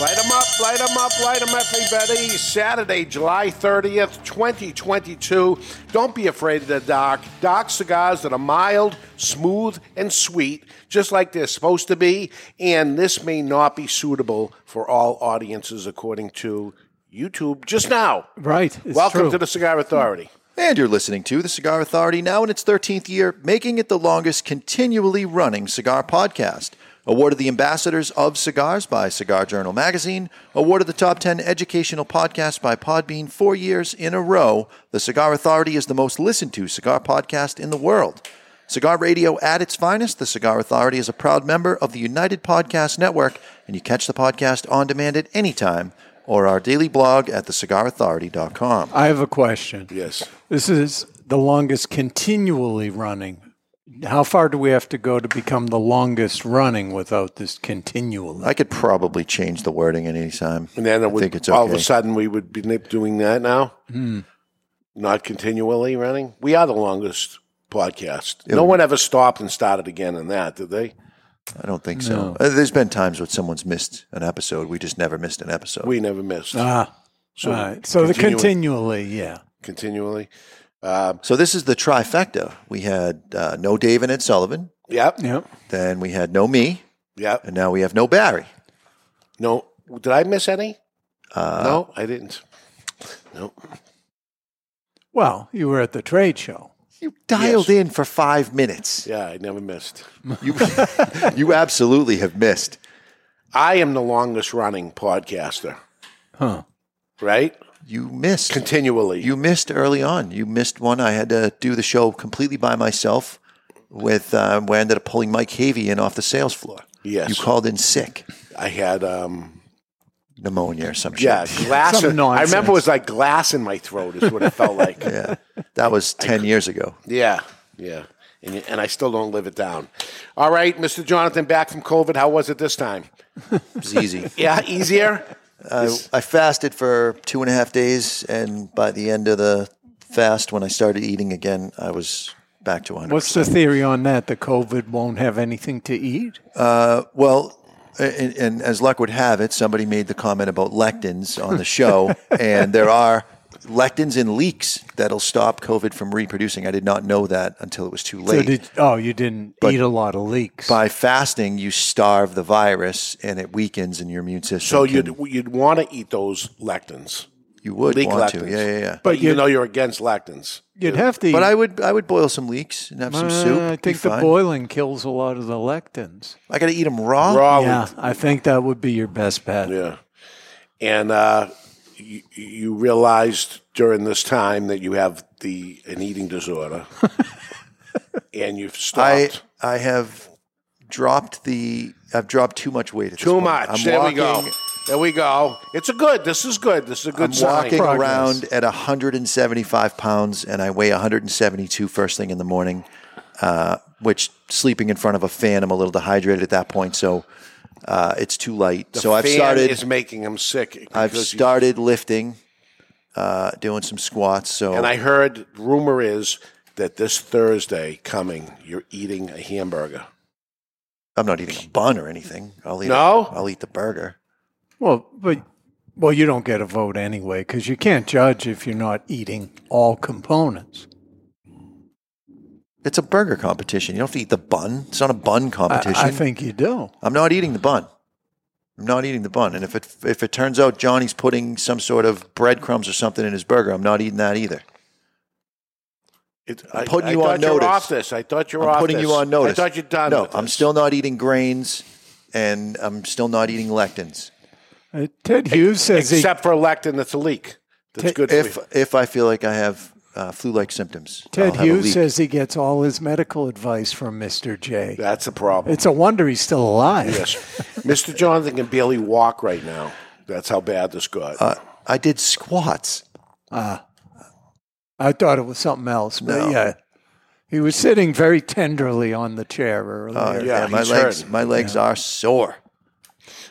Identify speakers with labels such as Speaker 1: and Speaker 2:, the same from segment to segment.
Speaker 1: Light 'em up, light 'em up, light 'em up, everybody. Saturday, July 30th, 2022. Don't be afraid of the dark. Dark cigars that are mild, smooth, and sweet, just like they're supposed to be. And this may not be suitable for all audiences, according to YouTube just now.
Speaker 2: Right. it's
Speaker 1: Welcome
Speaker 2: true.
Speaker 1: to the Cigar Authority.
Speaker 3: And you're listening to The Cigar Authority now in its 13th year, making it the longest continually running cigar podcast. Awarded the Ambassadors of Cigars by Cigar Journal Magazine. Awarded the Top 10 Educational Podcast by Podbean four years in a row. The Cigar Authority is the most listened to cigar podcast in the world. Cigar Radio at its finest, the Cigar Authority is a proud member of the United Podcast Network, and you catch the podcast on demand at any time or our daily blog at thecigarauthority.com.
Speaker 2: I have a question.
Speaker 1: Yes.
Speaker 2: This is the longest continually running. How far do we have to go to become the longest running without this continually?
Speaker 3: I could probably change the wording at any time.
Speaker 1: And then
Speaker 3: I
Speaker 1: it would,
Speaker 3: think it's
Speaker 1: all
Speaker 3: okay.
Speaker 1: of a sudden we would be doing that now.
Speaker 2: Hmm.
Speaker 1: Not continually running. We are the longest podcast. no one ever stopped and started again in that, did they?
Speaker 3: I don't think so. Uh, There's been times when someone's missed an episode. We just never missed an episode.
Speaker 1: We never missed.
Speaker 2: Ah,
Speaker 1: so
Speaker 2: all right. So the
Speaker 1: continuing-
Speaker 2: continually, yeah.
Speaker 1: continually. Uh,
Speaker 3: so this is the trifecta. We had uh, no Dave and Ed Sullivan.
Speaker 1: Yep.
Speaker 2: Yep.
Speaker 3: Then we had no me,
Speaker 1: Yep.
Speaker 3: and now we have no Barry.
Speaker 1: No, did I miss any?
Speaker 3: Uh,
Speaker 1: no, I didn't. No.
Speaker 2: Well, you were at the trade show.
Speaker 3: You dialed in for five minutes.
Speaker 1: Yeah, I never missed.
Speaker 3: You, you absolutely have missed.
Speaker 1: I am the longest running podcaster,
Speaker 2: Huh.
Speaker 1: right?
Speaker 3: You missed.
Speaker 1: Continually.
Speaker 3: You missed early on. You missed one. I had to do the show completely by myself. With um, where I ended up pulling Mike Havey in off the sales floor.
Speaker 1: Yes.
Speaker 3: you called in sick.
Speaker 1: I had um
Speaker 3: pneumonia or some shit.
Speaker 1: yeah, glass
Speaker 2: Some
Speaker 1: in- I remember
Speaker 2: nonsense.
Speaker 1: it was like glass in my throat is what it felt like.
Speaker 3: Yeah. That was 10 years ago.
Speaker 1: Yeah, yeah. And, and I still don't live it down. All right, Mr. Jonathan, back from COVID. How was it this time?
Speaker 3: It was easy.
Speaker 1: Yeah, easier?
Speaker 3: I, I fasted for two and a half days, and by the end of the fast, when I started eating again, I was back to 100.
Speaker 2: What's the theory on that? The COVID won't have anything to eat?
Speaker 3: Uh, Well, and, and as luck would have it, somebody made the comment about lectins on the show, and there are lectins in leeks that'll stop COVID from reproducing. I did not know that until it was too late.
Speaker 2: So did, oh, you didn't eat a lot of leeks.
Speaker 3: by fasting, you starve the virus, and it weakens, and your immune system.
Speaker 1: So
Speaker 3: can-
Speaker 1: you'd, you'd want to eat those lectins,
Speaker 3: you would
Speaker 1: leak
Speaker 3: want
Speaker 1: lectins.
Speaker 3: to, yeah, yeah, yeah.
Speaker 2: But
Speaker 1: but you
Speaker 2: you-
Speaker 1: know you're against lectins.
Speaker 2: You'd have to eat.
Speaker 3: But I would I would boil some leeks and have some
Speaker 2: Uh,
Speaker 3: soup.
Speaker 2: I
Speaker 3: Be
Speaker 2: think the
Speaker 3: fine.
Speaker 2: boiling kills a lot of the lectins.
Speaker 3: I got to eat them raw.
Speaker 1: Raw.
Speaker 2: yeah, I think that would be your best bet.
Speaker 1: Yeah. And uh, you, you realized during this time that you have the an eating disorder, and you've
Speaker 3: I
Speaker 1: stopped.
Speaker 3: I have dropped the I've dropped too much weight. At
Speaker 1: Too
Speaker 3: this point.
Speaker 1: much.
Speaker 3: I'm
Speaker 1: there
Speaker 3: walking,
Speaker 1: we go. There we go. It's a good. This is good. This is a good
Speaker 3: I'm
Speaker 1: sign.
Speaker 3: walking
Speaker 2: Progress.
Speaker 3: around at 175 pounds, and I weigh 172 first thing in the morning. Uh, which sleeping in front of a fan, I'm a little dehydrated at that point, so uh, it's too light. so I've
Speaker 1: Fan
Speaker 3: started.
Speaker 1: is making him sick.
Speaker 3: I've
Speaker 1: because he-
Speaker 3: started lifting, uh, doing some squats. So
Speaker 1: And I heard rumor is that this Thursday coming, you're eating a hamburger.
Speaker 3: I'm not eating a bun or anything. I'll eat.
Speaker 1: No?
Speaker 3: i I'll eat the burger.
Speaker 2: Well, but well, you don't get a vote anyway because you can't judge if you're not eating all components.
Speaker 3: It's a burger competition. You don't have to eat the bun. It's not a bun
Speaker 2: I,
Speaker 3: competition.
Speaker 2: I think you do.
Speaker 3: am not eating the bun. I'm not eating the bun. And if it if it turns out Johnny's putting some sort of breadcrumbs or something in his burger, I'm not eating that either.
Speaker 1: It,
Speaker 3: I'm putting you
Speaker 1: thought
Speaker 3: on
Speaker 1: were
Speaker 3: notice.
Speaker 1: off this. I thought you were
Speaker 3: I'm
Speaker 1: off
Speaker 3: putting
Speaker 1: this.
Speaker 3: you on notice.
Speaker 1: I thought you'd done.
Speaker 3: No,
Speaker 1: with
Speaker 3: I'm
Speaker 1: this.
Speaker 3: still not eating grains, and I'm still not eating lectins.
Speaker 2: Uh, Ted Hughes says he,
Speaker 1: Except for lectin, that's a leak. That's good for
Speaker 3: If
Speaker 1: you.
Speaker 3: if I feel like I have uh, flu-like symptoms, I'll
Speaker 2: Ted
Speaker 3: have a
Speaker 2: Hughes
Speaker 3: leak.
Speaker 2: says he gets all his medical advice from Mr. J.
Speaker 1: That's a problem.
Speaker 2: It's a wonder he's still alive.
Speaker 1: Yes. Mr. Jonathan can barely walk right now. That's how bad this got.
Speaker 3: uh, I did squats.
Speaker 2: Uh, I thought it was something else, but
Speaker 3: No.
Speaker 2: yeah. He was sitting very tenderly on the chair earlier.
Speaker 3: Oh,
Speaker 1: Yeah,
Speaker 3: yeah, my
Speaker 1: he's
Speaker 3: legs,
Speaker 1: hurting.
Speaker 3: my legs are sore.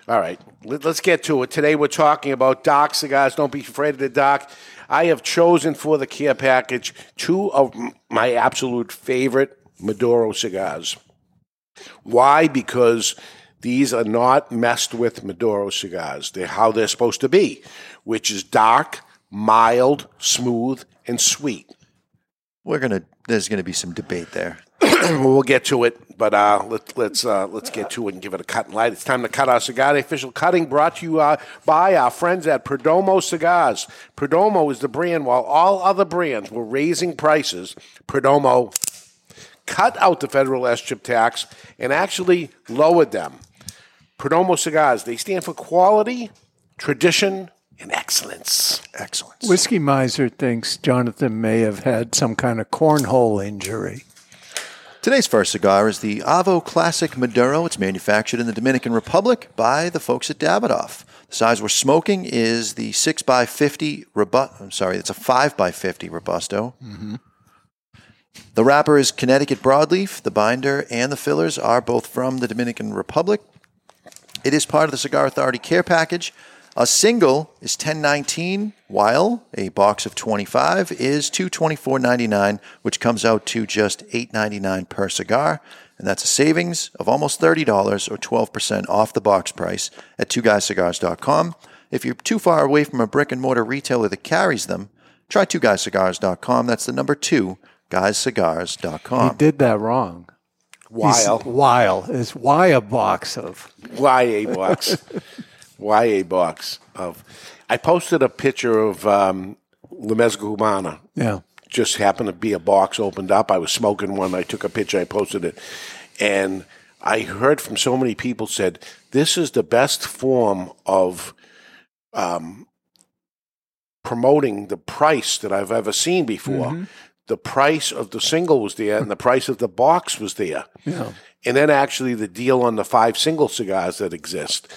Speaker 1: All right, Let, us get to it. Today we're talking about Doc cigars. Don't be afraid of the Doc. I have chosen for the care package two of m- my absolute favorite Maduro cigars. Why? Because these are not messed with Maduro cigars. They're how they're supposed to be, which is dark, mild, smooth, and sweet.
Speaker 3: We're gonna. There's gonna be some debate there.
Speaker 1: we'll get to it, but uh, let, let's uh, let's get to it and give it a cut and light. It's time to cut our cigar. The official cutting brought to you uh, by our friends at Perdomo Cigars. Perdomo is the brand. While all other brands were raising prices, Perdomo cut out the federal S chip tax and actually lowered them. Perdomo Cigars they stand for quality, tradition, and excellence.
Speaker 3: Excellent.
Speaker 2: Whiskey Miser thinks Jonathan may have had some kind of cornhole injury.
Speaker 3: Today's first cigar is the Avo Classic Maduro. It's manufactured in the Dominican Republic by the folks at Davidoff. The size we're smoking is the 6x50 Robusto. I'm sorry, it's a 5x50 Robusto.
Speaker 2: Mm-hmm.
Speaker 3: The wrapper is Connecticut broadleaf. The binder and the fillers are both from the Dominican Republic. It is part of the Cigar Authority care package. A single is 1019 while a box of 25 is 224.99 which comes out to just 8.99 per cigar and that's a savings of almost $30 or 12% off the box price at twoguyscigars.com. If you're too far away from a brick and mortar retailer that carries them, try twoguyscigars.com. That's the number 2
Speaker 2: He
Speaker 3: guyscigars.com.
Speaker 2: did that wrong. He's-
Speaker 1: While
Speaker 2: While. Is why a box of.
Speaker 1: YA box. YA box of. I posted a picture of um, La Mezcumana.
Speaker 2: Yeah.
Speaker 1: Just happened to be a box opened up. I was smoking one. I took a picture. I posted it. And I heard from so many people said, this is the best form of um, promoting the price that I've ever seen
Speaker 4: Mm.
Speaker 1: before. The price of the single was there and the price of the box was there
Speaker 2: Yeah.
Speaker 1: and then actually the deal on the five single cigars that exist.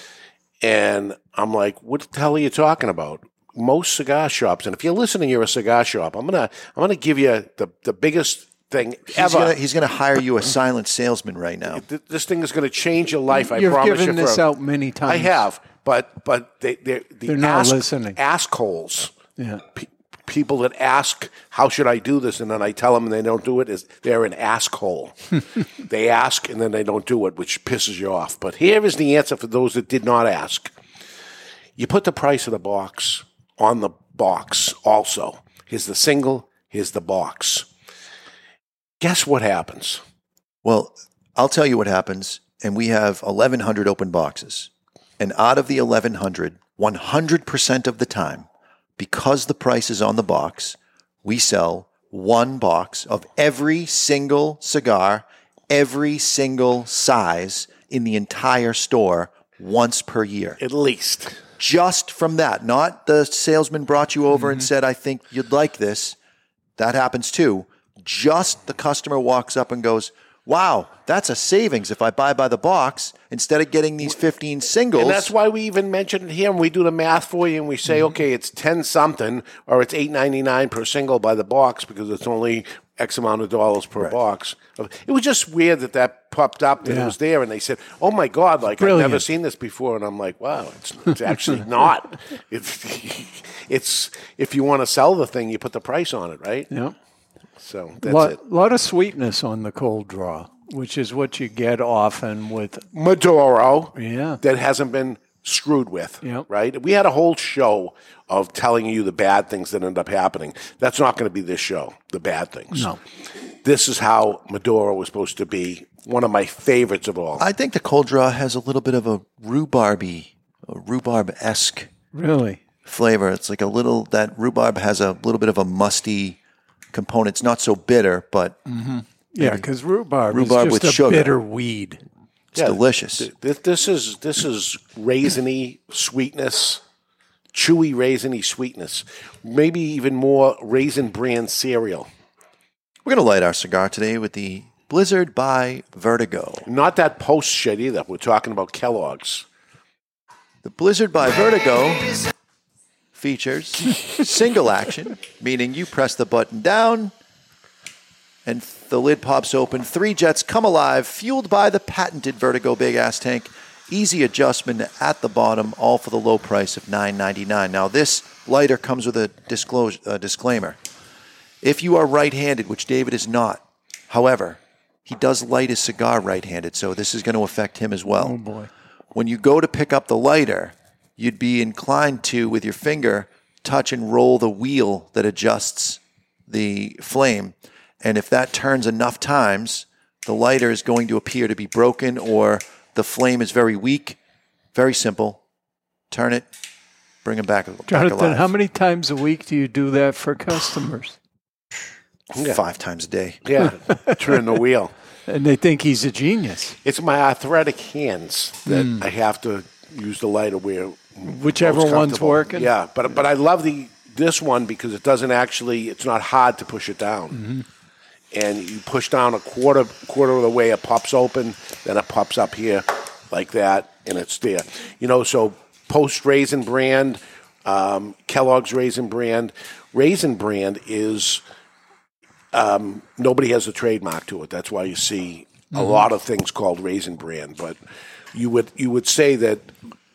Speaker 1: And I'm like, what the hell are you talking about? Most cigar shops, and if you're listening, you're a cigar shop. I'm gonna I'm gonna give you the the biggest thing
Speaker 3: He's
Speaker 1: ever.
Speaker 3: gonna, he's gonna hire you a silent salesman right now.
Speaker 1: Th- this thing is gonna change your life. I
Speaker 2: You've
Speaker 1: promise
Speaker 2: given
Speaker 1: you.
Speaker 2: this
Speaker 1: for-
Speaker 2: out many times.
Speaker 1: I have, but but they they're, the
Speaker 2: They're not
Speaker 1: ask-
Speaker 2: listening.
Speaker 1: Assholes.
Speaker 2: Yeah.
Speaker 1: Pe- people that ask, "How should I do this?" and then I tell them and they don't do it, is they're an asshole. they ask and then they don't do it, which pisses you off. But here is the answer for those that did not ask: you put the price of the box on the box. Also, here's the single, here's the box. Guess what happens?
Speaker 3: Well, I'll tell you what happens. And we have 1,100 open boxes. And out of the 1,100, 100% of the time, because the price is on the box, we sell one box of every single cigar, every single size in the entire store once per year.
Speaker 1: At least
Speaker 3: Just from that, not the salesman brought you over
Speaker 1: Mm-hmm.
Speaker 3: and said, I think you'd like this. That happens too. Just the customer walks up and goes, Wow, that's a savings if I buy by the box instead of getting these 15 singles.
Speaker 1: And that's why we even mention it here, and we do the math for you, and we
Speaker 2: Mm-hmm.
Speaker 1: say, okay, it's ten something, or it's eight ninety nine per single by the box because it's only X amount of dollars per box. It was just weird that that popped up that it
Speaker 2: Yeah.
Speaker 1: was there, and they said, oh my god, like I've never
Speaker 2: Brilliant.
Speaker 1: seen this before, and I'm like, wow, it's, it's actually not. It's it's if you want to sell the thing, you put the price on it, right?
Speaker 2: Yeah.
Speaker 1: So that's
Speaker 2: lot,
Speaker 1: it.
Speaker 2: lot of sweetness on the cold draw, which is what you get often with.
Speaker 1: Maduro
Speaker 2: Yeah.
Speaker 1: that hasn't been screwed with,
Speaker 2: Yep.
Speaker 1: right? We had a whole show of telling you the bad things that end up happening. That's not going to be this show, the bad things.
Speaker 2: No.
Speaker 1: This is how Maduro was supposed to be. One of my favorites of all.
Speaker 3: I think the cold draw has a little bit of a rhubarby, a rhubarb esque
Speaker 2: Really?
Speaker 3: flavor. It's like a little, that rhubarb has a little bit of a musty component. It's not so bitter, but
Speaker 2: Mm-hmm. Yeah, because rhubarb,
Speaker 3: Rhubarb
Speaker 2: is
Speaker 3: with
Speaker 2: just a
Speaker 3: sugar.
Speaker 2: bitter weed.
Speaker 3: it's delicious.
Speaker 1: Th- This, is this is raisiny sweetness. chewy raisiny sweetness, maybe even more raisin bran cereal.
Speaker 3: We're going to light our cigar today with the Blizzard by Vertigo.
Speaker 1: Not that post shit either. We're talking about Kellogg's.
Speaker 3: The Blizzard by Vertigo features single action, meaning you press the button down and the lid pops open. Three jets come alive, fueled by the patented Vertigo big ass tank. Easy adjustment at the bottom, all for the low price of $9.99. Now, this lighter comes with a disclosure, uh, disclaimer. If you are right handed, which David is not, however, he does light his cigar right handed, so this is going to affect him as well. Oh, boy. When you go to pick up the lighter, you'd be inclined to, with your finger, touch and roll the wheel that adjusts the flame. And if that turns enough times, the lighter is going to appear to be broken or the flame is very weak. Very simple. Turn it, bring them back, back
Speaker 2: Jonathan,
Speaker 3: alive.
Speaker 2: how many times a week do you do that for customers?
Speaker 3: Five times a day.
Speaker 1: Yeah, turn the wheel.
Speaker 2: And they think he's a genius.
Speaker 1: It's my arthritic hands that I have to use the lighter where
Speaker 2: Hmm. Whichever
Speaker 1: most
Speaker 2: one's
Speaker 1: comfortable.
Speaker 2: working.
Speaker 1: Yeah, but but I love the this one because it doesn't actually. It's not hard to push it down.
Speaker 2: Mm-hmm.
Speaker 1: And you push down a quarter quarter of the way, it pops open, then it pops up here like that, and it's there. You know, so post raisin brand, um, Kellogg's raisin brand, raisin brand is um, nobody has a trademark to it. That's why you see a lot of things called raisin brand, but you would you would say that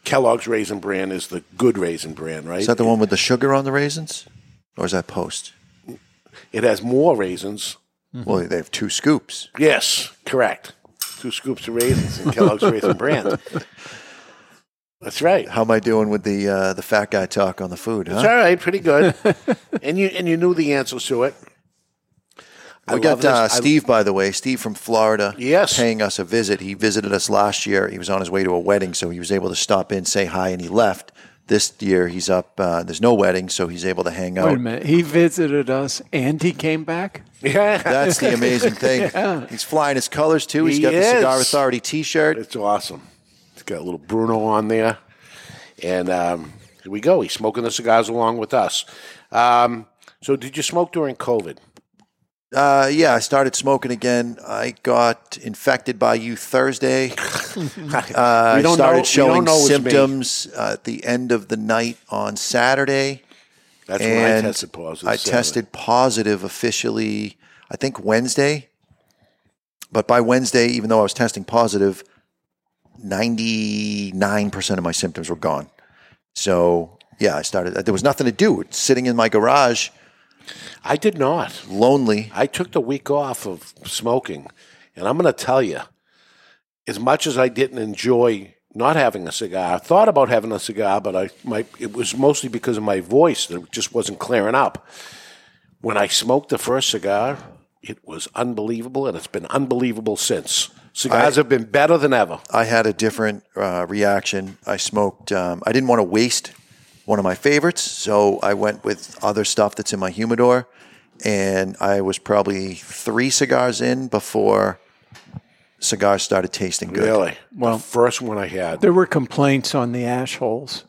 Speaker 1: Kellogg's raisin brand is the good raisin brand, right?
Speaker 3: Is that the one with the sugar on the raisins? Or is that post?
Speaker 1: It has more raisins.
Speaker 3: Well, they have two scoops.
Speaker 1: Yes, correct. Two scoops of raisins in Kellogg's raisin brand. That's right.
Speaker 3: How am I doing with the uh, the fat guy talk on the food?
Speaker 1: It's
Speaker 3: Huh?
Speaker 1: all right, pretty good. and you and you knew the answers to it. I
Speaker 3: We got
Speaker 1: love this.
Speaker 3: uh,
Speaker 1: I-
Speaker 3: Steve, by the way, Steve from Florida.
Speaker 1: Yes.
Speaker 3: paying us a visit. He visited us last year. He was on his way to a wedding, so he was able to stop in, say hi, and he left. This year, he's up. Uh, there's no wedding, so he's able to hang out.
Speaker 2: Wait a minute. He visited us and he came back?
Speaker 1: yeah,
Speaker 3: That's the amazing thing. He's flying his colors too. He's got
Speaker 1: He
Speaker 3: the Cigar
Speaker 1: is.
Speaker 3: Authority T-shirt.
Speaker 1: it's awesome. It's got a little Bruno on there, and um, here we go. He's smoking the cigars along with us. Um, so, did you smoke during COVID?
Speaker 3: Uh, yeah, I started smoking again. I got infected by you Thursday. Uh, I
Speaker 1: we don't
Speaker 3: started
Speaker 1: know, we
Speaker 3: showing
Speaker 1: don't know it's me.
Speaker 3: symptoms uh, at the end of the night on Saturday.
Speaker 1: That's
Speaker 3: and
Speaker 1: when I tested positive.
Speaker 3: I
Speaker 1: so-
Speaker 3: tested positive officially, I think Wednesday. But by Wednesday, even though I was testing positive, 99% of my symptoms were gone. So, yeah, I started. There was nothing to do. It's sitting in my garage,
Speaker 1: I did not.
Speaker 3: lonely.
Speaker 1: I took the week off of smoking, and I'm going to tell you, as much as I didn't enjoy not having a cigar, I thought about having a cigar, but I my it was mostly because of my voice that just wasn't clearing up. When I smoked the first cigar, it was unbelievable, and it's been unbelievable since. Cigars have been better than ever.
Speaker 3: I had a different uh, reaction. I smoked. Um, I didn't want to waste one of my favorites, so I went with other stuff that's in my humidor. And I was probably three cigars in before cigars started tasting good.
Speaker 1: Really,
Speaker 2: Well-
Speaker 1: the first one I had.
Speaker 2: There were complaints on the ash holes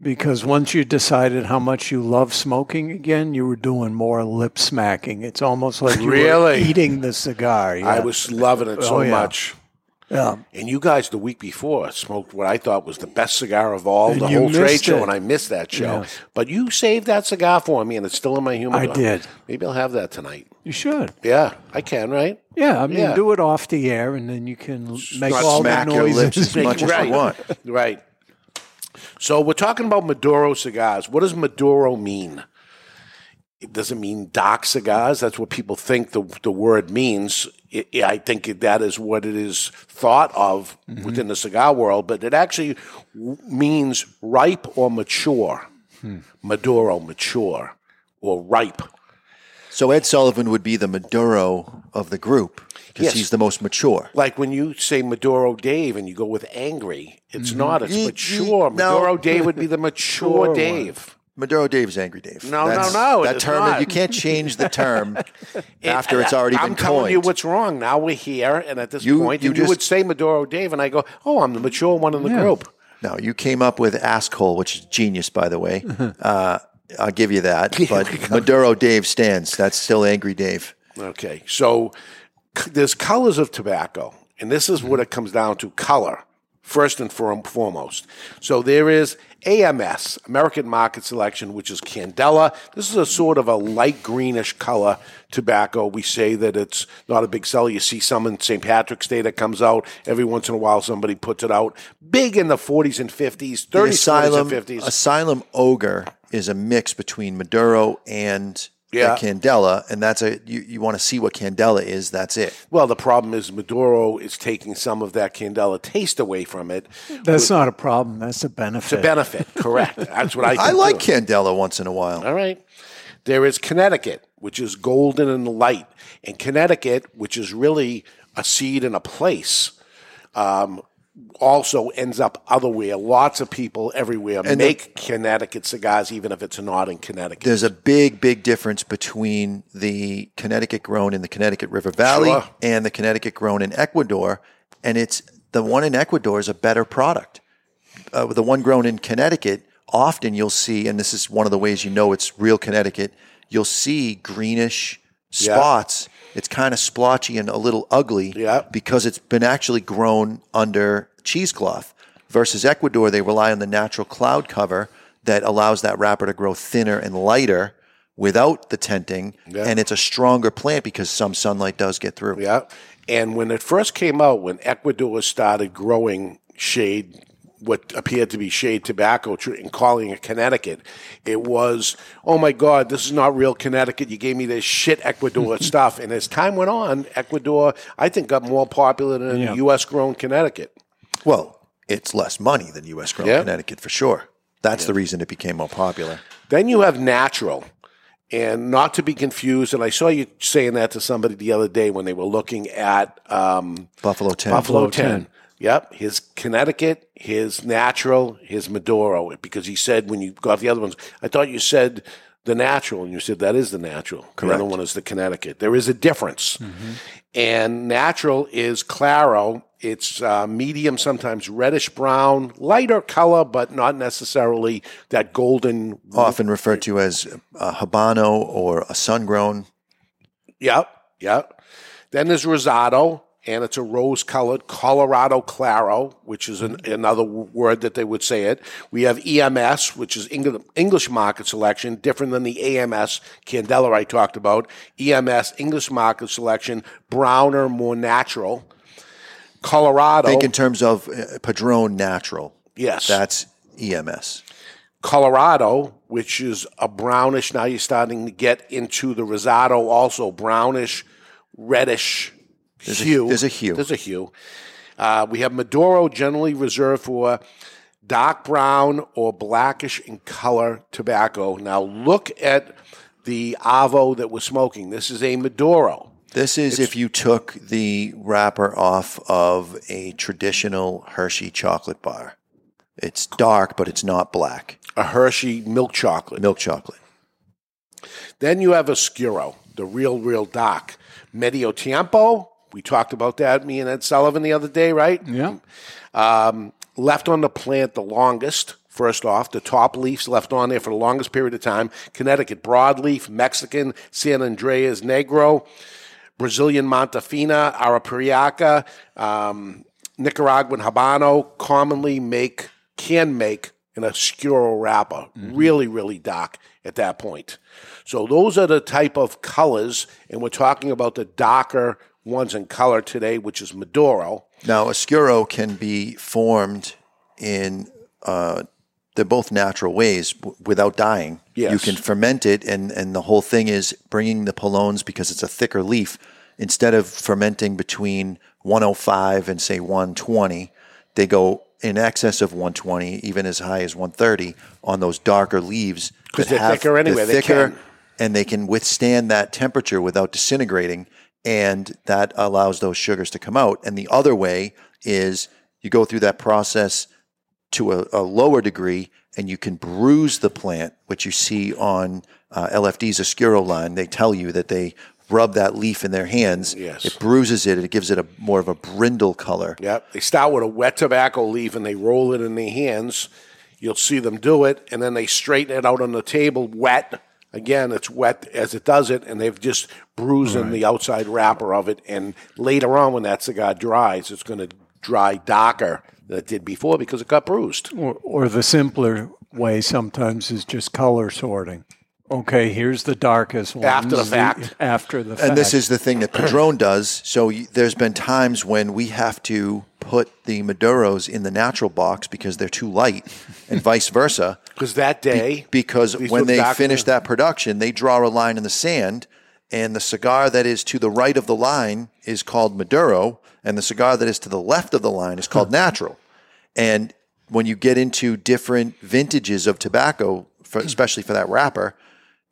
Speaker 2: because once you decided how much you love smoking again, you were doing more lip smacking. It's almost like you
Speaker 1: Really?
Speaker 2: were eating the cigar.
Speaker 1: I
Speaker 2: yeah.
Speaker 1: was loving it so
Speaker 2: Oh, yeah.
Speaker 1: much.
Speaker 2: Yeah.
Speaker 1: And you guys, the week before, smoked what I thought was the best cigar of all
Speaker 2: And
Speaker 1: the
Speaker 2: you
Speaker 1: whole trade
Speaker 2: missed
Speaker 1: show,
Speaker 2: it.
Speaker 1: and I missed that show.
Speaker 2: Yeah.
Speaker 1: But you saved that cigar for me, and it's still in my humidor.
Speaker 2: I did.
Speaker 1: Maybe I'll have that tonight.
Speaker 2: You should.
Speaker 1: Yeah, I can, right?
Speaker 2: Yeah, I mean,
Speaker 1: Yeah.
Speaker 2: do it off the air, and then you can l- make
Speaker 1: not
Speaker 2: all the
Speaker 3: smack your lips
Speaker 2: noises.
Speaker 3: as much as
Speaker 1: right.
Speaker 3: you want.
Speaker 1: Right. So we're talking about Maduro cigars. What does Maduro mean? It doesn't mean dark cigars. That's what people think the, the word means. I I I think that is what it is thought of
Speaker 3: Mm-hmm.
Speaker 1: within the cigar world, but it actually w- means ripe or mature.
Speaker 3: Hmm.
Speaker 1: Maduro, mature, or ripe.
Speaker 3: So Ed Sullivan would be the Maduro of the group because
Speaker 1: Yes.
Speaker 3: he's the most mature.
Speaker 1: Like when you say Maduro Dave and you go with angry, it's not. It's
Speaker 3: Ye- ye- no.
Speaker 1: mature. Maduro Dave would be the mature
Speaker 2: one.
Speaker 1: Dave.
Speaker 3: Maduro Dave's angry Dave.
Speaker 1: No, no, no, it
Speaker 3: That
Speaker 1: is
Speaker 3: term
Speaker 1: not.
Speaker 3: you can't change the term
Speaker 1: It-
Speaker 3: after it's already
Speaker 1: uh, I'm
Speaker 3: been
Speaker 1: telling
Speaker 3: coined.
Speaker 1: you what's wrong. Now we're here, and at this
Speaker 3: You-
Speaker 1: point,
Speaker 3: you
Speaker 1: and you
Speaker 3: just-
Speaker 1: would say Maduro Dave, and I go, "Oh, I'm the mature one in the group."
Speaker 3: No, you came up with asshole, which is genius, by the way.
Speaker 1: Uh-huh.
Speaker 3: uh, I'll give you that. But Maduro Dave stands. That's still Angry Dave.
Speaker 1: Okay, so c- there's colors of tobacco, and this is what it comes down to: color first and for- foremost. So there is AMS, American Market Selection, which is Candela. This is a sort of a light greenish color tobacco. We say that it's not a big seller. You see some in St. Patrick's Day that comes out every once in a while. Somebody puts it out big in the 40s and 50s, 30s, 40s,
Speaker 3: Asylum,
Speaker 1: and 50s.
Speaker 3: Asylum Ogre is a mix between Maduro and a
Speaker 1: Yeah.
Speaker 3: Candela, and that's a you, you want to see what Candela is. That's it.
Speaker 1: Well, the problem is Maduro is taking some of that Candela taste away from it.
Speaker 2: That's not a problem. That's a benefit.
Speaker 1: It's a benefit, correct? That's what I.
Speaker 3: I
Speaker 1: think,
Speaker 3: like
Speaker 1: too.
Speaker 3: Candela once in a while.
Speaker 1: All right. There is Connecticut, which is golden and light, and Connecticut, which is really a seed and a place. Um, also ends up otherwhere. Lots of people everywhere make Connecticut cigars, even if it's not in Connecticut.
Speaker 3: There's a big, big difference between the Connecticut grown in the Connecticut River Valley
Speaker 1: Sure.
Speaker 3: and the Connecticut grown in Ecuador, and it's the one in Ecuador is a better product. uh, the one grown in Connecticut, often you'll see, and this is one of the ways you know it's real Connecticut, you'll see greenish spots. It's kind of splotchy and a little ugly
Speaker 1: Yeah.
Speaker 3: because it's been actually grown under cheesecloth. Versus Ecuador, they rely on the natural cloud cover that allows that wrapper to grow thinner and lighter without the tenting. And it's a stronger plant because some sunlight does get through.
Speaker 1: Yeah. And when it first came out, when Ecuador started growing shade, what appeared to be shade tobacco tr- and calling it Connecticut, it was, oh my God, this is not real Connecticut. You gave me this shit Ecuador stuff. And as time went on, Ecuador, I think, got more popular than
Speaker 2: Yeah.
Speaker 1: U.S. grown Connecticut.
Speaker 3: Well, it's less money than U.S. grown
Speaker 1: Yeah.
Speaker 3: Connecticut for sure. That's the reason it became more popular.
Speaker 1: Then you have natural, and not to be confused. And I saw you saying that to somebody the other day when they were looking at um,
Speaker 3: Buffalo 10.
Speaker 1: Buffalo
Speaker 2: Buffalo
Speaker 1: 10.
Speaker 2: 10.
Speaker 1: Yep, his Connecticut, his natural, his Maduro. Because he said when you got the other ones, I thought you said the natural, and you said that is the natural. The other
Speaker 3: Correct.
Speaker 1: one is the Connecticut. There is a difference,
Speaker 5: Mm-hmm.
Speaker 1: and natural is Claro. It's uh, medium, sometimes reddish brown, lighter color, but not necessarily that golden.
Speaker 3: Often referred to as a Habano or a sun grown.
Speaker 1: Yep, yep. Then there's Rosado, and it's a rose colored Colorado Claro, which is an, another w- word that they would say it. We have EMS, which is Eng- English market selection, different than the AMS, Candela I talked about. EMS, English market selection, browner, more natural. Colorado,
Speaker 3: Think in terms of uh, Padron natural.
Speaker 1: yes.
Speaker 3: That's E EMS.
Speaker 1: Colorado, which is a brownish. Now you're starting to get into the Rosado, also brownish, reddish
Speaker 3: a-
Speaker 1: hue.
Speaker 3: there's a hue.
Speaker 1: There's a hue. Uh, we have Maduro, generally reserved for dark brown or blackish in color tobacco. Now look at the Avo that we're smoking. This is a Maduro.
Speaker 3: This is if you took the wrapper off of a traditional Hershey chocolate bar. It's dark, but it's not black.
Speaker 1: A Hershey milk chocolate.
Speaker 3: Milk chocolate.
Speaker 1: Then you have Oscuro, the real, real doc. Medio Tiempo, we talked about that, me and Ed Sullivan the other day, right?
Speaker 2: Yeah.
Speaker 1: Um, left on the plant the longest, first off. The top leaves left on there for the longest period of time. Connecticut broadleaf, Mexican, San Andreas Negro, Brazilian Montefina, Arapiraca, um, Nicaraguan Habano commonly make, can make an oscuro wrapper. Really, really dark at that point. So those are the type of colors, and we're talking about the darker ones in color today, which is Maduro.
Speaker 3: Now, Oscuro can be formed in, uh, they're both natural ways w- without dying.
Speaker 1: Yes.
Speaker 3: You can ferment it, and, and the whole thing is bringing the polones because it's a thicker leaf. Instead of fermenting between 105 and, say, 120, they go in excess of 120, even as high as 130 on those darker leaves.
Speaker 1: 'Cause
Speaker 3: that
Speaker 1: they're
Speaker 3: have-
Speaker 1: thicker anyway, they
Speaker 3: thicker,
Speaker 1: can.
Speaker 3: and they can withstand that temperature without disintegrating and that allows those sugars to come out and the other way is you go through that process to a, a lower degree and you can bruise the plant which you see on uh, lfd's oscuro line they tell you that they rub that leaf in their hands,
Speaker 1: Yes.
Speaker 3: it bruises it and it gives it a more of a brindle color.
Speaker 1: Yep. They start with a wet tobacco leaf and they roll it in their hands. You'll see them do it, and then they straighten it out on the table, wet. Again, it's wet as it does it, and they've just bruised in the outside wrapper of it. And later on, when that cigar dries, it's going to dry darker than it did before because it got bruised.
Speaker 2: Or, or the simpler way sometimes is just color sorting. Okay, here's the darkest one.
Speaker 1: After the fact.
Speaker 2: After the fact.
Speaker 3: And this is the thing that Padron does. So y- there's been times when we have to put the Maduros in the natural box because they're too light, and vice versa.
Speaker 1: Because that day,
Speaker 3: Because
Speaker 1: These
Speaker 3: when
Speaker 1: look
Speaker 3: they
Speaker 1: darker.
Speaker 3: finish that production, they draw a line in the sand, and the cigar that is to the right of the line is called Maduro, and the cigar that is to the left of the line is called natural. And when you get into different vintages of tobacco, for,
Speaker 1: Hmm.
Speaker 3: especially for that wrapper,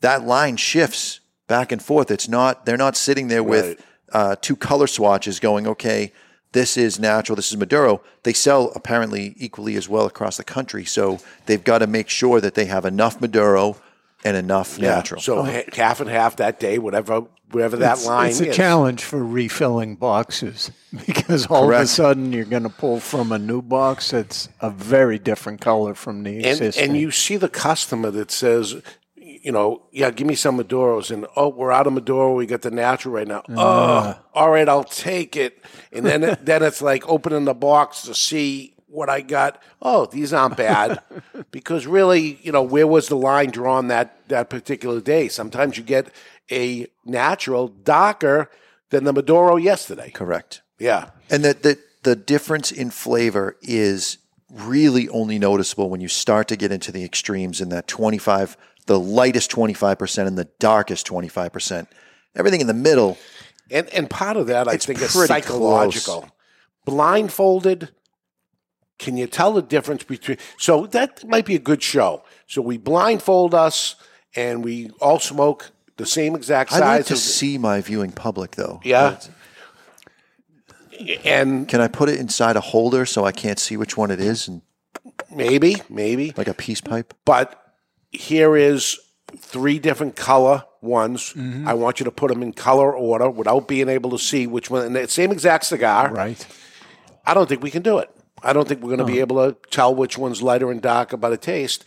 Speaker 3: that line shifts back and forth. It's not they're not sitting there
Speaker 1: Right.
Speaker 3: with uh, two color swatches going. Okay, this is natural. This is Maduro. They sell apparently equally as well across the country, so they've got to make sure that they have enough Maduro and enough natural. Uh-huh.
Speaker 1: So ha- half and half that day, whatever whatever that
Speaker 2: Uh-huh. it's,
Speaker 1: line
Speaker 2: it's
Speaker 1: is.
Speaker 2: a challenge for refilling boxes because all of a
Speaker 3: Correct.
Speaker 2: sudden you're going to pull from a new box that's a very different color from the
Speaker 1: and,
Speaker 2: existing.
Speaker 1: and you see the customer that says, you know, yeah, give me some Maduros, and oh, we're out of Maduro, we got the natural right
Speaker 3: Mm.
Speaker 1: now. oh, all right, I'll take it. And then it, then it's like opening the box to see what I got. Oh, these aren't bad, because really, you know, where was the line drawn that that particular day? Sometimes you get a natural darker than the Maduro yesterday.
Speaker 3: Correct.
Speaker 1: Yeah,
Speaker 3: And that the, the difference in flavor is really only noticeable when you start to get into the extremes in that 25, the lightest 25% and the darkest 25%. Everything in the middle,
Speaker 1: and and part of that I
Speaker 3: It's
Speaker 1: think is
Speaker 3: pretty
Speaker 1: psychological. Blindfolded, can you tell the difference between? So that might be a good show. So we blindfold us, and we all smoke the same exact
Speaker 3: I
Speaker 1: size.
Speaker 3: like to
Speaker 1: of-
Speaker 3: see my viewing public though.
Speaker 1: yeah. And
Speaker 3: Can I put it inside a holder so I can't see which one it is and
Speaker 1: maybe, maybe,
Speaker 3: like a peace pipe?
Speaker 1: but here is three different color ones.
Speaker 3: Mm-hmm.
Speaker 1: I want you to put them in color order without being able to see which one. And the same exact cigar,
Speaker 2: right.
Speaker 1: I don't think we can do it. I don't think we're going to be able to tell which one's lighter and darker by the taste.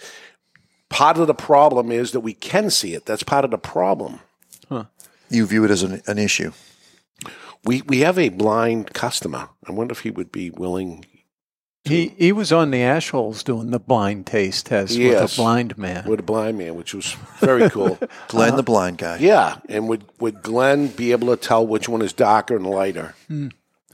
Speaker 1: Part of the problem is that we can see it. That's part of the problem.
Speaker 3: You view it as an, an issue.
Speaker 1: We we have a blind customer. I wonder if he would be willing
Speaker 2: He he was on the ash holes doing the blind taste test with
Speaker 1: Yes.
Speaker 2: a blind man.
Speaker 1: with a blind man, which was very cool. Uh-huh.
Speaker 3: Glenn the blind
Speaker 2: Uh,
Speaker 3: guy.
Speaker 1: yeah, and would would Glenn be able to tell which one is darker and lighter?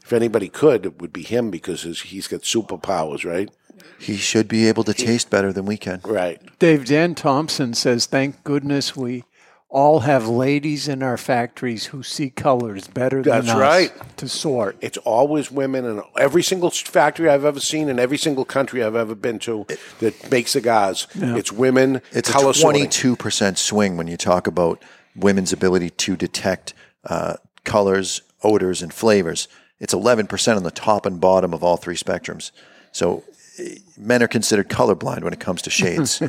Speaker 1: If anybody could, it would be him because his, he's got superpowers, right?
Speaker 3: He should be able to taste better than we can.
Speaker 1: Right.
Speaker 2: Dave Dan Thompson says, "Thank goodness we all have ladies in our factories who see colors better
Speaker 1: That's
Speaker 2: than us
Speaker 1: right.
Speaker 2: to sort."
Speaker 1: It's always women in every single factory I've ever seen in every single country I've ever been to that make cigars. It's women.
Speaker 3: It's
Speaker 1: color
Speaker 3: a
Speaker 1: sorting.
Speaker 3: twenty-two percent swing when you talk about women's ability to detect uh, colors, odors, and flavors. It's eleven percent on the top and bottom of all three spectrums. So eh, men are considered colorblind when it comes to shades.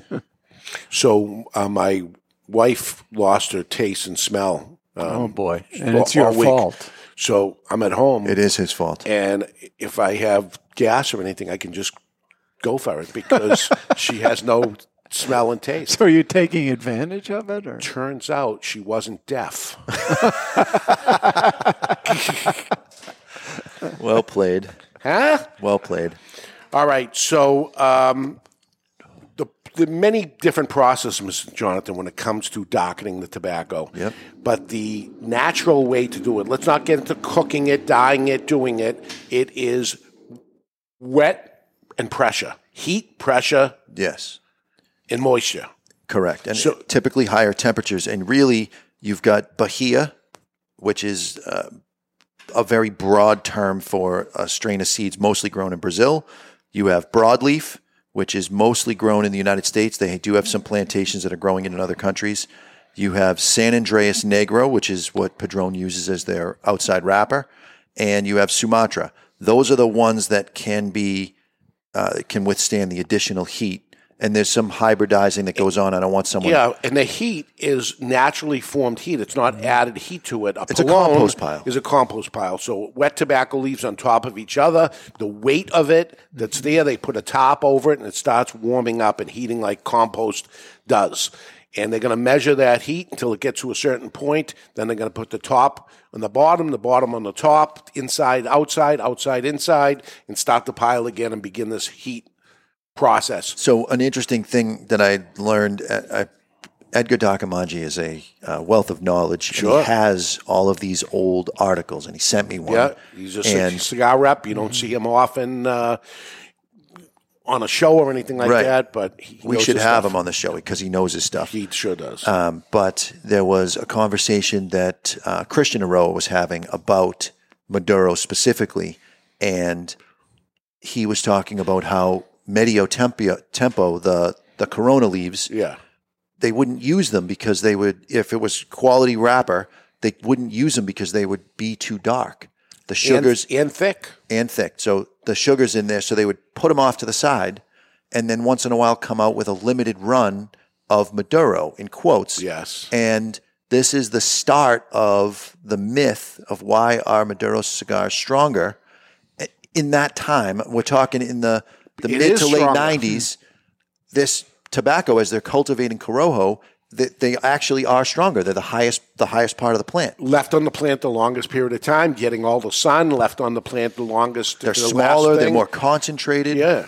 Speaker 1: So uh, my wife lost her taste and smell. Um,
Speaker 2: Oh boy, and
Speaker 1: all-
Speaker 2: it's your
Speaker 1: all week.
Speaker 2: fault.
Speaker 1: So I'm at home,
Speaker 3: it is his fault.
Speaker 1: and if I have gas or anything, I can just go for it because she has no smell and taste.
Speaker 2: So are you taking advantage of it, or
Speaker 1: Turns out she wasn't deaf.
Speaker 3: Well played.
Speaker 1: huh?
Speaker 3: Well played.
Speaker 1: All right. So um, the the many different processes, Jonathan, when it comes to darkening the tobacco.
Speaker 3: Yep.
Speaker 1: But the natural way to do it, let's not get into cooking it, dyeing it, doing it. It is wet and pressure, heat, pressure,
Speaker 3: Yes,
Speaker 1: and moisture.
Speaker 3: correct. And
Speaker 1: So-
Speaker 3: typically higher temperatures. And really, you've got Bahia, which is uh, a very broad term for a strain of seeds mostly grown in Brazil. You have broadleaf, which is mostly grown in the United States. They do have some plantations that are growing it in other countries. You have San Andreas Negro, which is what Padron uses as their outside wrapper, and you have Sumatra. Those are the ones that can be uh, can withstand the additional heat and there's some hybridizing that goes on. I don't want someone.
Speaker 1: Yeah, and the heat is naturally formed heat. It's not added heat to it.
Speaker 3: Mm-hmm. It's a
Speaker 1: cologne
Speaker 3: compost pile.
Speaker 1: Is a compost pile. So wet tobacco leaves on top of each other. The weight of it that's
Speaker 3: Mm-hmm.
Speaker 1: there, they put a top over it, and it starts warming up and heating like compost does. And they're going to measure that heat until it gets to a certain point. Then they're going to put the top on the bottom, the bottom on the top, inside, outside, outside, inside, and start the pile again and begin this heat process.
Speaker 3: So an interesting thing that I learned, uh, I, Edgar Dakamanji is a uh, wealth of knowledge. and
Speaker 1: Sure.
Speaker 3: he has all of these old articles, and he sent me one.
Speaker 1: Yeah, he's just a
Speaker 3: and
Speaker 1: cigar rep. You don't see him often uh, on a show or anything like
Speaker 3: Right.
Speaker 1: that. But he
Speaker 3: we
Speaker 1: knows
Speaker 3: should
Speaker 1: his
Speaker 3: have
Speaker 1: stuff.
Speaker 3: him on the show because he knows his stuff.
Speaker 1: He sure does.
Speaker 3: Um, but there was a conversation that uh, Christian Aroa was having about Maduro specifically, and he was talking about how medio tempio, tempo, the the Corona leaves,
Speaker 1: yeah,
Speaker 3: they wouldn't use them because they would, if it was quality wrapper, they wouldn't use them because they would be too dark. The sugars
Speaker 1: and, and thick.
Speaker 3: and thick. So the sugar's in there. So they would put them off to the side and then once in a while come out with a limited run of Maduro in quotes.
Speaker 1: Yes.
Speaker 3: And this is the start of the myth of why are Maduro cigars stronger in that time. We're talking in the, the
Speaker 1: It
Speaker 3: mid
Speaker 1: is
Speaker 3: to late
Speaker 1: stronger.
Speaker 3: 90s. This tobacco, as they're cultivating Corojo, that they actually are stronger. They're the highest, the highest part of the plant.
Speaker 1: Left on the plant the longest period of time, getting all the sun. Left on the plant the longest.
Speaker 3: They're
Speaker 1: the last
Speaker 3: smaller. They're
Speaker 1: thing.
Speaker 3: more concentrated.
Speaker 1: Yeah,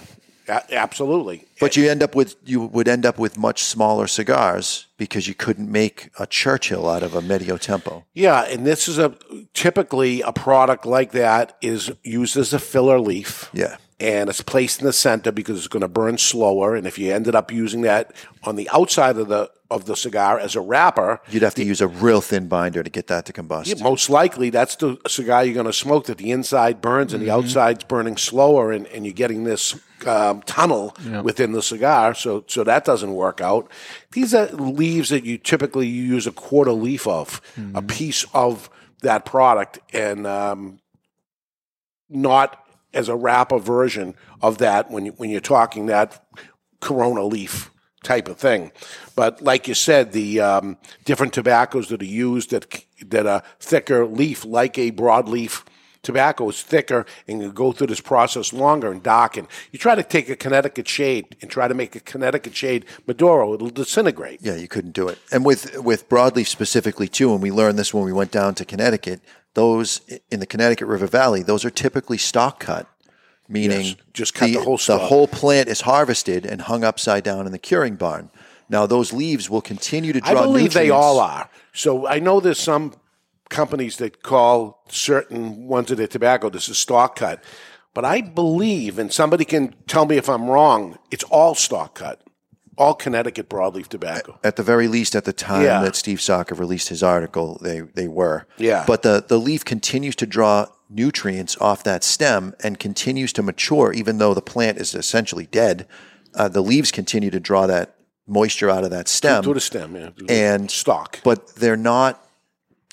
Speaker 1: a- absolutely.
Speaker 3: But you end up with you would end up with much smaller cigars because you couldn't make a Churchill out of a medio tempo.
Speaker 1: Yeah, and this is a typically a product like that is used as a filler leaf.
Speaker 3: Yeah.
Speaker 1: and it's placed in the center because it's going to burn slower. And if you ended up using that on the outside of the of the cigar as a wrapper,
Speaker 3: You'd have to use a real thin binder to get that to combust.
Speaker 1: most likely that's the cigar you're going to smoke that the inside burns and the outside's burning slower, and, and you're getting this um, tunnel within the cigar. So so that doesn't work out. These are leaves that you typically use a quarter leaf of, a piece of that product, and um, not as a wrapper version of that when you, when you're talking that Corona leaf type of thing. But like you said, the um, different tobaccos that are used that that are thicker leaf, like a broadleaf tobacco, is thicker and you go through this process longer and darken. You try to take a Connecticut shade and try to make a Connecticut shade Maduro, it'll disintegrate.
Speaker 3: Yeah, you couldn't do it. And with with broadleaf specifically too, and we learned this when we went down to Connecticut. Those in the Connecticut River Valley, those are typically stock cut, meaning
Speaker 1: Yes, just cut the whole stalk.
Speaker 3: whole plant is harvested and hung upside down in the curing barn. Now those leaves will continue to draw.
Speaker 1: I believe they
Speaker 3: nutrients.
Speaker 1: all are. So I know there's some companies that call certain ones of their tobacco this is stock cut, but I believe, and somebody can tell me if I'm wrong, it's all stock cut, all Connecticut broadleaf tobacco.
Speaker 3: at the very least at the time
Speaker 1: Yeah.
Speaker 3: that Steve Soccer released his article, they they were.
Speaker 1: Yeah.
Speaker 3: But the, the leaf continues to draw nutrients off that stem and continues to mature, even though the plant is essentially dead. Uh, the leaves continue to draw that moisture out of that stem.
Speaker 1: Through the stem, yeah.
Speaker 3: and
Speaker 1: stock.
Speaker 3: But they're not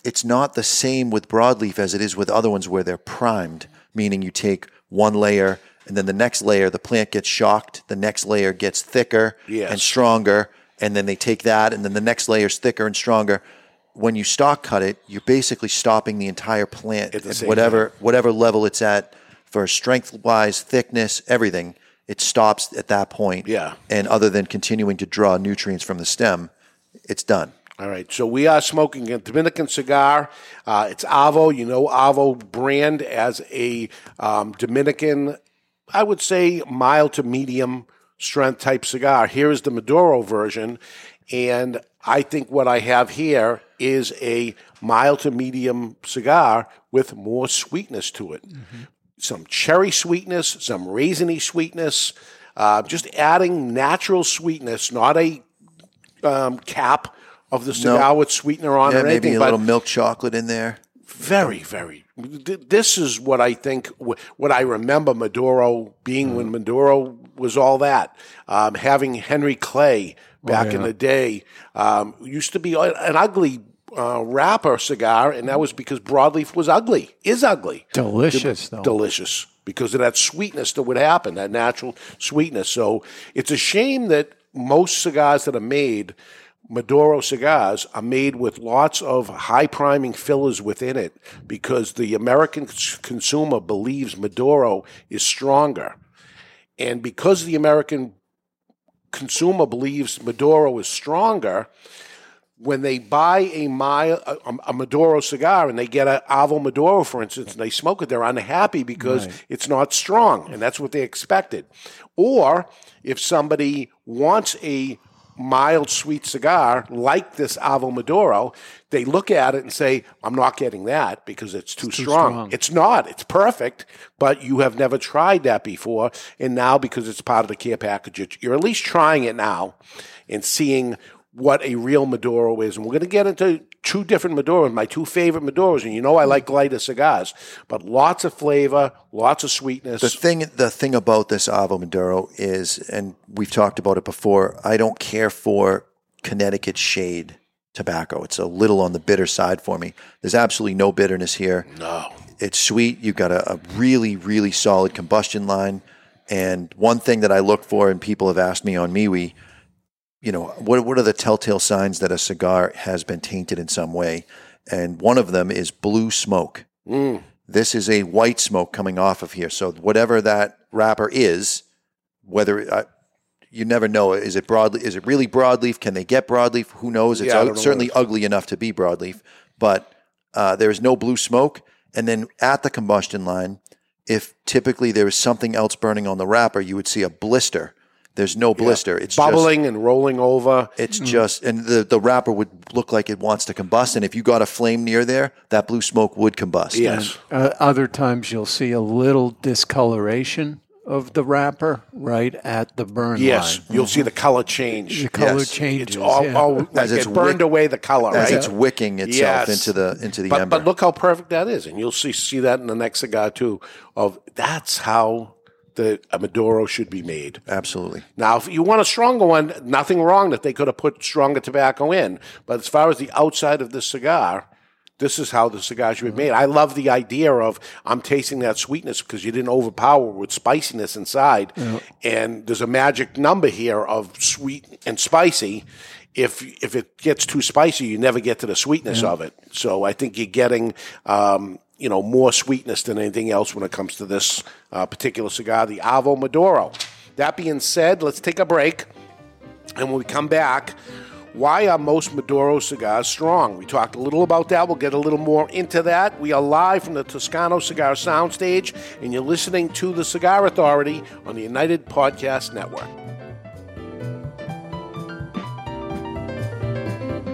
Speaker 3: it's not the same with broadleaf as it is with other ones where they're primed, meaning you take one layer and then the next layer, the plant gets shocked, the next layer gets thicker
Speaker 1: Yes.
Speaker 3: and stronger, and then they take that, and then the next layer's thicker and stronger. When you stock cut it, you're basically stopping the entire plant at,
Speaker 1: the same
Speaker 3: whatever whatever level it's at for strength wise, thickness, everything. It stops at that point.
Speaker 1: Yeah.
Speaker 3: And other than continuing to draw nutrients from the stem, it's done.
Speaker 1: All right, so we are smoking a Dominican cigar. Uh, it's Avo. You know Avo brand as a um, Dominican, I would say mild to medium strength type cigar. Here is the Maduro version, and I think what I have here is a mild to medium cigar with more sweetness to it
Speaker 4: Mm-hmm.
Speaker 1: some cherry sweetness, some raisiny sweetness, uh, just adding natural sweetness, not a um, cap of the cigar with sweetener on
Speaker 3: Yeah,
Speaker 1: or
Speaker 3: maybe
Speaker 1: anything,
Speaker 3: a
Speaker 1: but
Speaker 3: little milk chocolate in there.
Speaker 1: very, very. th- This is what I think, wh- what I remember Maduro being
Speaker 3: Mm.
Speaker 1: when Maduro was all that. Um, having Henry Clay
Speaker 3: Oh,
Speaker 1: back in the day um, used to be a- an ugly uh,
Speaker 3: Mm.
Speaker 1: wrapper cigar, and that was because broadleaf was ugly, is ugly.
Speaker 2: Delicious, though.
Speaker 1: Delicious. because of that sweetness that would happen, that natural sweetness. So it's a shame that most cigars that are made, Maduro cigars, are made with lots of high priming fillers within it because the American cons- consumer believes Maduro is stronger. And because the American consumer believes Maduro is stronger, when they buy a, mile, a, a Maduro cigar and they get an Avo Maduro, for instance, and they smoke it, they're unhappy because it's not strong, and that's what they expected. Or if somebody wants a mild, sweet cigar like this Avo Maduro, they look at it and say, I'm not getting that because it's too, strong. It's not. It's perfect, but you have never tried that before. And now, because it's part of the care package, it- you're at least trying it now and seeing what a real Maduro is. And we're going to get into two different Maduros, my two favorite Maduros. And you know I like lighter cigars, but lots of flavor, lots of sweetness.
Speaker 3: The thing, the thing about this Avo Maduro is, and we've talked about it before. I don't care for Connecticut shade tobacco. It's a little on the bitter side for me. There's absolutely no bitterness here. No, it's sweet. You've got a, a really, really solid combustion line. And one thing that I look for, and people have asked me on MeWe, you know, what what are the telltale signs that a cigar has been tainted in some way? And one of them is blue smoke
Speaker 1: Mm.
Speaker 3: this is a white smoke coming off of here. So whatever that wrapper is, whether uh, you never know, is it broadly? Is it really broadleaf? Can they get broadleaf? Who knows? It's
Speaker 1: Yeah, I
Speaker 3: ug-
Speaker 1: don't know
Speaker 3: certainly
Speaker 1: what
Speaker 3: ugly enough to be broadleaf, but uh, there is no blue smoke. And then at the combustion line, if typically there is something else burning on the wrapper, you would see a blister. There's no blister. It's just-
Speaker 1: Bubbling and rolling over.
Speaker 3: it's just, and the, the wrapper would look like it wants to combust. And if you got a flame near there, that blue smoke would combust.
Speaker 1: Yes.
Speaker 2: Uh, other times you'll see a little discoloration of the wrapper right at the burn
Speaker 1: Yes.
Speaker 2: line. Mm-hmm.
Speaker 1: You'll see the color change.
Speaker 2: The color
Speaker 3: Yes.
Speaker 2: changes.
Speaker 1: It's all,
Speaker 2: yeah.
Speaker 1: all like
Speaker 3: As it's
Speaker 1: it burned
Speaker 3: wick-
Speaker 1: away the color,
Speaker 3: as
Speaker 1: right?
Speaker 3: it's wicking itself
Speaker 1: Yes.
Speaker 3: into the into the
Speaker 1: but,
Speaker 3: ember.
Speaker 1: but look how perfect that is, and you'll see see that in the next cigar too. Of that's how the a Maduro should be made.
Speaker 3: Absolutely.
Speaker 1: Now, if you want a stronger one, nothing wrong that they could have put stronger tobacco in. But as far as the outside of the cigar, this is how the cigar should be made. I love the idea of I'm tasting that sweetness because you didn't overpower with spiciness inside.
Speaker 2: Uh,
Speaker 1: And there's a magic number here of sweet and spicy. If if it gets too spicy, you never get to the sweetness of it. So I think you're getting. Um, you know, more sweetness than anything else when it comes to this uh, particular cigar, the Avo Maduro. That being said, let's take a break. And when we come back, why are most Maduro cigars strong? We talked a little about that. We'll get a little more into that. We are live from the Toscano Cigar Soundstage, and you're listening to The Cigar Authority on the United Podcast Network.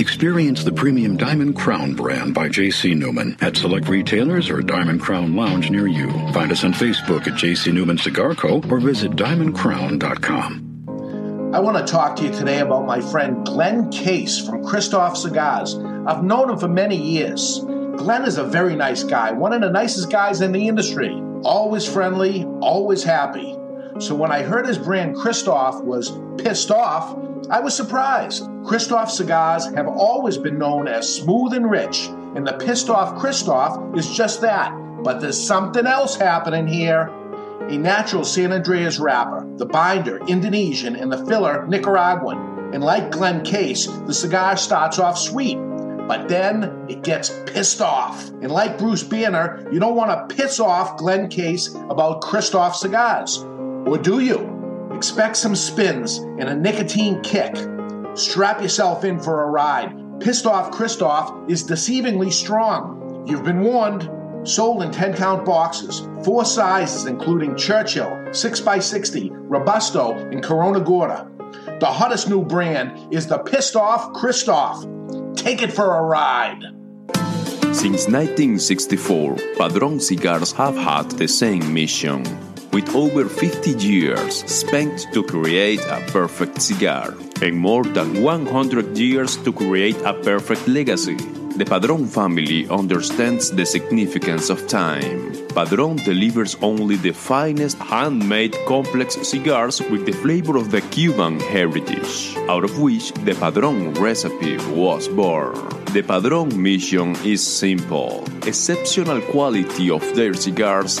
Speaker 6: Experience the premium Diamond Crown brand by JC Newman at select retailers or Diamond Crown Lounge near you. Find us on Facebook at JC Newman Cigar Co. or visit diamondcrown.com.
Speaker 1: I want to talk to you today about my friend Glenn Case from Christoph Cigars. I've known him for many years. Glenn is a very nice guy, one of the nicest guys in the industry. Always friendly, always happy. So when I heard his brand Christoph was pissed off,
Speaker 7: I was surprised. Christoph cigars have always been known as smooth and rich, and the pissed off Christoph is just that. But there's something else happening here. A natural San Andreas wrapper, the binder Indonesian, and the filler Nicaraguan. And like Glen Case, the cigar starts off sweet, but then it gets pissed off. And like Bruce Banner, you don't want to piss off Glen Case about Christoph cigars. Or do you? Expect some spins and a nicotine kick. Strap yourself in for a ride. Pissed Off Christoph is deceivingly strong. You've been warned. Sold in 10 count boxes, four sizes including Churchill, 6x60, Robusto, and Corona Gorda. The hottest new brand is the Pissed Off Christoph. Take it for a ride.
Speaker 8: Since 1964, Padron cigars have had the same mission. With over 50 years spent to create a perfect cigar, and more than 100 years to create a perfect legacy, the Padron family understands the significance of time. Padron delivers only the finest handmade complex cigars with the flavor of the Cuban heritage, out of which the Padron recipe was born. The Padron mission is simple exceptional quality of their cigars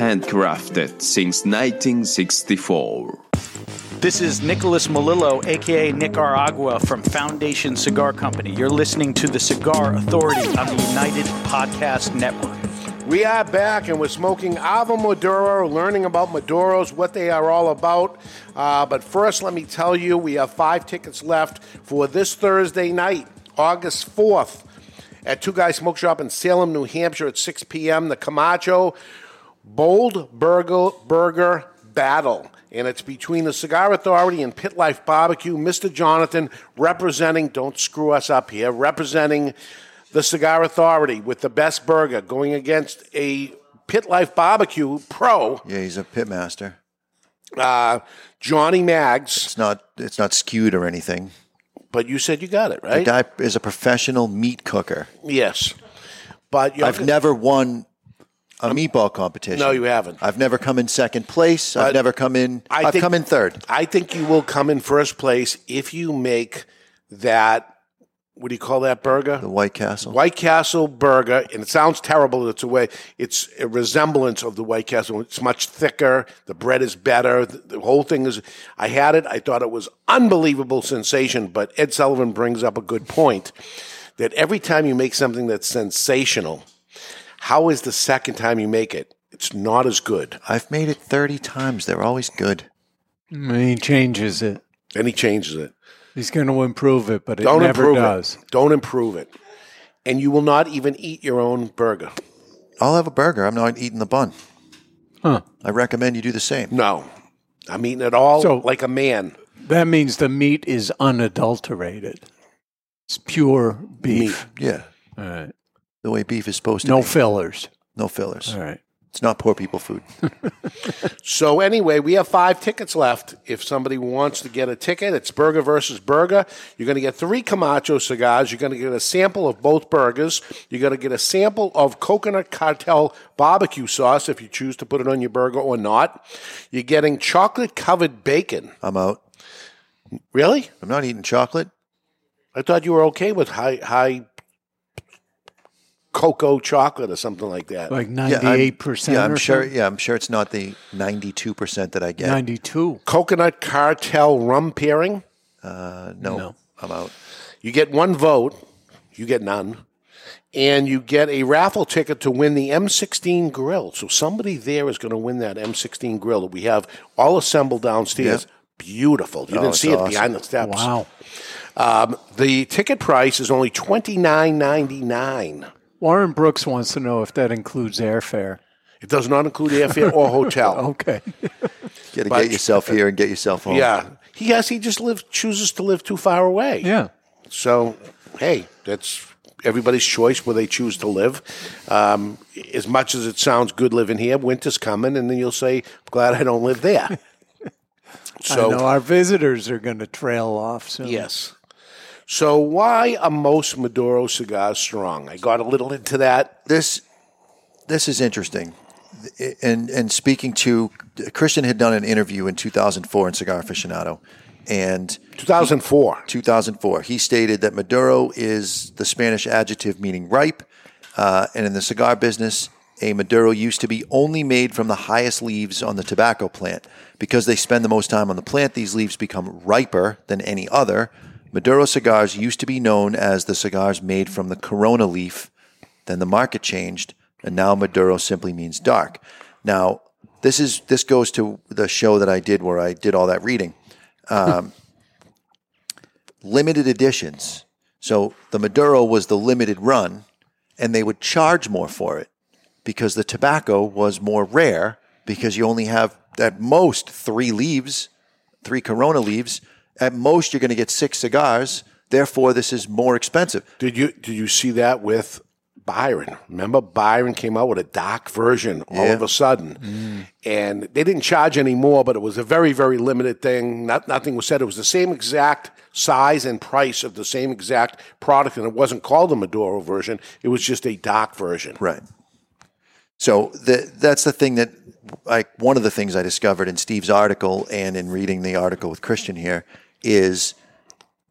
Speaker 8: handcrafted since 1964.
Speaker 9: This is Nicholas Melillo, aka Nicaragua, from Foundation Cigar Company. You're listening to the Cigar Authority on the United Podcast Network.
Speaker 1: We are back and we're smoking Ava Maduro, learning about Maduros, what they are all about. Uh, but first, let me tell you, we have five tickets left for this Thursday night, August 4th, at Two Guys Smoke Shop in Salem, New Hampshire at 6 p.m. The Camacho Bold Burger, Burger Battle. And it's between the Cigar Authority and Pit Life Barbecue. Mr. Jonathan representing, don't screw us up here, representing the Cigar Authority with the best burger going against a Pit Life Barbecue pro,
Speaker 3: Yeah, he's a pit master.
Speaker 1: uh, Johnny Mags.
Speaker 3: It's not it's not skewed or anything.
Speaker 1: But you said you got it,
Speaker 3: The
Speaker 1: right?
Speaker 3: guy is a professional meat cooker.
Speaker 1: Yes. But you Um,
Speaker 3: I've never won a meatball competition.
Speaker 1: No, you haven't.
Speaker 3: I've never come in second place. I've never come in.
Speaker 1: I
Speaker 3: I have
Speaker 1: think-
Speaker 3: come in third.
Speaker 1: I think you will come in first place if you make that. What do you call that burger?
Speaker 3: The White Castle.
Speaker 1: White Castle burger, and it sounds terrible. It's a way. It's a resemblance of the White Castle. It's much thicker. The bread is better. The, the whole thing is. I had it. I thought it was unbelievable sensation. But Ed Sullivan brings up a good point that every time you make something that's sensational, how is the second time you make it? It's not as good.
Speaker 3: I've made it thirty times. They're always good.
Speaker 2: He changes it.
Speaker 1: And he changes it.
Speaker 2: He's going to improve it, but it
Speaker 1: Don't
Speaker 2: never
Speaker 1: improve
Speaker 2: does.
Speaker 1: it. Don't improve it. And you will not even eat your own burger.
Speaker 3: I'll have a burger. I'm not eating the bun.
Speaker 2: Huh.
Speaker 3: I recommend you do the same.
Speaker 1: No. I'm eating it all
Speaker 2: So-
Speaker 1: like a man.
Speaker 2: That means the meat is unadulterated. It's pure beef.
Speaker 3: Yeah,
Speaker 2: All right.
Speaker 3: the way beef is supposed to.
Speaker 2: No
Speaker 3: be.
Speaker 2: fillers.
Speaker 3: no fillers.
Speaker 2: All right.
Speaker 3: It's not poor people food.
Speaker 1: So anyway, we have five tickets left. If somebody wants to get a ticket, it's burger versus burger. You're going to get three Camacho cigars. You're going to get a sample of both burgers. You're going to get a sample of coconut cartel barbecue sauce if you choose to put it on your burger or not. You're getting chocolate covered bacon.
Speaker 3: I'm out.
Speaker 1: Really?
Speaker 3: I'm not eating chocolate.
Speaker 1: I thought you were okay with high high cocoa chocolate or something like that.
Speaker 2: Like
Speaker 3: Uh, Yeah, I'm-
Speaker 2: 98%
Speaker 3: Yeah, I'm
Speaker 2: or
Speaker 3: sure.
Speaker 2: something?
Speaker 3: Yeah, I'm sure it's not the 92 percent that I get.
Speaker 2: 92.
Speaker 1: Coconut cartel rum pairing.
Speaker 3: Uh, no,
Speaker 2: No.
Speaker 3: I'm out.
Speaker 1: You get one vote, you get none, and you get a raffle ticket to win the M16 grill. So somebody there is going to win that M16 grill that we have all assembled downstairs. Beautiful. You
Speaker 3: Oh,
Speaker 1: didn't
Speaker 3: it's
Speaker 1: see it
Speaker 3: awesome.
Speaker 1: behind the steps.
Speaker 2: Wow.
Speaker 1: Um, the ticket price is only twenty nine ninety nine.
Speaker 2: Warren Brooks wants to know if that includes airfare.
Speaker 1: It does not include airfare or hotel.
Speaker 2: Okay.
Speaker 3: You got to
Speaker 1: But-
Speaker 3: get yourself here and get yourself home.
Speaker 1: Yeah. He has he just live chooses to live too far away.
Speaker 2: Yeah.
Speaker 1: So hey, that's everybody's choice where they choose to live. Um, as much as it sounds good living here, winter's coming, and then you'll say, "Glad I don't live there."
Speaker 2: I know our visitors are going to trail off soon.
Speaker 1: Yes. So why are most Maduro cigars strong? I got a little into that.
Speaker 3: This this is interesting. And and speaking to Christian had done an interview in 2004 in Cigar Aficionado, and
Speaker 1: 2004
Speaker 3: 2004 he stated that Maduro is the Spanish adjective meaning ripe, uh, and in the cigar business. A Maduro used to be only made from the highest leaves on the tobacco plant. Because they spend the most time on the plant, these leaves become riper than any other. Maduro cigars used to be known as the cigars made from the Corona leaf. Then the market changed, and now Maduro simply means dark. Now, this is this goes to the show that I did where I did all that reading. Um, limited editions. So the Maduro was the limited run, and they would charge more for it because the tobacco was more rare because you only have at most three leaves, three Corona leaves. At most, you're going to get six cigars. Therefore, this is more expensive.
Speaker 1: Did you did you see that with Byron? Remember, Byron came out with a dark version all
Speaker 3: Yeah.
Speaker 1: of a sudden, and they didn't charge any more, but it was a very very limited thing. Not, nothing was said. It was the same exact size and price of the same exact product, and it wasn't called the Maduro version. It was just a dark version.
Speaker 3: Right. So the, that's the thing that, like, one of the things I discovered in Steve's article and in reading the article with Christian here is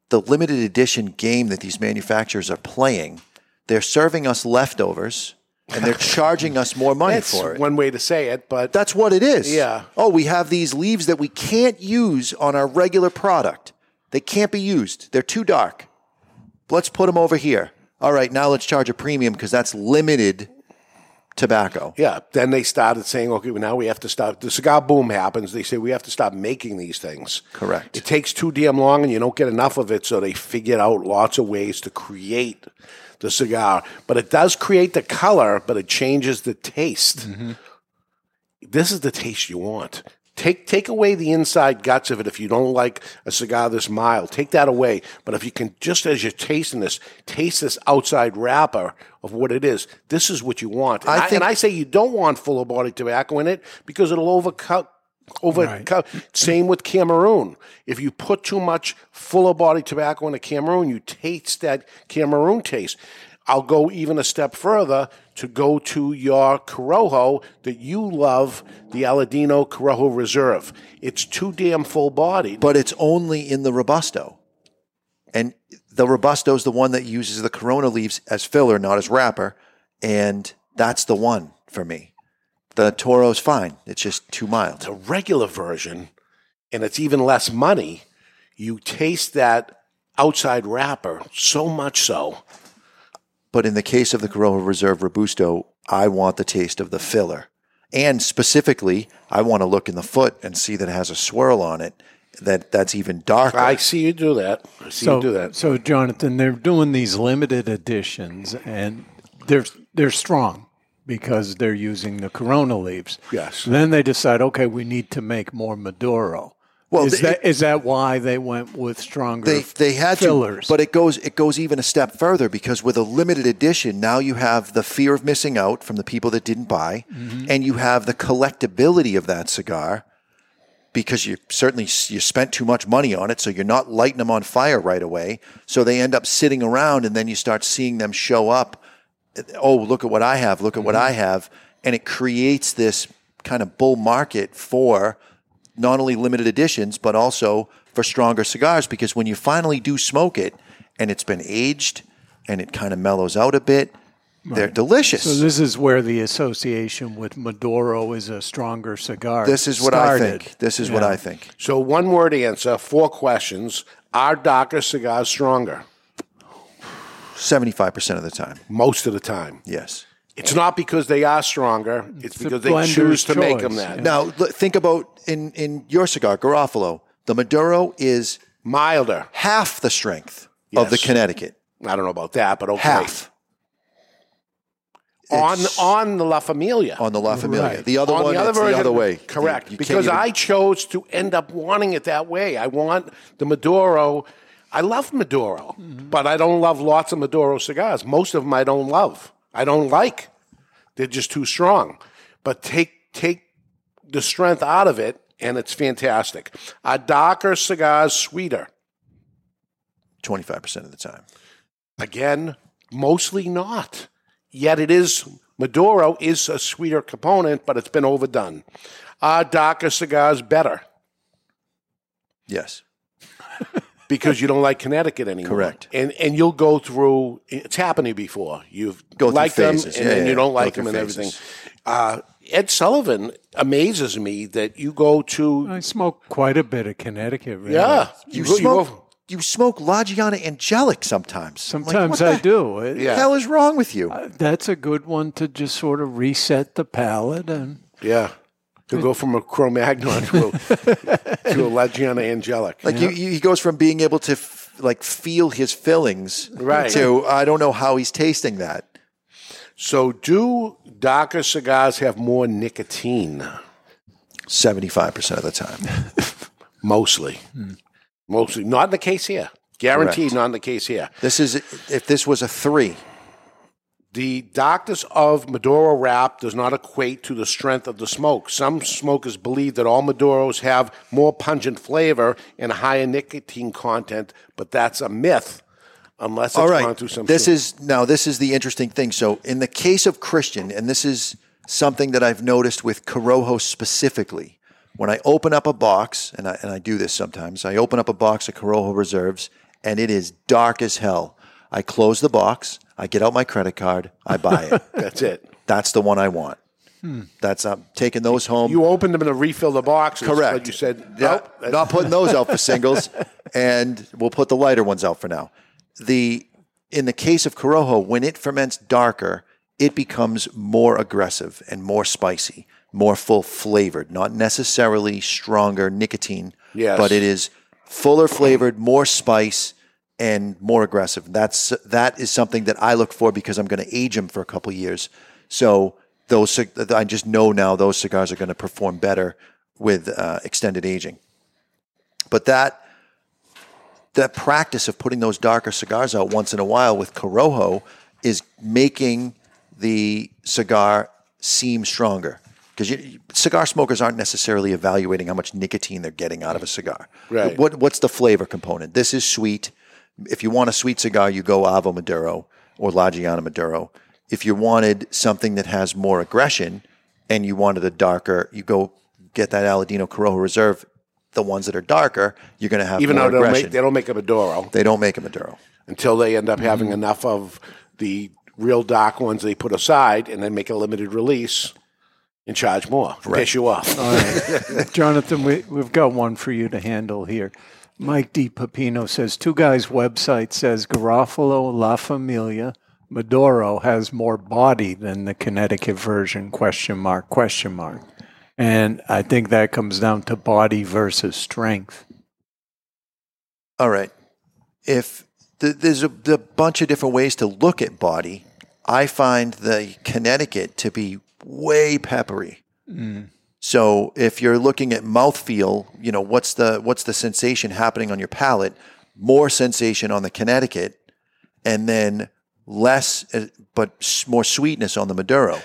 Speaker 3: the limited edition game that these manufacturers are playing. They're serving us leftovers and they're charging us more money
Speaker 1: That's
Speaker 3: for it.
Speaker 1: one way to say it, but
Speaker 3: that's what it is.
Speaker 1: Yeah.
Speaker 3: Oh, we have these leaves that we can't use on our regular product. They can't be used. They're too dark. Let's put them over here. All right, now let's charge a premium because that's limited tobacco.
Speaker 1: Yeah. Then they started saying, okay, well, now we have to stop. The cigar boom happens. They say we have to stop making these things.
Speaker 3: Correct.
Speaker 1: It takes too damn long and you don't get enough of it. So they figured out lots of ways to create the cigar. But it does create the color, but it changes the taste.
Speaker 3: Mm-hmm.
Speaker 1: This is the taste you want. Take, take away the inside guts of it if you don't like a cigar this mild. Take that away. But if you can, just as you're tasting this, taste this outside wrapper of what it is. This is what you want. And
Speaker 3: I
Speaker 1: I,
Speaker 3: think-
Speaker 1: and I say you don't want full bodied tobacco in it because it'll overcut. Over same with Cameroon. If you put too much fuller body tobacco in a Cameroon, you taste that Cameroon taste. I'll go even a step further to go to your Corojo that you love, the Aladino Corojo Reserve. It's too damn full bodied.
Speaker 3: But it's only in the Robusto. And the Robusto is the one that uses the Corona leaves as filler, not as wrapper. And that's the one for me. The Toro's fine. It's just too mild.
Speaker 1: the regular version, and it's even less money, you taste that outside wrapper so much so.
Speaker 3: But in the case of the Corojo Reserve Robusto, I want the taste of the filler. And specifically, I want to look in the foot and see that it has a swirl on it that that's even darker.
Speaker 1: I see you do that. I see
Speaker 2: So,
Speaker 1: you do that.
Speaker 2: so Jonathan, they're doing these limited editions, and they're they're strong because they're using the Corona leaves.
Speaker 1: Yes.
Speaker 2: Then they decide, okay, we need to make more Maduro.
Speaker 3: Well,
Speaker 2: Well,
Speaker 3: they-
Speaker 2: is that is that why they went with stronger?
Speaker 3: they they had
Speaker 2: fillers.
Speaker 3: to, but it goes it goes even a step further because with a limited edition, now you have the fear of missing out from the people that didn't buy, and you have the collectability of that cigar because you certainly s- you spent too much money on it, so you're not lighting them on fire right away. So they end up sitting around, and then you start seeing them show up. Oh, look at what I have! Look at what I have! And it creates this kind of bull market for not only limited editions but also for stronger cigars because when you finally do smoke it and it's been aged and it kind of mellows out a bit, they're delicious.
Speaker 2: So this is where the association with Maduro is a stronger cigar.
Speaker 3: This is what I
Speaker 2: started.
Speaker 3: think. This is what
Speaker 2: Yeah.
Speaker 3: I think.
Speaker 1: So, one word answer, four questions. Are darker cigars stronger?
Speaker 3: 75% of the time.
Speaker 1: Most of the time.
Speaker 3: Yes.
Speaker 1: It's not because they are stronger, it's because they
Speaker 3: blender's
Speaker 1: choose to make
Speaker 3: choice,
Speaker 1: them that.
Speaker 3: Now l- think about in in your cigar, Garofalo. The Maduro is
Speaker 1: milder,
Speaker 3: half the strength of the
Speaker 1: Yes.
Speaker 3: Connecticut.
Speaker 1: I don't know about that, but okay.
Speaker 3: Half
Speaker 1: On, on the La Familia.
Speaker 3: on the La Familia. The other
Speaker 1: On
Speaker 3: one, it's the
Speaker 1: version-
Speaker 3: other way.
Speaker 1: Correct.
Speaker 3: You- you can't
Speaker 1: because
Speaker 3: even-
Speaker 1: I chose to end up wanting it that way. I want the Maduro. I love Maduro,
Speaker 3: Mm-hmm.
Speaker 1: but I don't love lots of Maduro cigars. Most of them I don't love. I don't like. They're just too strong. But take take the strength out of it, and it's fantastic. A darker cigar is sweeter.
Speaker 3: 25% of the time.
Speaker 1: Again, mostly not. Yet it is, Maduro is a sweeter component, but it's been overdone. Are darker cigars better?
Speaker 3: Yes.
Speaker 1: because you don't like Connecticut anymore.
Speaker 3: Correct.
Speaker 1: And and you'll go through. It's happened to you before. You've
Speaker 3: Go through
Speaker 1: liked them
Speaker 3: phases.
Speaker 1: and
Speaker 3: Yeah,
Speaker 1: then
Speaker 3: yeah,
Speaker 1: you don't
Speaker 3: yeah.
Speaker 1: like
Speaker 3: Go
Speaker 1: them and
Speaker 3: through
Speaker 1: everything.
Speaker 3: phases.
Speaker 1: Uh, Ed Sullivan amazes me that you go to.
Speaker 2: I smoke quite a bit of Connecticut. Really.
Speaker 1: Yeah,
Speaker 3: You,
Speaker 1: go-
Speaker 3: smoke,
Speaker 1: go-
Speaker 3: you, smoke La Giana Angelic sometimes.
Speaker 2: Sometimes I do. It-
Speaker 3: What the hell is wrong with you?
Speaker 2: That's a good one to just sort of reset the palate and
Speaker 1: yeah, you go from a Cro-Magnon to a, to a Legiana Angelic.
Speaker 3: Like you, you, he goes from being able to f- like feel his fillings
Speaker 1: Right.
Speaker 3: to I don't know how he's tasting that.
Speaker 1: So, do darker cigars have more nicotine?
Speaker 3: Seventy five percent of the time.
Speaker 1: Mostly, mostly not in the case here. Guaranteed,
Speaker 3: Hmm. Correct.
Speaker 1: not in the case here.
Speaker 3: this is if this was a three.
Speaker 1: The darkness of Maduro wrap does not equate to the strength of the smoke. Some smokers believe that all Maduros have more pungent flavor and higher nicotine content, but that's a myth unless it's
Speaker 3: All
Speaker 1: gone
Speaker 3: right.
Speaker 1: through some.
Speaker 3: This is now this is the interesting thing. So in the case of Christian, and this is something that I've noticed with Corojo specifically, when I open up a box, and I and I do this sometimes, I open up a box of Corojo reserves and it is dark as hell. I close the box, I get out my credit card, I buy it.
Speaker 1: that's it.
Speaker 3: That's the one I want. Hmm. That's I'm taking those home.
Speaker 1: You opened them to refill the boxes. but
Speaker 3: Correct.
Speaker 1: you said oh,
Speaker 3: Yeah,
Speaker 1: nope. that-
Speaker 3: not putting those out for singles, and we'll put the lighter ones out for now. The in the case of Corojo, when it ferments darker, it becomes more aggressive and more spicy, more full flavored. Not necessarily stronger nicotine,
Speaker 1: Yes.
Speaker 3: but it is fuller flavored, more spice, and more aggressive. That's that is something that I look for because I'm going to age them for a couple years. So those cig- I just know now those cigars are going to perform better with uh, extended aging. But that that practice of putting those darker cigars out once in a while with Corojo is making the cigar seem stronger. Because cigar smokers aren't necessarily evaluating how much nicotine they're getting out of a cigar.
Speaker 1: Right.
Speaker 3: What, what's the flavor component? This is sweet. If you want a sweet cigar, you go Avo Maduro or La Giana Maduro. If you wanted something that has more aggression and you wanted a darker, you go get that Aladino Corojo Reserve. The ones that are darker, you're going to have
Speaker 1: even
Speaker 3: more
Speaker 1: though they don't,
Speaker 3: aggression.
Speaker 1: make, they don't make a Maduro
Speaker 3: They don't make a Maduro.
Speaker 1: until they end up having enough of the real dark ones they put aside and then make a limited release and charge more. Piss you off.
Speaker 2: Jonathan, we, we've got one for you to handle here. Mike D. Papino says Two Guys website says Garofalo La Familia Maduro has more body than the Connecticut version question mark question mark. And I think that comes down to body versus strength.
Speaker 3: All right. If th- there's a, a bunch of different ways to look at body, I find the Connecticut to be way peppery. So if you're looking at mouthfeel, you know what's the what's the sensation happening on your palate? More sensation on the Connecticut, and then less, uh, but s- more sweetness on the Maduro.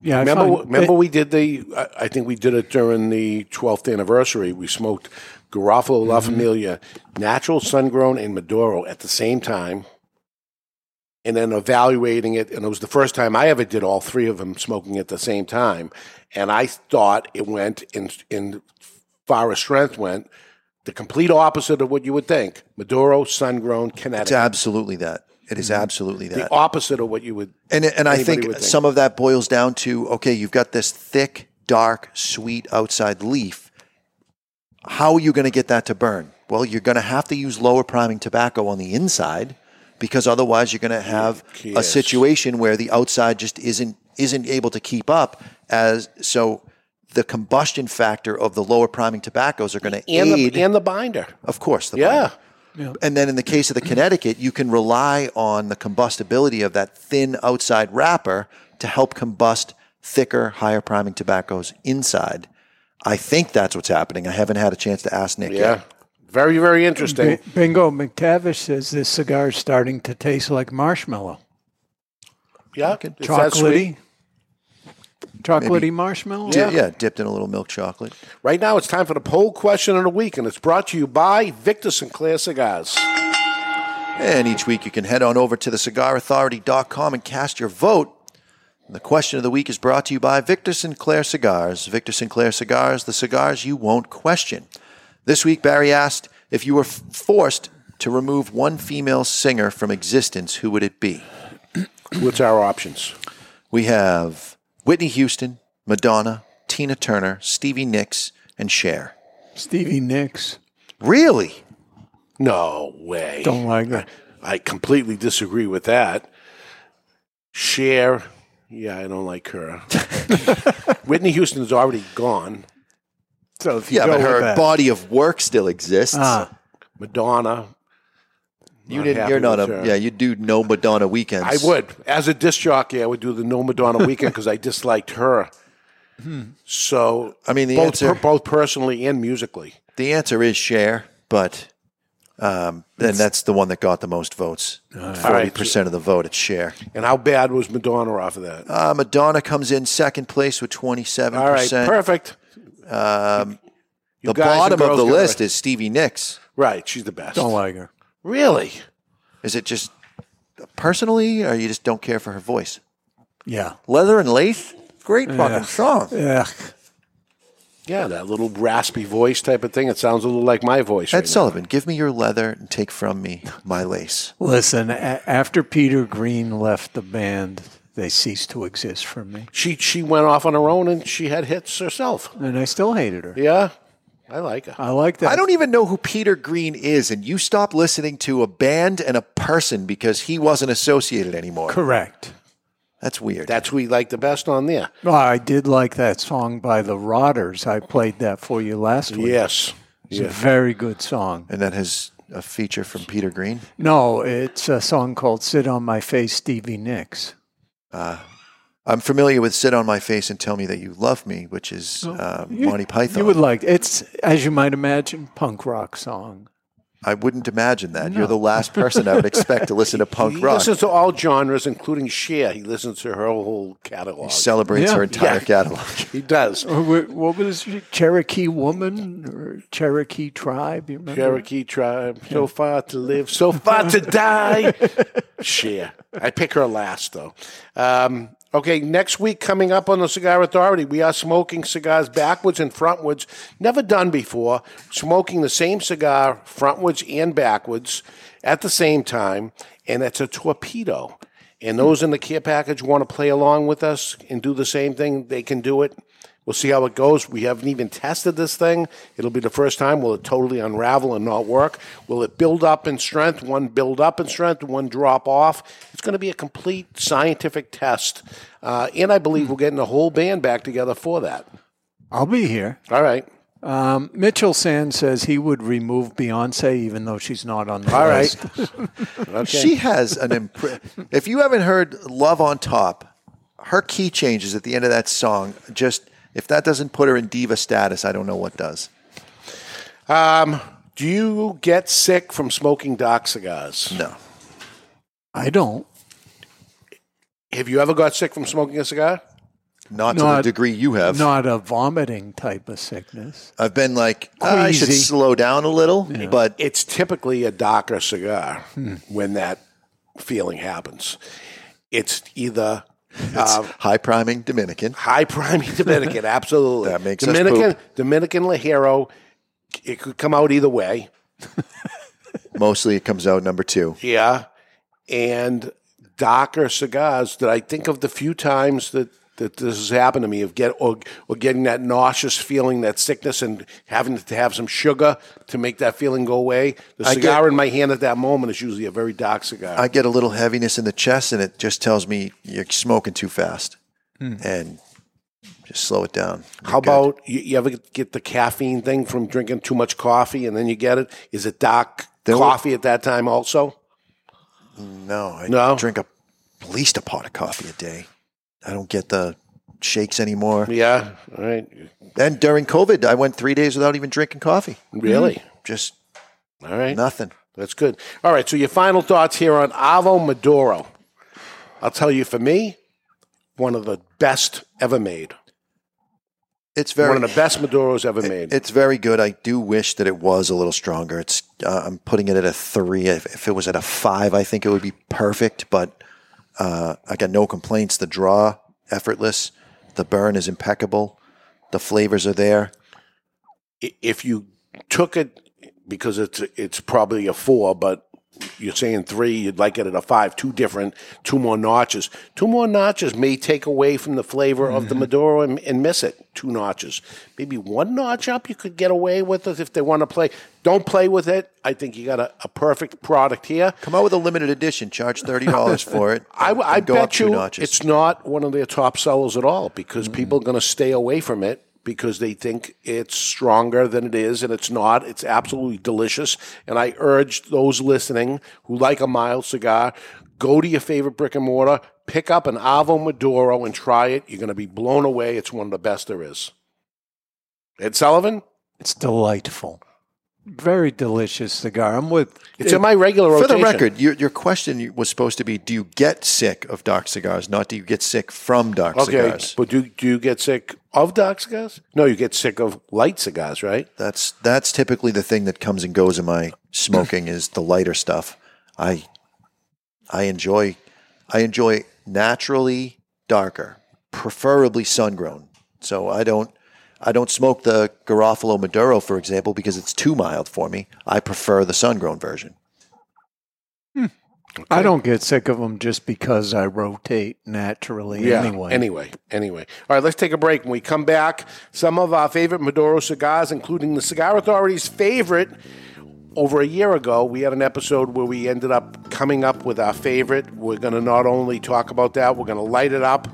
Speaker 2: Yeah, I
Speaker 1: remember,
Speaker 2: find-
Speaker 1: remember we did the. I- I think we did it during the 12th anniversary. We smoked Garofalo La Familia, natural sun grown, and Maduro at the same time, and then evaluating it. And it was the first time I ever did all three of them smoking at the same time. And I thought it went in in far as strength went, the complete opposite of what you would think. Maduro, sun grown,
Speaker 3: It's
Speaker 1: Connecticut,
Speaker 3: absolutely that. It is absolutely that.
Speaker 1: the opposite of what you would.
Speaker 3: And and I
Speaker 1: Anybody
Speaker 3: think,
Speaker 1: would think.
Speaker 3: some of that boils down to okay, you've got this thick, dark, sweet outside leaf. How are you going to get that to burn? Well, you're going to have to use lower priming tobacco on the inside because otherwise you're going to have a
Speaker 1: Yes.
Speaker 3: situation where the outside just isn't isn't able to keep up as so the combustion factor of the lower priming tobaccos are going to
Speaker 1: And
Speaker 3: aid
Speaker 1: the, and the binder.
Speaker 3: of course the
Speaker 1: Yeah.
Speaker 3: and then in the case of the Connecticut, you can rely on the combustibility of that thin outside wrapper to help combust thicker, higher priming tobaccos inside. I think that's what's happening. I haven't had a chance to ask Nick
Speaker 1: Yeah.
Speaker 3: yet.
Speaker 1: Very, very interesting.
Speaker 2: B- Bingo McTavish says this cigar is starting to taste like marshmallow.
Speaker 1: yeah. It's that sweet.
Speaker 2: Chocolatey. Chocolatey
Speaker 3: Maybe-
Speaker 2: marshmallow?
Speaker 3: Di- yeah, dipped in a little milk chocolate.
Speaker 1: Right now, it's time for the poll question of the week, and it's brought to you by Victor Sinclair Cigars.
Speaker 3: And each week you can head on over to thecigarauthority.com and cast your vote. And the question of the week is brought to you by Victor Sinclair Cigars. Victor Sinclair Cigars, the cigars you won't question. This week, Barry asked if you were f- forced to remove one female singer from existence, who would it be?
Speaker 1: What's our options?
Speaker 3: We have Whitney Houston, Madonna, Tina Turner, Stevie Nicks, and Cher.
Speaker 2: Stevie Nicks.
Speaker 3: Really?
Speaker 1: No way.
Speaker 2: Don't like that.
Speaker 1: I completely disagree with that. Cher, yeah, I don't like her. Whitney Houston's already gone.
Speaker 2: So if
Speaker 3: Yeah, but her body of work still exists.
Speaker 2: Ah.
Speaker 1: Madonna.
Speaker 3: you didn't.
Speaker 1: not
Speaker 3: You're
Speaker 1: happy
Speaker 3: not
Speaker 1: with
Speaker 3: a.
Speaker 1: her.
Speaker 3: Yeah, you do no Madonna weekends.
Speaker 1: I would. As a disc jockey, I would do the No Madonna Weekend because I disliked her.
Speaker 3: Hmm.
Speaker 1: So
Speaker 3: I mean, the
Speaker 1: both,
Speaker 3: answer-
Speaker 1: per- both personally and musically.
Speaker 3: The answer is share, but um, and that's the one that got the most votes.
Speaker 1: All
Speaker 3: Forty
Speaker 1: right.
Speaker 3: percent of the vote. It's share.
Speaker 1: And how bad was Madonna off of that?
Speaker 3: Uh, Madonna comes in second place with twenty seven
Speaker 1: All right,
Speaker 3: percent.
Speaker 1: perfect.
Speaker 3: Um,
Speaker 1: You
Speaker 3: the
Speaker 1: guys and
Speaker 3: bottom of
Speaker 1: girls
Speaker 3: the
Speaker 1: got it
Speaker 3: list
Speaker 1: right.
Speaker 3: is Stevie Nicks.
Speaker 1: Right, she's the best.
Speaker 2: Don't like her.
Speaker 1: Really?
Speaker 3: Is it just personally, or you just don't care for her voice?
Speaker 2: Yeah.
Speaker 3: Leather and Lace, great
Speaker 2: Yeah.
Speaker 3: fucking song.
Speaker 2: Yeah.
Speaker 1: Yeah, that little raspy voice type of thing. It sounds a little like my voice.
Speaker 3: Ed
Speaker 1: right now.
Speaker 3: Sullivan, give me your leather and take from me my lace.
Speaker 2: Listen, a- after Peter Green left the band, they ceased to exist for me.
Speaker 1: She she went off on her own and she had hits herself.
Speaker 2: And I still hated her.
Speaker 1: Yeah, I like her.
Speaker 2: I like that.
Speaker 3: I don't even know who Peter Green is, and you stop listening to a band and a person because he wasn't associated anymore.
Speaker 2: Correct.
Speaker 3: That's weird.
Speaker 1: That's who we like the best on there.
Speaker 2: Well, I did like that song by the Rodders. I played that for you last week.
Speaker 1: Yes.
Speaker 2: It's a
Speaker 1: Yeah.
Speaker 2: very good song.
Speaker 3: and that has a feature from Peter Green.
Speaker 2: No, it's a song called Sit on My Face, Stevie Nicks.
Speaker 3: Uh, I'm familiar with "Sit on My Face and Tell Me That You Love Me," which is uh, Monty Python.
Speaker 2: Oh, You would like it's as you might imagine, punk rock song.
Speaker 3: I wouldn't imagine that. You're the last person I would expect to listen to punk
Speaker 1: he
Speaker 3: rock.
Speaker 1: listens to all genres, including Cher. He listens to her whole catalog.
Speaker 3: He celebrates
Speaker 2: Yeah.
Speaker 3: her entire
Speaker 1: Yeah.
Speaker 3: catalog.
Speaker 1: He does.
Speaker 2: Or wh- what was it? Cherokee Woman or Cherokee Tribe? You remember?
Speaker 1: Cherokee tribe, so far to live, so far to die. Cher. I pick her last, though. Um, okay, next week coming up on the Cigar Authority, we are smoking cigars backwards and frontwards. Never done before. Smoking the same cigar frontwards and backwards at the same time, and it's a torpedo. And those in the care package want to play along with us and do the same thing, they can do it. We'll see how it goes. We haven't even tested this thing. It'll be the first time. Will it totally unravel and not work? Will it build up in strength, one build up in strength, one drop off? It's going to be a complete scientific test. Uh, and I believe we're getting the whole band back together for that.
Speaker 2: I'll be here.
Speaker 1: All right.
Speaker 2: Um, Mitchell Sand says he would remove Beyonce even though she's not on the
Speaker 1: All right.
Speaker 2: list.
Speaker 1: Okay.
Speaker 3: She has an impre- If you haven't heard "Love on Top," her key changes at the end of that song. Just if that doesn't put her in diva status, I don't know what does.
Speaker 1: um, do you get sick from smoking dark cigars?
Speaker 3: No,
Speaker 2: I don't.
Speaker 1: Have you ever got sick from smoking a cigar?
Speaker 3: not to the
Speaker 2: Not-
Speaker 3: degree you have.
Speaker 2: Not a vomiting type of sickness.
Speaker 3: I've been like, "Ah, I should
Speaker 2: Queasy.
Speaker 3: slow down a little, but
Speaker 1: it's typically a darker cigar
Speaker 2: Hmm.
Speaker 1: when that feeling happens. It's either uh,
Speaker 3: high priming Dominican.
Speaker 1: high priming Dominican, absolutely.
Speaker 3: That makes us
Speaker 1: Dominican Dominican Lajero. It could come out either way.
Speaker 3: Mostly, it comes out number two.
Speaker 1: Yeah, and darker cigars that I think of the few times that. That this has happened to me of get or, or getting that nauseous feeling, that sickness, and having to have some sugar to make that feeling go away. The
Speaker 3: I
Speaker 1: cigar
Speaker 3: get-
Speaker 1: in my hand at that moment is usually a very dark cigar.
Speaker 3: I get a little heaviness in the chest, and it just tells me you're smoking too fast,
Speaker 1: Hmm.
Speaker 3: and just slow it down. You're
Speaker 1: How
Speaker 3: good.
Speaker 1: about you, you ever get the caffeine thing from drinking too much coffee and then you get it? Is it dark
Speaker 3: There were-
Speaker 1: coffee at that time also?
Speaker 3: No, I
Speaker 1: No?
Speaker 3: drink a, at least a pot of coffee a day. I don't get the shakes anymore.
Speaker 1: Yeah. All right.
Speaker 3: And during COVID, I went three days without even drinking coffee. Mm-hmm.
Speaker 1: Really?
Speaker 3: Just
Speaker 1: All right.
Speaker 3: Nothing.
Speaker 1: That's good. All right. So your final thoughts here on Avo Maduro. I'll tell you, for me, one of the best ever made.
Speaker 3: It's very
Speaker 1: one of the best Maduros ever made.
Speaker 3: It's very good. I do wish that it was a little stronger. It's uh, I'm putting it at a three. If, if it was at a five, I think it would be perfect. But uh, I got no complaints. The draw effortless. The burn is impeccable. The flavors are there.
Speaker 1: I- If you took it because it's it's probably a four, but you're saying three, you'd like it at a five. Two different, two more notches. Two more notches may take away from the flavor of the
Speaker 3: Mm-hmm.
Speaker 1: Maduro and, and miss it. Two notches, maybe one notch up, you could get away with it if they want to play. Don't play with it. I think you got a, a perfect product here.
Speaker 3: Come out with a limited edition. Charge thirty dollars for it.
Speaker 1: I,
Speaker 3: and-
Speaker 1: I
Speaker 3: and go up
Speaker 1: bet
Speaker 3: two
Speaker 1: you
Speaker 3: notches. Mm.
Speaker 1: it's not one of their top sellers at all because people are going to stay away from it because they think it's stronger than it is and it's not. It's absolutely delicious. And I urge those listening who like a mild cigar, go to your favorite brick and mortar, pick up an Avo Maduro and try it. You're going to be blown away. It's one of the best there is. Ed Sullivan?
Speaker 2: It's delightful. Very delicious cigar. I'm with.
Speaker 1: It's in my regular
Speaker 3: For the
Speaker 1: rotation.
Speaker 3: record, your, your question was supposed to be: Do you get sick of dark cigars? Not do you get sick from dark
Speaker 1: Okay,
Speaker 3: cigars?
Speaker 1: but do, do you get sick of dark cigars? No, you get sick of light cigars, right?
Speaker 3: That's that's typically the thing that comes and goes in my smoking is the lighter stuff. I I enjoy I enjoy naturally darker, preferably sun grown. So I don't I don't smoke the Garofalo Maduro, for example, because it's too mild for me. I prefer the sun grown version.
Speaker 2: I don't get sick of them just because I rotate naturally. anyway,
Speaker 1: Anyway, anyway. All right, let's take a break. When we come back, some of our favorite Maduro cigars, including the Cigar Authority's favorite. Over a year ago, we had an episode where we ended up coming up with our favorite. We're going to not only talk about that, we're going to light it up.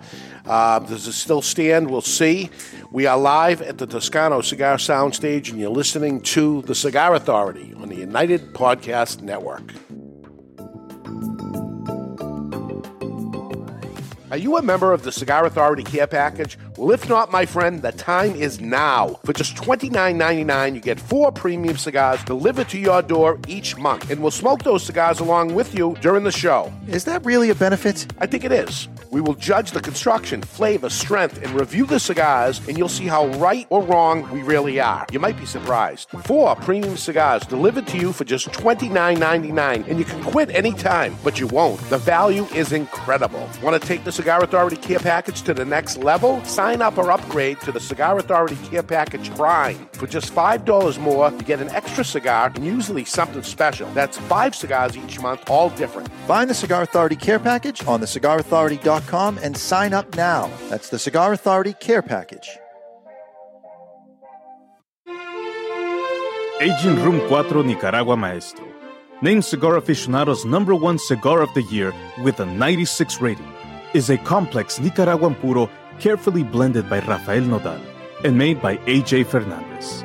Speaker 1: Uh, does it still stand? We'll see. We are live at the Toscano Cigar Soundstage, and you're listening to The Cigar Authority on the United Podcast Network. Are you a member of the Cigar Authority Care Package? Well, if not, my friend, the time is now. For just $29.99, you get four premium cigars delivered to your door each month, and we'll smoke those cigars along with you during the show.
Speaker 3: Is that really a benefit?
Speaker 1: I think it is. We will judge the construction, flavor, strength, and review the cigars, and you'll see how right or wrong we really are. You might be surprised. Four premium cigars delivered to you for just $29.99, and you can quit anytime, but you won't. The value is incredible. Want to take the Cigar Authority Care Package to the next level? Sign up or upgrade to the Cigar Authority Care Package Prime. For just $5 more, you get an extra cigar and usually something special. That's five cigars each month, all different.
Speaker 3: Find the Cigar Authority Care Package on thecigarauthority.com and sign up now. That's the Cigar Authority Care Package.
Speaker 10: Aging Room 4 Nicaragua Maestro. Named Cigar Aficionado's number one cigar of the year with a 96 rating. Is a complex Nicaraguan puro carefully blended by Rafael Nodal and made by AJ Fernandez.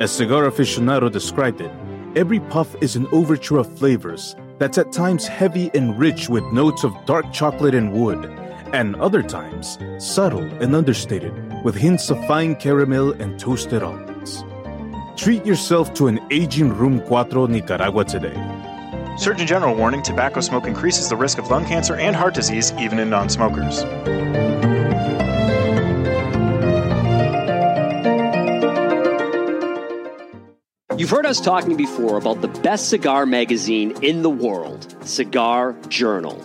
Speaker 10: As Cigar Aficionado described it, every puff is an overture of flavors that's at times heavy and rich with notes of dark chocolate and wood, and other times subtle and understated with hints of fine caramel and toasted almonds. Treat yourself to an aging Room 4 Nicaragua today.
Speaker 4: Surgeon General warning tobacco smoke increases the risk of lung cancer and heart disease even in non smokers.
Speaker 11: You've heard us talking before about the best cigar magazine in the world, Cigar Journal.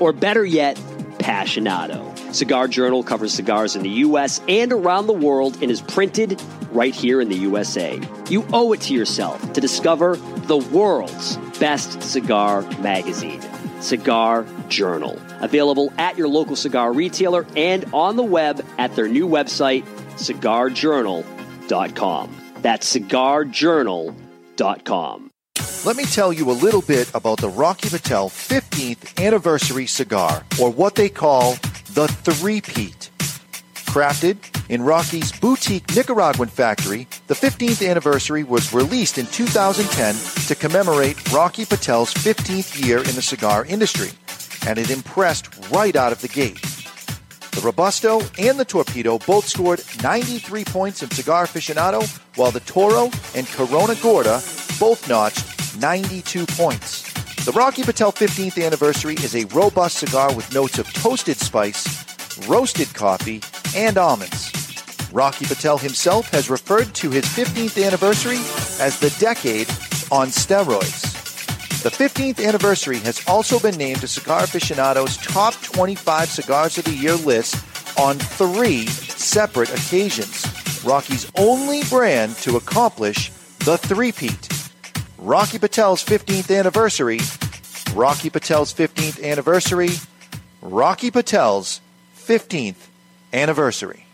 Speaker 11: or better yet, passionado. Cigar Journal covers cigars in the U.S. and around the world and is printed right here in the USA. You owe it to yourself to discover the world's best cigar magazine. Cigar Journal. Available at your local cigar retailer and on the web at their new website, cigarjournal.com. That's cigarjournal.com.
Speaker 3: Let me tell you a little bit about the Rocky Patel 15th anniversary cigar, or what they call the three-peat. Crafted in Rocky's boutique Nicaraguan factory, the 15th anniversary was released in 2010 to commemorate Rocky Patel's 15th year in the cigar industry, and it impressed right out of the gate. The Robusto and the Torpedo both scored 93 points in Cigar Aficionado, while the Toro and Corona Gorda both notched 92 points. The Rocky Patel 15th anniversary is a robust cigar with notes of toasted spice, roasted coffee, and almonds. Rocky Patel himself has referred to his 15th anniversary as the decade on steroids. The 15th anniversary has also been named to Cigar Aficionado's Top 25 Cigars of the Year list on three separate occasions. Rocky's only brand to accomplish the three-peat. Rocky Patel's 15th anniversary, Rocky Patel's 15th anniversary, Rocky Patel's 15th anniversary.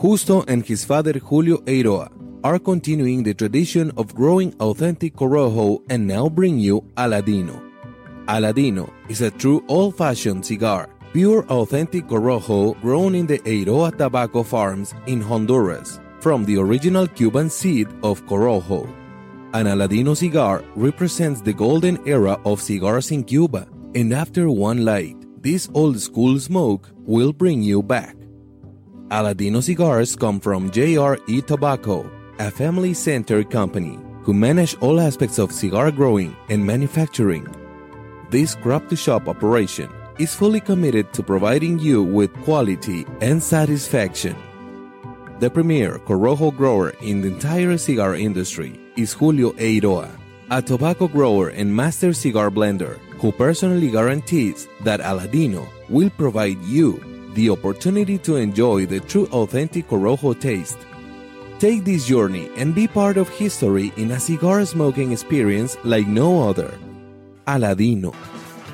Speaker 12: Justo and his father Julio Eiroa are continuing the tradition of growing authentic Corojo and now bring you Aladino. Aladino is a true old fashioned cigar, pure authentic Corojo grown in the Eiroa tobacco farms in Honduras from the original Cuban seed of Corojo. An Aladino cigar represents the golden era of cigars in Cuba, and after one light, this old school smoke will bring you back. Aladino cigars come from JRE Tobacco, a family centered company who manage all aspects of cigar growing and manufacturing. This crop to shop operation is fully committed to providing you with quality and satisfaction. The premier Corojo grower in the entire cigar industry is Julio Eiroa, a tobacco grower and master cigar blender who personally guarantees that Aladino will provide you the opportunity to enjoy the true authentic Corojo taste. Take this journey and be part of history in a cigar smoking experience like no other. Aladino.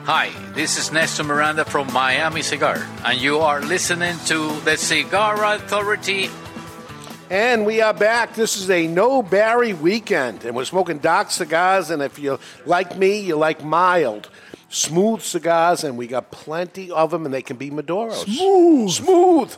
Speaker 13: Hi, this is Nestor Miranda from Miami Cigar, and you are listening to the Cigar Authority.
Speaker 1: And we are back. This is a no Barry weekend, and we're smoking dark cigars. And if you like me, you like mild, smooth cigars, and we got plenty of them, and they can be Maduros. Smooth, smooth,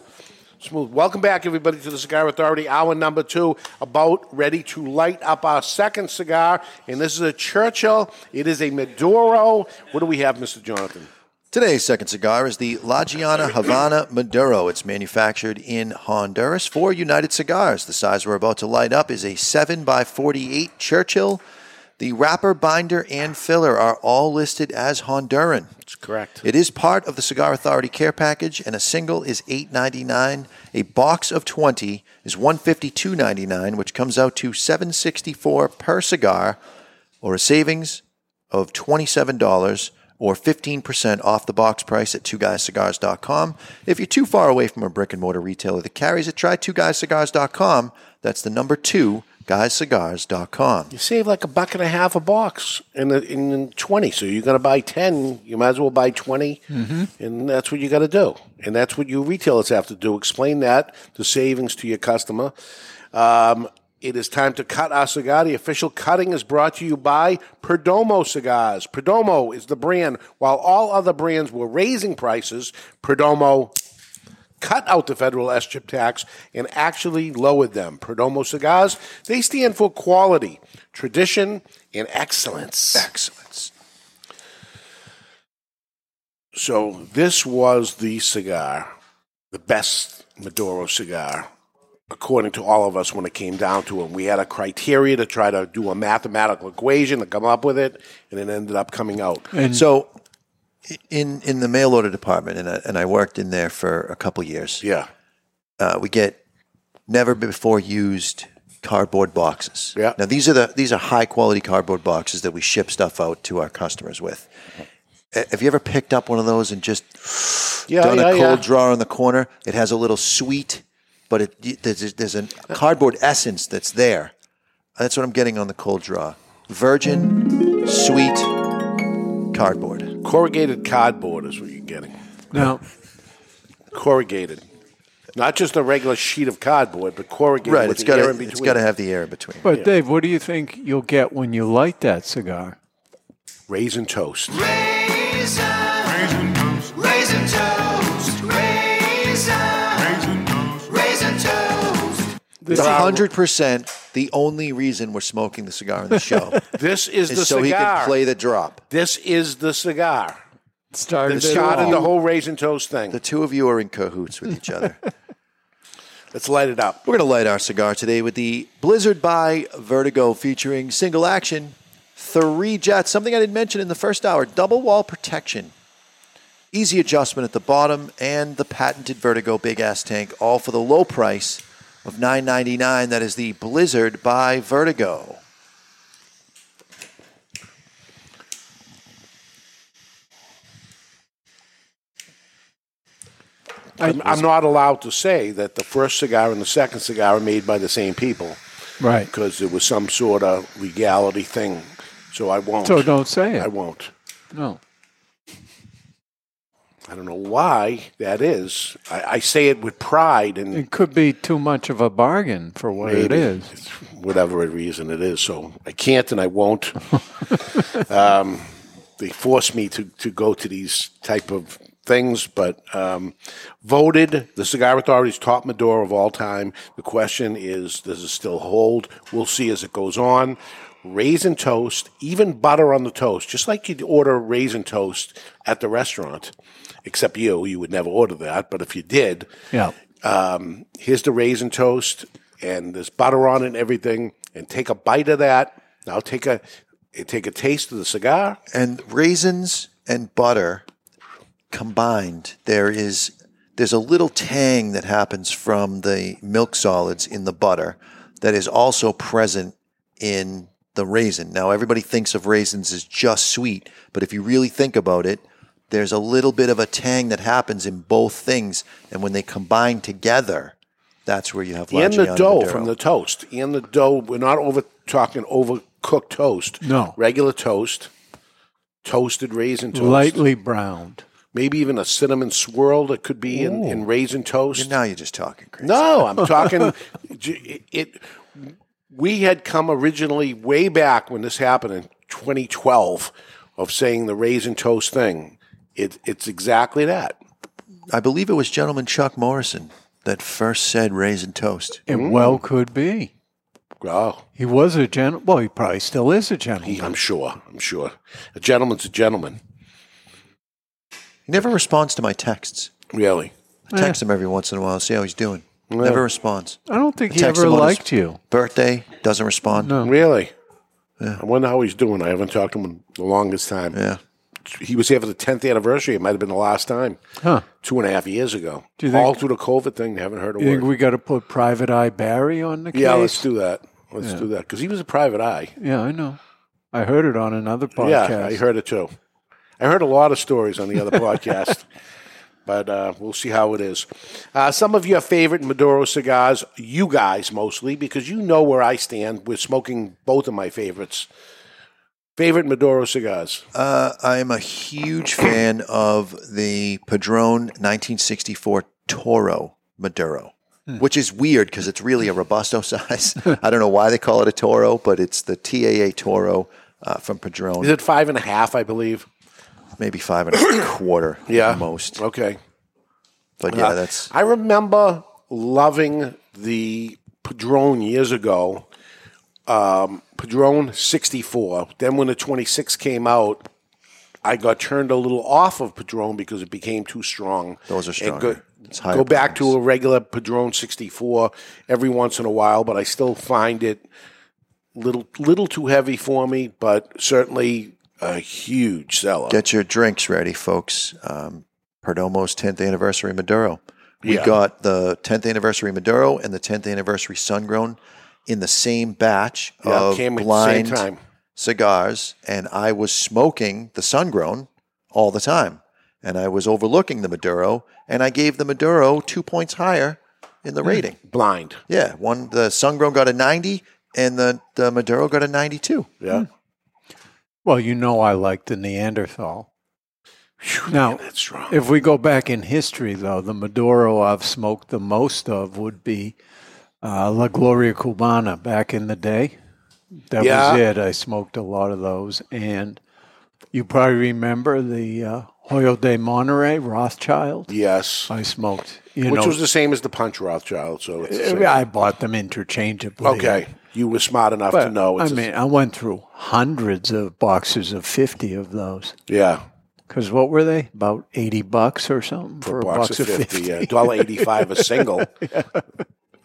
Speaker 1: smooth. Welcome back, everybody, to the Cigar Authority. Hour number two, about ready to light up our second cigar, and this is a Churchill. It is a Maduro. What do we have, Mister Jonathan?
Speaker 3: Today's second cigar is the La Giana Havana Maduro. It's manufactured in Honduras for United Cigars. The size we're about to light up is a 7x48 Churchill. The wrapper, binder, and filler are all listed as Honduran.
Speaker 1: It's correct.
Speaker 3: It is part of the Cigar Authority care package, and a single is eight ninety nine. A box of twenty is one fifty two ninety nine, which comes out to seven sixty four per cigar, or a savings of twenty seven dollars or fifteen percent off the box price at twoguyscigars.com. If you're too far away from a brick and mortar retailer that carries it, try twoguyscigars.com. That's the number two guyscigars.com.
Speaker 1: You save like a buck and a half a box in the, in, in twenty. So you're going to buy ten. You might as well buy 20 and that's what you got to do. And that's what you retailers have to do. Explain that the savings to your customer. Um, it is time to cut our cigar. The official cutting is brought to you by Perdomo Cigars. Perdomo is the brand. While all other brands were raising prices, Perdomo cut out the federal S chip tax and actually lowered them. Perdomo cigars, they stand for quality, tradition, and excellence.
Speaker 3: Excellence.
Speaker 1: So this was the cigar, the best Maduro cigar, according to all of us when it came down to it. We had a criteria to try to do a mathematical equation to come up with it, and it ended up coming out.
Speaker 3: so, in in the mail order department, and I, and I worked in there for a couple years.
Speaker 1: Yeah,
Speaker 3: uh, we get never before used cardboard boxes.
Speaker 1: Yeah.
Speaker 3: Now these are the these are high quality cardboard boxes that we ship stuff out to our customers with.
Speaker 1: Mm-hmm.
Speaker 3: Uh, Have you ever picked up one of those and just
Speaker 1: Yeah,
Speaker 3: done
Speaker 1: yeah,
Speaker 3: a cold
Speaker 1: yeah.
Speaker 3: draw in the corner? It has a little sweet, but it there's there's a cardboard essence that's there. That's what I'm getting on the cold draw. Virgin, sweet, cardboard.
Speaker 1: Corrugated cardboard is what you're getting.
Speaker 2: Now,
Speaker 1: Corrugated. Not just a regular sheet of cardboard, but corrugated
Speaker 3: Right,
Speaker 1: with
Speaker 3: it's
Speaker 1: the
Speaker 3: gotta-
Speaker 1: air in between.
Speaker 3: it's gotta have the air in between.
Speaker 2: But Dave, what do you think you'll get when you light that cigar?
Speaker 1: Raisin toast.
Speaker 14: Raisin toast. Raisin toast. Raisin toast. Raisin toast.
Speaker 3: It's hundred percent the only reason we're smoking the cigar in the show.
Speaker 1: This is the
Speaker 3: so he
Speaker 1: cigar.
Speaker 3: can play the drop.
Speaker 1: This is the cigar.
Speaker 3: Started
Speaker 1: That started the whole raisin toast thing.
Speaker 3: The two of you are in cahoots with each other.
Speaker 1: Let's light it up.
Speaker 3: We're going to light our cigar today with the Blizzard by Vertigo featuring single action, three jets. Something I didn't mention in the first hour double wall protection, easy adjustment at the bottom, and the patented Vertigo big ass tank, all for the low price of $9.99. That is the Blizzard by Vertigo.
Speaker 1: I'm, I'm not allowed to say that the first cigar and the second cigar are made by the same people
Speaker 2: Right.
Speaker 1: because there was some sort of legality thing. So I won't.
Speaker 2: So don't say it.
Speaker 1: I won't.
Speaker 2: No.
Speaker 1: I don't know why that is. I, I say it with pride and
Speaker 2: It could be too much of a bargain for what it
Speaker 1: Maybe.
Speaker 2: is.
Speaker 1: It's whatever reason it is. So I can't and I won't. um, they force me to, to go to these type of things, but um, voted the Cigar Authority's top Maduro of all time. The question is, does it still hold? We'll see as it goes on. Raisin toast, even butter on the toast, just like you'd order raisin toast at the restaurant. Except you, you would never order that. But if you did,
Speaker 2: Yeah.
Speaker 1: um, here's the raisin toast, and there's butter on it and everything. And take a bite of that. Now take a take a taste of the cigar.
Speaker 3: and raisins and butter combined there is there's a little tang that happens from the milk solids in the butter that is also present in the raisin now everybody thinks of raisins as just sweet but if you really think about it there's a little bit of a tang that happens in both things and when they combine together that's where you have
Speaker 1: And the
Speaker 3: Lagiano
Speaker 1: dough
Speaker 3: Maduro.
Speaker 1: from the toast. And the dough. We're not over talking overcooked toast.
Speaker 2: No.
Speaker 1: regular toast, toasted raisin toast,
Speaker 2: Lightly browned.
Speaker 1: Maybe even a cinnamon swirl that could be in, in raisin toast.
Speaker 3: Now you're just talking crazy.
Speaker 1: No, I'm talking. j- it. We had come originally way back when this happened in 2012 of saying the raisin toast thing. It, it's exactly that.
Speaker 3: i believe it was gentleman chuck morrison that first said raisin toast
Speaker 2: It well could be.
Speaker 1: Oh.
Speaker 2: He was a gentleman. Well, he probably still is a gentleman.
Speaker 1: I'm sure. I'm sure. A gentleman's a gentleman.
Speaker 3: He never responds to my texts.
Speaker 1: Really?
Speaker 3: I text him every once in a while, see how he's doing.
Speaker 1: Yeah.
Speaker 3: Never responds.
Speaker 2: I don't think
Speaker 3: I
Speaker 2: he
Speaker 3: text
Speaker 2: ever
Speaker 3: him on his
Speaker 2: liked you.
Speaker 3: Birthday, doesn't respond.
Speaker 1: Really? I wonder how he's doing. I haven't talked to him in the longest time.
Speaker 3: Yeah.
Speaker 1: He was here for the 10th anniversary. It might have been the last time,
Speaker 2: Huh.
Speaker 1: two and a half years ago.
Speaker 2: Do you
Speaker 1: All
Speaker 2: think-
Speaker 1: through the COVID thing, they haven't heard a
Speaker 2: You think
Speaker 1: word.
Speaker 2: we got to put Private Eye Barry on the case?
Speaker 1: Yeah, let's do that. Let's
Speaker 2: Yeah.
Speaker 1: do that. Because he was a private eye.
Speaker 2: Yeah, I know. I heard it on another podcast.
Speaker 1: Yeah, I heard it too. I heard a lot of stories on the other podcast, but uh, we'll see how it is. Uh, some of your favorite Maduro cigars, you guys mostly, because you know where I stand. We're smoking both of my favorites. Favorite Maduro cigars.
Speaker 3: Uh, I'm a huge fan of the Padron 1964 Toro Maduro,
Speaker 2: Hmm.
Speaker 3: which is weird because it's really a Robusto size. I don't know why they call it a Toro, but it's the TAA Toro uh, from Padron.
Speaker 1: Is it five and a half, I believe?
Speaker 3: Maybe five and a quarter
Speaker 1: Yeah.
Speaker 3: at most.
Speaker 1: Okay.
Speaker 3: But yeah,
Speaker 1: Uh,
Speaker 3: that's
Speaker 1: I remember loving the Padron years ago, um, Padron 64. Then when the 26 came out, I got turned a little off of Padron because it became too strong.
Speaker 3: Those are
Speaker 1: And
Speaker 3: stronger. It's higher
Speaker 1: go back to a regular Padron 64 every once in a while, but I still find it little little too heavy for me, but certainly a huge seller.
Speaker 3: Get your drinks ready, folks. Um, Perdomo's 10th anniversary Maduro. We
Speaker 1: Yeah.
Speaker 3: got the 10th anniversary Maduro and the 10th anniversary Sungrown in the same batch
Speaker 1: Yeah,
Speaker 3: of
Speaker 1: came at the same
Speaker 3: blind
Speaker 1: time.
Speaker 3: cigars, and I was smoking the Sungrown all the time, and I was overlooking the Maduro, and I gave the Maduro two points higher in the
Speaker 1: Hmm.
Speaker 3: rating.
Speaker 1: Blind.
Speaker 3: Yeah, one the Sungrown got a 90, and the, the Maduro got a 92.
Speaker 1: Yeah.
Speaker 2: Well, you know I like the Neanderthal. now,
Speaker 1: that's strong.
Speaker 2: if we go back in history, though, the Maduro I've smoked the most of would be uh, La Gloria Cubana back in the day. That
Speaker 1: Yeah.
Speaker 2: was it. I smoked a lot of those. And you probably remember the uh, Hoyo de Monterey Rothschild.
Speaker 1: Yes.
Speaker 2: I smoked. You
Speaker 1: Which
Speaker 2: know,
Speaker 1: was the same as the Punch Rothschild. So it's the same.
Speaker 2: I bought them interchangeably.
Speaker 1: Okay. You were smart enough to
Speaker 2: But,
Speaker 1: know.
Speaker 2: I
Speaker 1: the-
Speaker 2: mean, I went through hundreds of boxes of 50 of those.
Speaker 1: Yeah.
Speaker 2: Because what were they? About 80 bucks or something
Speaker 1: For a box of 50, yeah. $1.85 a single.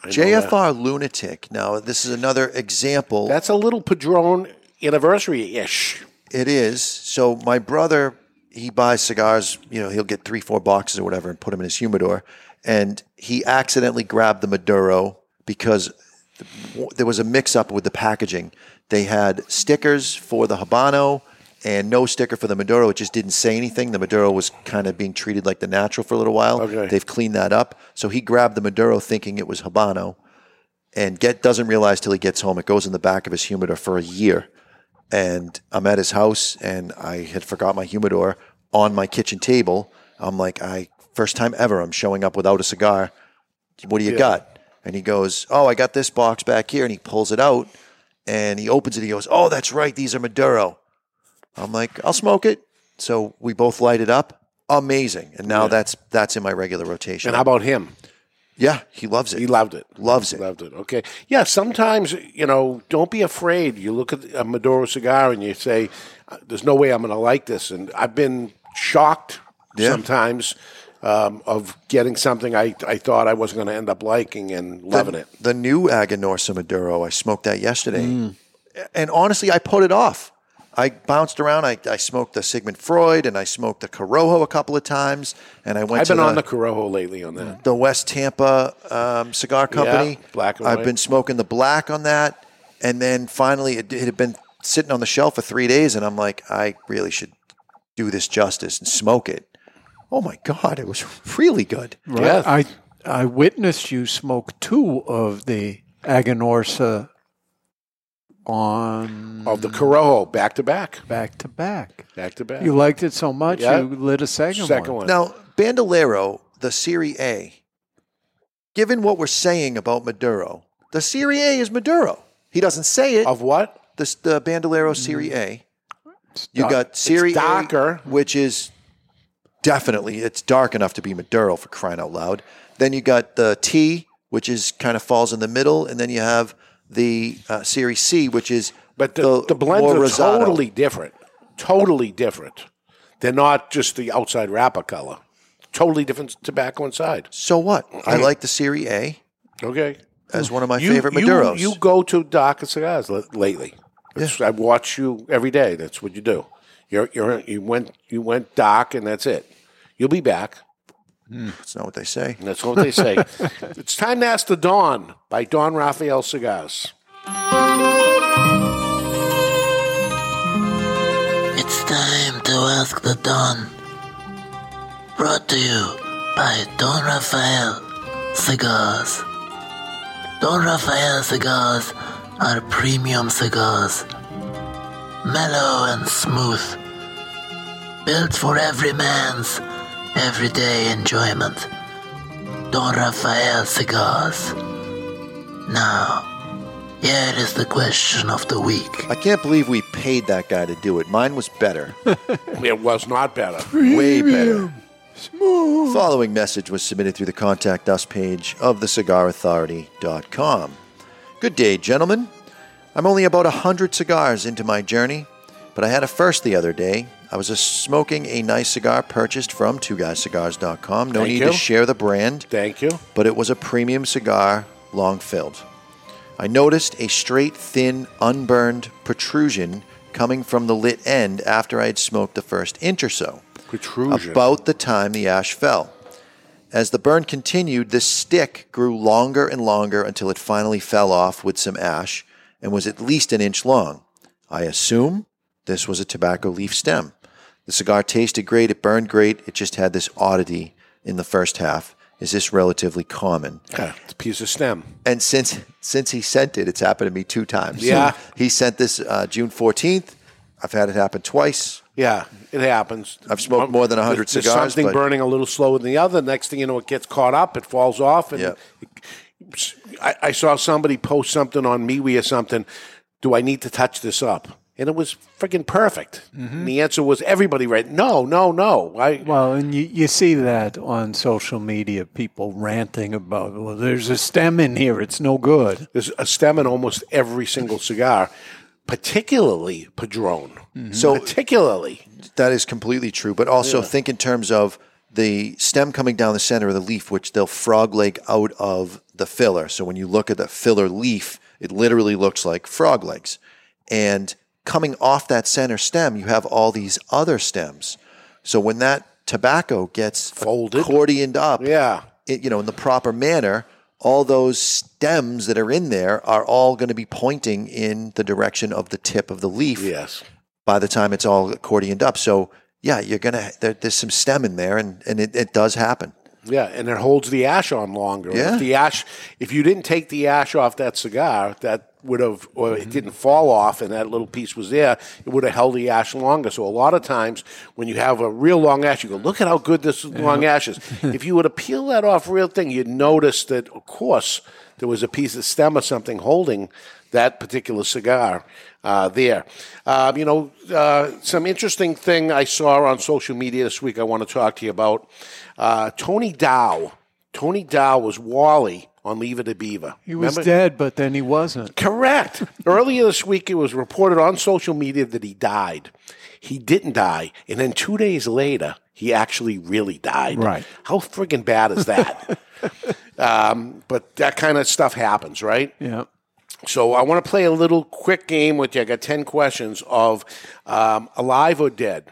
Speaker 1: I know
Speaker 3: JFR Lunatic. Now, this is another example.
Speaker 1: That's a little Padron anniversary ish.
Speaker 3: It is. So, my brother, he buys cigars, you know, he'll get three, four boxes or whatever and put them in his humidor. And he accidentally grabbed the Maduro because there was a mix up with the packaging. They had stickers for the Habano and no sticker for the Maduro. It just didn't say anything. The Maduro was kind of being treated like the natural for a little while.
Speaker 1: Okay.
Speaker 3: They've cleaned that up. So he grabbed the Maduro thinking it was Habano and get doesn't realize till he gets home. It goes in the back of his humidor for a year. And I'm at his house and I had forgot my humidor on my kitchen table. I'm like, I first time ever I'm showing up without a cigar. What do you
Speaker 15: Yeah.
Speaker 3: got? And he goes, Oh, I got this box back here. And he pulls it out and he opens it. He goes, Oh, that's right. These are Maduro. I'm like, I'll smoke it. So we both light it up. Amazing. And now that's that's in my regular rotation.
Speaker 1: And how about him?
Speaker 3: Yeah, he loves it. He
Speaker 1: loved it.
Speaker 3: Loves it.
Speaker 1: Loved it. Okay. Yeah, sometimes, you know, don't be afraid. You look at a Maduro cigar and you say, there's no way I'm going to like this. And I've been shocked
Speaker 3: Yeah.
Speaker 1: sometimes um, of getting something I, I thought I wasn't going to end up liking and loving
Speaker 3: the,
Speaker 1: it.
Speaker 3: The new Aganorsa Maduro, I smoked that yesterday.
Speaker 1: Mm.
Speaker 3: And honestly, I put it off. I bounced around. I, I smoked the Sigmund Freud and I smoked the Corojo a couple of times. And I went
Speaker 1: I've
Speaker 3: to
Speaker 1: been
Speaker 3: the,
Speaker 1: on the Corojo lately on that.
Speaker 3: the West Tampa um, Cigar
Speaker 1: Yeah,
Speaker 3: Company.
Speaker 1: black and
Speaker 3: I've
Speaker 1: white.
Speaker 3: been smoking the black on that, and then finally it, it had been sitting on the shelf for three days, and I'm like, I really should do this justice and smoke it. Oh my god, it was really good.
Speaker 2: Right. I I witnessed you smoke two of the Aganorsa on
Speaker 1: Of the Corojo, back to back.
Speaker 2: Back to back.
Speaker 1: Back to back.
Speaker 2: You liked it so much
Speaker 1: Yeah.
Speaker 2: you lit a second,
Speaker 1: Second one.
Speaker 3: Now, Bandolero, the Serie A, given what we're saying about Maduro, the Serie A is Maduro. He doesn't say it.
Speaker 1: Of what?
Speaker 3: The, the Bandolero Serie A. You got
Speaker 1: dark- Mm-hmm. it's
Speaker 3: Serie
Speaker 1: darker.
Speaker 3: A, which is definitely, it's dark enough to be Maduro for crying out loud. Then you got the T, which is kind of falls in the middle. And then you have the uh, Serie C, which is.
Speaker 1: But the, the blends
Speaker 3: more
Speaker 1: are
Speaker 3: rosado.
Speaker 1: totally different. Totally different. They're not just the outside wrapper color. Totally different tobacco inside.
Speaker 3: So what? I like the Serie A
Speaker 1: Okay.
Speaker 3: as one of my
Speaker 1: You-
Speaker 3: favorite
Speaker 1: you-
Speaker 3: Maduros.
Speaker 1: You, go to Darker Cigars l- lately. It's- I watch you every day. That's what you do. You're, you're, you went you went dark, and that's it. You'll be back.
Speaker 3: Hmm, That's not what they say.
Speaker 1: That's what they say. it's time to ask the Dawn by Don Raphael Cigars.
Speaker 16: It's time to ask the Don. Brought to you by Don Rafael Cigars. Don Rafael cigars are premium cigars. Mellow and smooth. Built for every man's everyday enjoyment. Don Rafael cigars. Now, here is the question of the week.
Speaker 3: I can't believe we paid that guy to do it. Mine was better.
Speaker 1: it was not better.
Speaker 3: Way better. Following message was submitted through the contact us page of thecigarauthority.com. Good day, gentlemen. I'm only about 100 cigars into my journey, but I had a first the other day. I was uh, smoking a nice cigar purchased from twoguyscigars.com. No
Speaker 1: Thank
Speaker 3: need
Speaker 1: you.
Speaker 3: to share the brand.
Speaker 1: Thank you.
Speaker 3: But it was a premium cigar, long filled. I noticed a straight, thin, unburned protrusion coming from the lit end after I had smoked the first inch or so
Speaker 1: Protrusion.
Speaker 3: about the time the ash fell. As the burn continued, this stick grew longer and longer until it finally fell off with some ash and was at least an inch long. I assume this was a tobacco leaf stem. The cigar tasted great, it burned great, it just had this oddity in the first half. Is this relatively common?
Speaker 1: It's a piece of stem.
Speaker 3: And since since he sent it, it's happened to me two times.
Speaker 1: Yeah.
Speaker 3: he sent this uh, June fourteenth. I've had it happen twice.
Speaker 1: Yeah, it happens.
Speaker 3: I've smoked more than 100
Speaker 1: There's-
Speaker 3: cigars,
Speaker 1: There's something
Speaker 3: but-
Speaker 1: burning a little slower than the other. Next thing you know, it gets caught up, it falls off. And I, I saw somebody post something on MeWe or something. Do I need to touch this up? And it was freaking perfect. And the answer was everybody right. No, no, no. I,
Speaker 2: Mm-hmm. well, and you, you see that on social media, people ranting about, well, there's a stem in here, it's no good.
Speaker 1: There's a stem in almost every single cigar, particularly Padron.
Speaker 3: So-
Speaker 1: particularly,
Speaker 3: Mm-hmm. That is completely true. But also
Speaker 1: Yeah.
Speaker 3: think in terms of the stem coming down the center of the leaf, which they'll frog leg out of the filler. So when you look at the filler leaf, it literally looks like frog legs. And coming off that center stem, you have all these other stems. So when that tobacco gets folded, accordioned up,
Speaker 1: yeah,
Speaker 3: you know, in the proper manner, all those stems that are in there are all going to be pointing in the direction of the tip of the leaf.
Speaker 1: Yes.
Speaker 3: By the time it's all accordioned up, so yeah, you're gonna there, there's some stem in there, and and it, it does happen.
Speaker 1: yeah, and it holds the ash on longer.
Speaker 3: Yeah.
Speaker 1: If the ash, if you didn't take the ash off that cigar, that would have, or it didn't fall off, and that little piece was there, it would have held the ash longer. So a lot of times, when you have a real long ash, you go, "Look at how good this long ash is." if you were to peel that off, real thing, you'd notice that, of course, there was a piece of stem or something holding that particular cigar uh, there. Uh, you know, uh, some interesting thing I saw on social media this week I want to talk to you about. Uh, Tony Dow. Tony Dow was Wally on Leave It to Beaver.
Speaker 2: He was dead, but then he wasn't.
Speaker 1: Correct. Earlier this week, it was reported on social media that he died. He didn't die. And then two days later, he actually really died. Right. How friggin' bad is that? um, but that kind of stuff happens, right?
Speaker 2: Yeah.
Speaker 1: So I want to play a little quick game with you. I got 10 questions of um, alive or dead.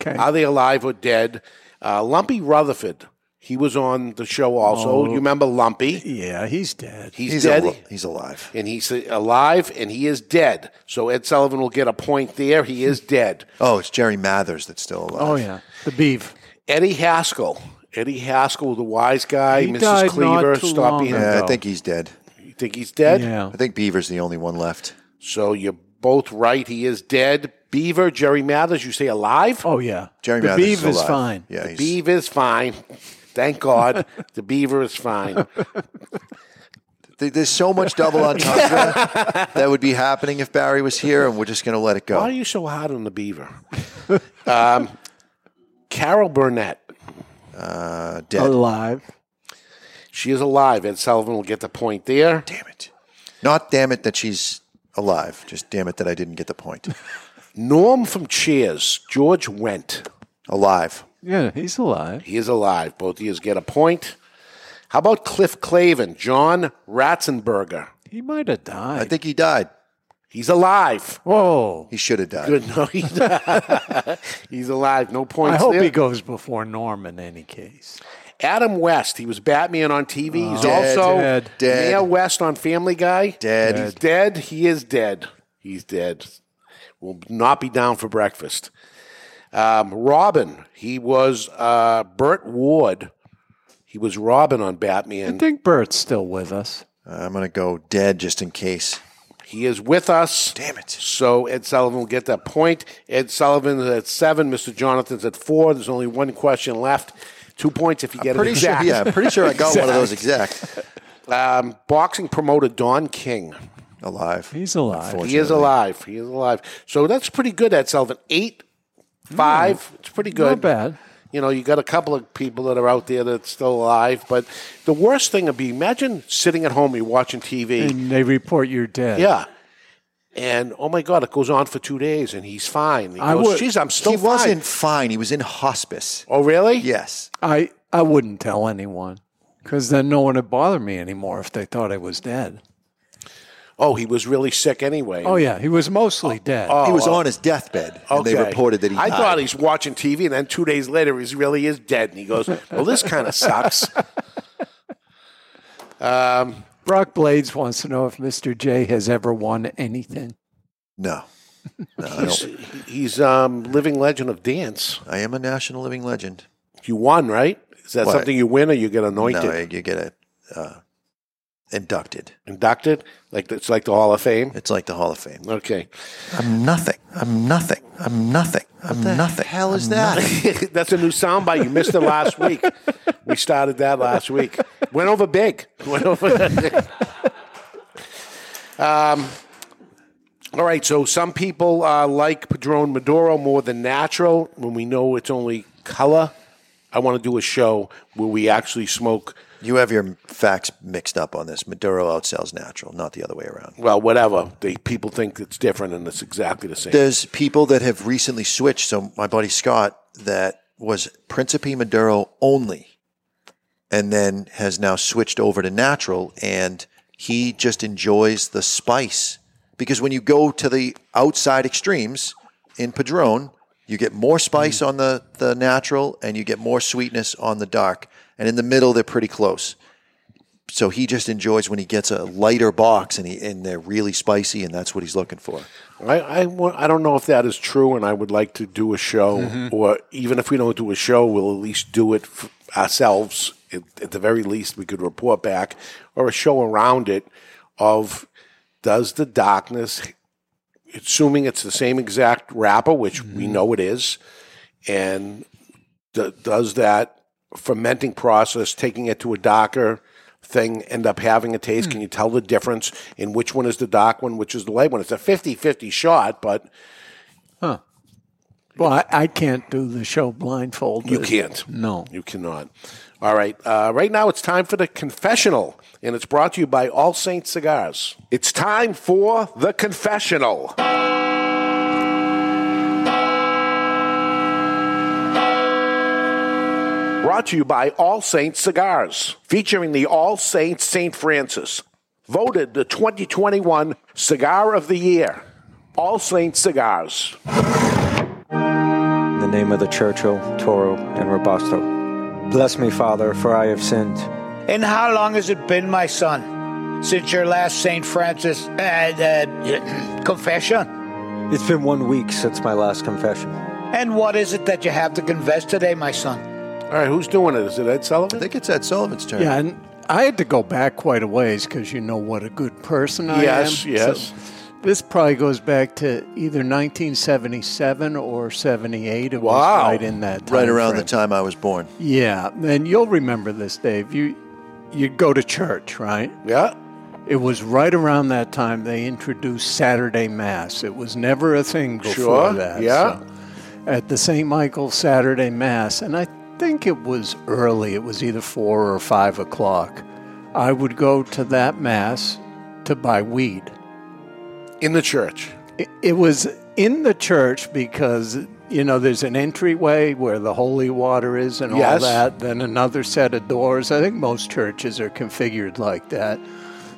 Speaker 2: Okay.
Speaker 1: Are they alive or dead? Uh, Lumpy Rutherford. He was on the show also.
Speaker 2: Oh.
Speaker 1: You remember Lumpy?
Speaker 2: Yeah, he's dead.
Speaker 1: He's,
Speaker 2: He's
Speaker 1: dead.
Speaker 2: al-
Speaker 3: he's alive.
Speaker 1: And he's uh, alive and he is dead. So Ed Sullivan will get a point there. He is dead.
Speaker 3: Oh, it's Jerry Mathers that's still alive.
Speaker 2: Oh, yeah. The beef.
Speaker 1: Eddie Haskell. Eddie Haskell, the wise guy,
Speaker 2: He
Speaker 1: Mrs.
Speaker 2: died not
Speaker 1: Cleaver,
Speaker 2: too
Speaker 1: stop
Speaker 2: long
Speaker 1: being
Speaker 3: Yeah, I think he's dead.
Speaker 1: You think he's dead?
Speaker 3: I think Beaver's the only one left.
Speaker 1: So you're both right. He is dead. Beaver, Jerry Mathers, you say alive?
Speaker 2: Oh, yeah.
Speaker 3: Jerry
Speaker 2: The
Speaker 3: Mathers
Speaker 2: beef is
Speaker 3: alive.
Speaker 2: fine.
Speaker 3: Yeah,
Speaker 1: the
Speaker 3: he's-
Speaker 1: beaver is fine. Thank God. the beaver is fine.
Speaker 3: There- There's so much double entendre that would be happening if Barry was here, and we're just going to let it
Speaker 1: Why are
Speaker 3: go.
Speaker 1: you so hard on the beaver? um, Carol Burnett.
Speaker 3: Uh,
Speaker 2: Alive.
Speaker 1: She is alive. Ed Sullivan will get the point there.
Speaker 3: Damn it. Not damn it that she's alive. Just damn it that I didn't get the point.
Speaker 1: Norm from Cheers, George Went.
Speaker 3: Alive.
Speaker 2: Yeah, he's alive.
Speaker 1: He is alive. Both of you get a point. How about Cliff Clavin, John Ratzenberger?
Speaker 2: He might have died.
Speaker 3: I think he died.
Speaker 1: He's alive.
Speaker 2: Whoa.
Speaker 3: He should have died.
Speaker 1: Good. No, he's, he's alive. No points
Speaker 2: I hope
Speaker 1: there.
Speaker 2: he goes before Norm in any case.
Speaker 1: Adam West. He was Batman on TV. He's
Speaker 2: Dead,
Speaker 1: also
Speaker 2: dead,
Speaker 3: Oh. dead.
Speaker 1: Mia West on Family Guy.
Speaker 3: Dead.
Speaker 1: He's dead. He is dead. He's dead. Will not be down for breakfast. Um, Robin. He was uh, Burt Ward. He was Robin on Batman.
Speaker 2: I think Bert's still with us.
Speaker 3: I'm going to go dead just in case.
Speaker 1: He is with us.
Speaker 3: Damn it.
Speaker 1: So Ed Sullivan will get that point. Ed Sullivan is at seven. Mr. Jonathan's at four. There's only one question left. Two points if you get
Speaker 3: Pretty
Speaker 1: it
Speaker 3: sure,
Speaker 1: exact.
Speaker 3: yeah, I'm pretty sure I got one of those exact.
Speaker 1: Um, boxing promoter Don King.
Speaker 3: Alive.
Speaker 2: He's alive.
Speaker 1: He is alive. He is alive. So that's pretty good, Ed Sullivan. Eight, five. It's pretty good.
Speaker 2: Hmm. Not bad.
Speaker 1: You know, you got a couple of people that are out there that's still alive. But the worst thing would be imagine sitting at home, you're watching TV.
Speaker 2: And they report you're dead.
Speaker 1: Yeah. And oh my God, it goes on for two days, and he's fine. He goes, "Jeez, I'm still
Speaker 3: He
Speaker 1: fine."
Speaker 3: wasn't fine. He was in hospice.
Speaker 1: Oh, really?
Speaker 3: Yes.
Speaker 2: I, I wouldn't tell anyone because then no one would bother me anymore if they thought I was dead.
Speaker 1: Oh, he was really sick anyway.
Speaker 2: Oh, yeah. He was mostly dead.
Speaker 1: Oh,
Speaker 3: he was
Speaker 1: oh.
Speaker 3: on his deathbed, and they
Speaker 1: Okay.
Speaker 3: reported that he
Speaker 1: I
Speaker 3: died.
Speaker 1: thought he's watching TV, and then two days later, he really is dead. And he goes, "Well, this kind of sucks." um,
Speaker 2: Brock Blades wants to know if Mr. J has ever won anything.
Speaker 3: No. No, I,
Speaker 1: he's
Speaker 3: don't.
Speaker 1: he's um, living legend of dance.
Speaker 3: I am a national living legend.
Speaker 1: You won, right? Is that
Speaker 3: What?
Speaker 1: something you win, or you get
Speaker 3: No,
Speaker 1: anointed?
Speaker 3: you get a uh, inducted.
Speaker 1: Inducted? Like it's like the Hall of Fame?
Speaker 3: It's like the Hall of Fame.
Speaker 1: Okay.
Speaker 3: I'm nothing. I'm nothing. I'm nothing. I'm nothing.
Speaker 1: hell is
Speaker 3: that?
Speaker 1: That's a new soundbite. You missed it last week. We started that last week. Went over big. Went over. um, all right. So some people uh, like Padron Maduro more than natural. When we know it's only color, I want to do a show where we actually smoke.
Speaker 3: You have your facts mixed up on this. Maduro outsells natural, not the other way around.
Speaker 1: Well, whatever. They people think it's different, and it's exactly the same.
Speaker 3: There's people that have recently switched. So my buddy Scott that was Principe Maduro only, and then has now switched over to natural, and he just enjoys the spice because when you go to the outside extremes in Padron, you get more spice
Speaker 1: Mm.
Speaker 3: on the the natural, and you get more sweetness on the dark, and in the middle they're pretty close. So he just enjoys when he gets a lighter box and he and they're really spicy, and that's what he's looking for.
Speaker 1: I, I, wa- I don't know if that is true, and I would like to do a show,
Speaker 3: Mhm.
Speaker 1: or even if we don't do a show, we'll at least do it f- ourselves. At, at the very least, we could report back or a show around it of does the darkness, assuming it's the same exact wrapper, which we know it is, and d- does that fermenting process, taking it to a darker thing, end up having a taste? Can you tell the difference in which one is the dark one, which is the light one? It's a 50 50 shot, but
Speaker 2: Huh. Well, I, I can't do the show blindfolded.
Speaker 1: you can't.
Speaker 2: No.
Speaker 1: You cannot. All right. Uh, right now, it's time for the confessional, and it's brought to you by All Saints Cigars. It's time for the confessional. Brought to you by All Saints Cigars, featuring the All Saints St. Francis, voted the 2021 Cigar of the Year. All Saints Cigars.
Speaker 15: In the name of the Churchill, Toro, and Robusto. Bless me, Father, for I have sinned.
Speaker 17: And how long has it been, my son, since your last St. Francis uh, uh, confession?
Speaker 15: It's been one week since my last confession.
Speaker 17: And what is it that you have to confess today, my son?
Speaker 1: All right, who's doing it? Is it Ed Sullivan? I
Speaker 3: think it's Ed Sullivan's turn.
Speaker 2: Yeah, and I had to go back quite a ways because you know what a good person I
Speaker 1: Yes,
Speaker 2: am.
Speaker 1: yes.
Speaker 2: So this probably goes back to either 1977 or 78. It was right in that time
Speaker 3: right around
Speaker 2: frame.
Speaker 3: the time I was born.
Speaker 2: Yeah, and you'll remember this, Dave. You you go to church, right?
Speaker 1: Yeah.
Speaker 2: It was right around that time they introduced Saturday Mass. It was never a thing before
Speaker 1: Sure,
Speaker 2: that.
Speaker 1: yeah.
Speaker 2: so. at the St. Michael Saturday Mass, and I think it was early. It was either four or five o'clock. I would go to that Mass to buy weed.
Speaker 1: In the church.
Speaker 2: It, it was in the church because you know there's an entryway where the holy water is and all
Speaker 1: Yes.
Speaker 2: that. Then another set of doors. I think most churches are configured like that.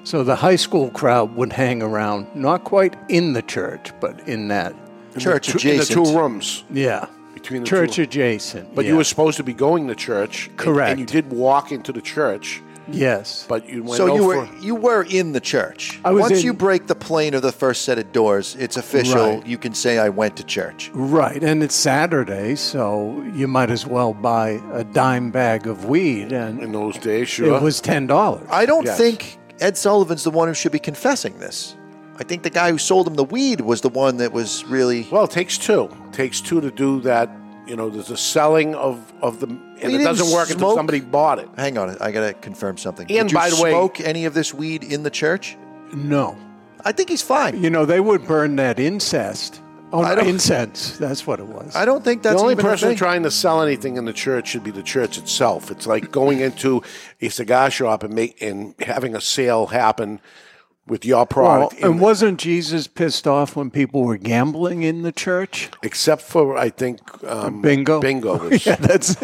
Speaker 2: So the high school crowd would hang around, not quite in the church, but in that
Speaker 3: Church
Speaker 1: in the, two- in the
Speaker 2: adjacent.
Speaker 1: two rooms.
Speaker 2: Yeah.
Speaker 1: Between the
Speaker 2: church
Speaker 1: two.
Speaker 2: adjacent.
Speaker 1: But you
Speaker 2: yeah.
Speaker 1: were supposed to be going to church. and-
Speaker 2: Correct.
Speaker 1: And, you did walk into the church.
Speaker 2: Yes.
Speaker 1: But you went
Speaker 3: so you
Speaker 1: over-
Speaker 3: were you were in the church.
Speaker 2: oh I was
Speaker 3: Once
Speaker 2: in-
Speaker 3: you break the plane of the first set of doors, it's official.
Speaker 2: Right.
Speaker 3: You can say I went to church.
Speaker 2: Right, and it's Saturday, so you might as well buy a dime bag of weed. And
Speaker 1: in those days, sure.
Speaker 2: it was ten dollars.
Speaker 3: I don't think Ed Sullivan's the one who should be confessing this. I think the guy who sold him the weed was the one that was really
Speaker 1: Well, it takes two. It takes two to do that. You know, there's a selling of, of the. And
Speaker 3: You
Speaker 1: it doesn't
Speaker 3: didn't
Speaker 1: work until
Speaker 3: smoke?
Speaker 1: somebody bought it.
Speaker 3: Hang on, I gotta confirm something.
Speaker 1: And
Speaker 3: Did you
Speaker 1: by the way-
Speaker 3: smoke any of this weed in the church?
Speaker 2: No,
Speaker 3: I think he's fine.
Speaker 2: You know, they would burn that incest. Oh,
Speaker 3: I
Speaker 2: no,
Speaker 3: don't-
Speaker 2: incense. That's what it was.
Speaker 1: the only person trying to sell anything in the church should be the church itself. It's like going into a cigar shop and make and having a sale happen with your
Speaker 2: Well,
Speaker 1: product. in
Speaker 2: and wasn't Jesus pissed off when people were gambling in the church?
Speaker 1: Except for I think um,
Speaker 2: bingo.
Speaker 1: bingo was-
Speaker 2: yeah, that's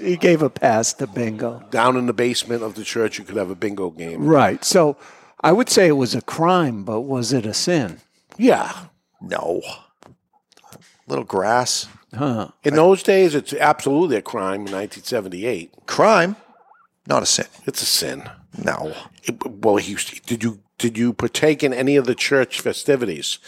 Speaker 2: he gave a pass to bingo.
Speaker 1: down in the basement of the church, you could have a bingo game.
Speaker 2: Right. So, I would say it was a crime, but was it a sin?
Speaker 1: Yeah.
Speaker 3: No. Little grass.
Speaker 2: Huh.
Speaker 1: In those days, it's absolutely a crime in 1978.
Speaker 3: Crime, not a sin.
Speaker 1: It's a sin.
Speaker 3: No.
Speaker 1: It- well, he, did you did you partake in any of the church festivities?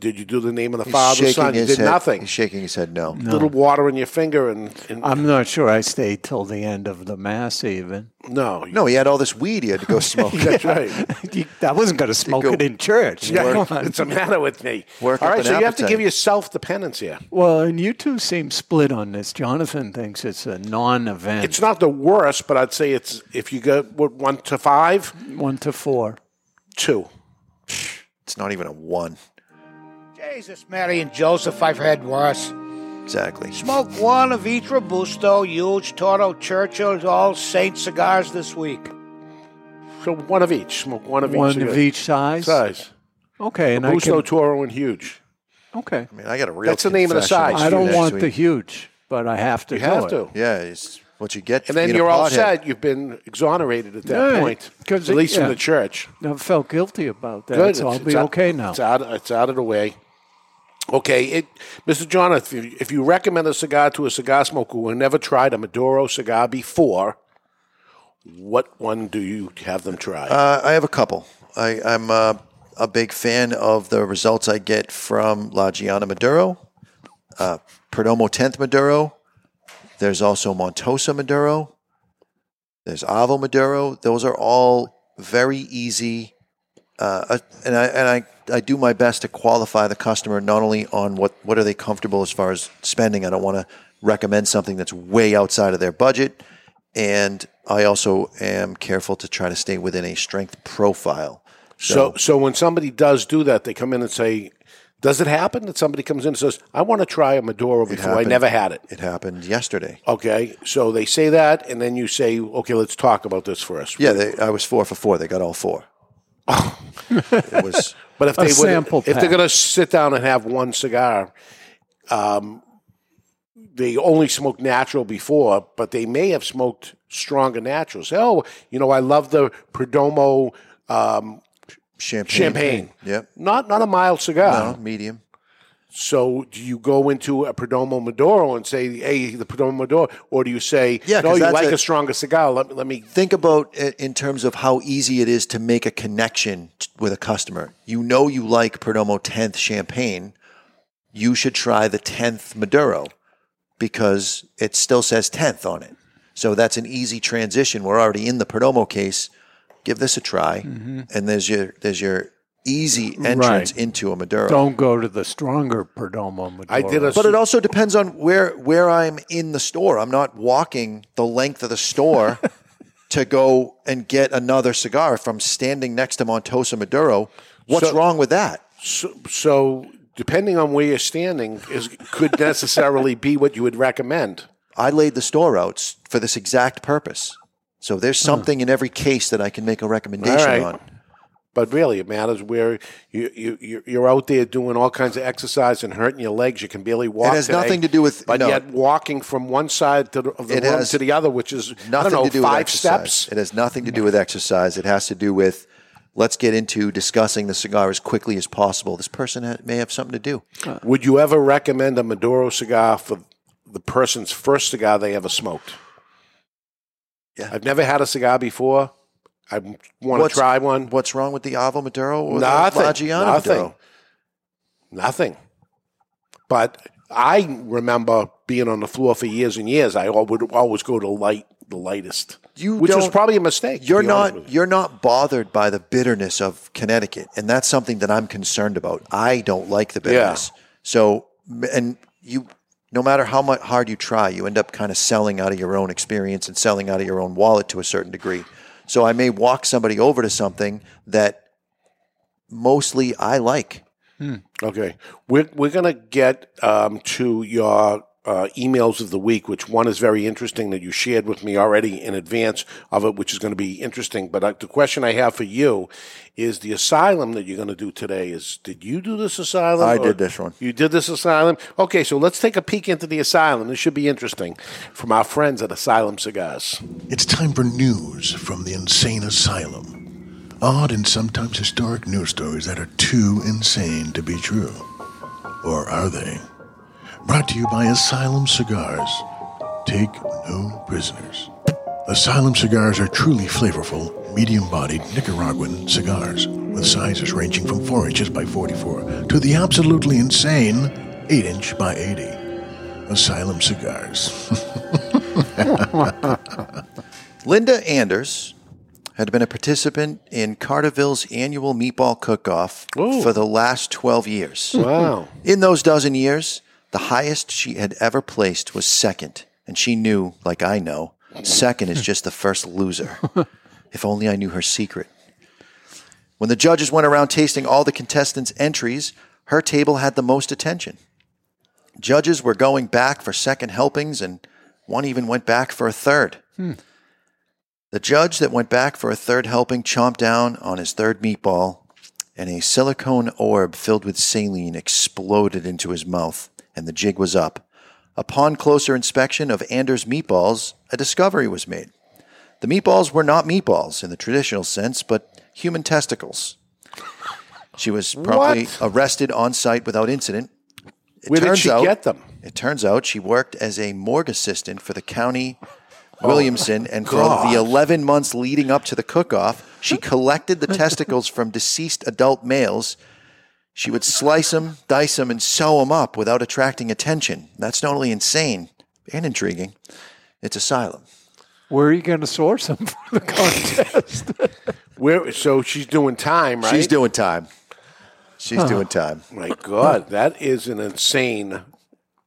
Speaker 1: Did you do the name of the Father, Son? You did
Speaker 3: head.
Speaker 1: nothing.
Speaker 3: He's shaking his head no.
Speaker 1: Little water in your finger, and, and
Speaker 2: I'm not sure I stayed till the end of the mass, even.
Speaker 1: No.
Speaker 3: No, he had all this weed he had to go smoke.
Speaker 1: That's right.
Speaker 2: You- I wasn't going to smoke
Speaker 3: go
Speaker 2: it in church.
Speaker 1: Yeah,
Speaker 2: Come on.
Speaker 1: what's the matter with me?
Speaker 3: Work
Speaker 1: All
Speaker 3: up an
Speaker 1: right, so you have to
Speaker 3: appetite.
Speaker 1: give yourself the penance here.
Speaker 2: Well, and you two seem split on this. Jonathan thinks it's a non-event.
Speaker 1: It's not the worst, but I'd say it's if you go what, one to five,
Speaker 2: one to four,
Speaker 1: two.
Speaker 3: It's not even a one.
Speaker 17: Jesus, Mary, and Joseph, I've had worse.
Speaker 3: Exactly.
Speaker 17: Smoke one of each Robusto, Huge, Toro, Churchill, All Saint cigars this week.
Speaker 1: So one of each. Smoke one of each.
Speaker 2: one of
Speaker 1: cigarette.
Speaker 2: each size.
Speaker 1: Size.
Speaker 2: Okay, and I
Speaker 1: Robusto,
Speaker 2: can,
Speaker 1: Toro, and Huge.
Speaker 2: Okay. I
Speaker 3: mean, I got a real.
Speaker 1: That's the name of the
Speaker 3: confession
Speaker 1: size.
Speaker 3: to
Speaker 2: I don't
Speaker 3: next
Speaker 2: want the
Speaker 3: week.
Speaker 2: huge, but I have to.
Speaker 1: You
Speaker 2: do
Speaker 1: have
Speaker 2: it.
Speaker 1: to.
Speaker 3: Yeah, it's what you get.
Speaker 1: And then
Speaker 3: being a
Speaker 1: you're all
Speaker 3: pothead.
Speaker 1: set. You've been exonerated at that
Speaker 2: Yeah,
Speaker 1: point,
Speaker 2: 'cause
Speaker 1: at
Speaker 2: it-
Speaker 1: least
Speaker 2: yeah.
Speaker 1: from the church.
Speaker 2: I felt guilty about that,
Speaker 1: Good.
Speaker 2: so I'll
Speaker 1: It's-
Speaker 2: be
Speaker 1: it's out-
Speaker 2: okay now.
Speaker 1: It's out, it's out of the way. Okay, it, Mr. Jonathan, if you, if you recommend a cigar to a cigar smoker who never tried a Maduro cigar before, what one do you have them try?
Speaker 3: Uh, I have a couple. I, I'm uh, a big fan of the results I get from La Giana Maduro, uh, Perdomo 10th Maduro. There's also Montosa Maduro. There's Avo Maduro. Those are all very easy. Uh, uh, and I, and I, I do my best to qualify the customer not only on what, what are they comfortable as far as spending. I don't want to recommend something that's way outside of their budget and I also am careful to try to stay within a strength profile.
Speaker 1: so, so when somebody does do that, they come in and say, "Does it happen that somebody comes in and says, I want to try a Maduro before I
Speaker 3: happened-
Speaker 1: never had it?"
Speaker 3: It happened yesterday.
Speaker 1: Okay, so they say that, and then you say, "Okay, let's talk about this first.
Speaker 3: Yeah, they, I was four for four. They got all four. it was.
Speaker 1: But if
Speaker 3: A
Speaker 1: they
Speaker 3: sample
Speaker 1: would, if they're
Speaker 3: pack.
Speaker 1: going to sit down and have one cigar, um, they only smoked natural before, but they may have smoked stronger naturals. Oh, you know, I love the Perdomo um,
Speaker 3: champagne.
Speaker 1: Champagne,
Speaker 3: Yep.
Speaker 1: not not a mild cigar.
Speaker 3: No, medium.
Speaker 1: So, do you go into a Perdomo Maduro and say, "Hey, the Perdomo Maduro," or do you say,
Speaker 3: Yeah, 'cause
Speaker 1: no, you
Speaker 3: that's
Speaker 1: like
Speaker 3: a-
Speaker 1: a stronger cigar? Let me, let me
Speaker 3: Think about it in terms of how easy it is to make a connection t- with a customer. You know you like Perdomo 10th champagne. You should try the 10th Maduro because it still says 10th on it. So that's an easy transition. We're already in the Perdomo case. Give this a try. And there's your there's your easy entrance
Speaker 2: Mm-hmm. Right.
Speaker 3: into a Maduro.
Speaker 2: Don't go to the stronger Perdomo Maduro.
Speaker 3: but it also depends on where where I'm in the store. I'm not walking the length of the store to go and get another cigar from standing next to Montosa Maduro. What's
Speaker 1: So-
Speaker 3: wrong with that?
Speaker 1: So, so depending on where you're standing, is could necessarily be what you would recommend.
Speaker 3: I laid the store out s- for this exact purpose. So there's something in every case that I can make a recommendation
Speaker 1: All right.
Speaker 3: on.
Speaker 1: But really, it matters where you, you, you- you're out there doing all kinds of exercise and hurting your legs. You can barely walk.
Speaker 3: has
Speaker 1: today,
Speaker 3: nothing to do with-
Speaker 1: but
Speaker 3: no.
Speaker 1: yet walking from one side to the, of the
Speaker 3: It
Speaker 1: room
Speaker 3: has
Speaker 1: to the other, which is I don't
Speaker 3: nothing
Speaker 1: know,
Speaker 3: to do with
Speaker 1: five
Speaker 3: exercise.
Speaker 1: steps.
Speaker 3: It has nothing to do with exercise. It has to do with let's get into discussing the cigar as quickly as possible. This person ha- may have something to do.
Speaker 1: Uh, Would you ever recommend a Maduro cigar for the person's first cigar they ever smoked?
Speaker 3: Yeah.
Speaker 1: I've never had a cigar before. I want to
Speaker 3: What's-
Speaker 1: try one.
Speaker 3: What's wrong with the Avo Maduro or
Speaker 1: nothing,
Speaker 3: the La Giana
Speaker 1: nothing,
Speaker 3: Maduro?
Speaker 1: nothing. But I remember being on the floor for years and years. I al- would always go to light, the lightest,
Speaker 3: You
Speaker 1: which was
Speaker 3: don't-
Speaker 1: probably a mistake. to
Speaker 3: You're
Speaker 1: be honest
Speaker 3: not you're not bothered by the bitterness of Connecticut, and that's something that I'm concerned about. I don't like the bitterness. So m- and you no matter how much hard you try, you end up kind of selling out of your own experience and selling out of your own wallet to a certain degree. So I may walk somebody over to something that mostly I like.
Speaker 1: Okay. We're, we're going to get um, to your uh, emails of the week, which one is very interesting that you shared with me already in advance of it, which is going to be interesting. But uh, the question I have for you is the asylum that you're going to do today is did you do this asylum?
Speaker 3: I
Speaker 1: or-
Speaker 3: did this one.
Speaker 1: You did this asylum? Okay, so let's take a peek into the asylum. This should be interesting from our friends at Asylum Cigars.
Speaker 5: It's time for news from the insane asylum. Odd and sometimes historic news stories that are too insane to be true. Or are they? Brought to you by Asylum Cigars. Take no prisoners. Asylum cigars are truly flavorful, medium bodied Nicaraguan cigars with sizes ranging from 4 inches by 44 to the absolutely insane 8 inch by 80. Asylum cigars.
Speaker 3: Linda Anders had been a participant in Carterville's annual meatball cook-off for the last 12 years.
Speaker 1: Wow.
Speaker 3: In those dozen years, the highest she had ever placed was second, and she knew, like I know, second is just the first loser. if only I knew her secret. When the judges went around tasting all the contestants' entries, her table had the most attention. Judges were going back for second helpings, and one even went back for a third. The judge that went back for a third helping chomped down on his third meatball, and a silicone orb filled with saline exploded into his mouth, and the jig was up. Upon closer inspection of Anders' meatballs, a discovery was made. The meatballs were not meatballs in the traditional sense, but human testicles. She was promptly arrested on site without incident. It
Speaker 1: Where did she get
Speaker 3: them? It turns out she worked as a morgue assistant for the county
Speaker 1: Oh,
Speaker 3: Williamson, and for
Speaker 1: God.
Speaker 3: the 11 months leading up to the cook off, she collected the testicles from deceased adult males. She would slice them, dice them, and sew them up without attracting attention. That's not only insane and intriguing, it's asylum.
Speaker 2: Where are you going to source them for the contest?
Speaker 1: Where? So she's doing time, right?
Speaker 3: She's doing time. She's
Speaker 1: Huh.
Speaker 3: doing time.
Speaker 1: My God, that is an insane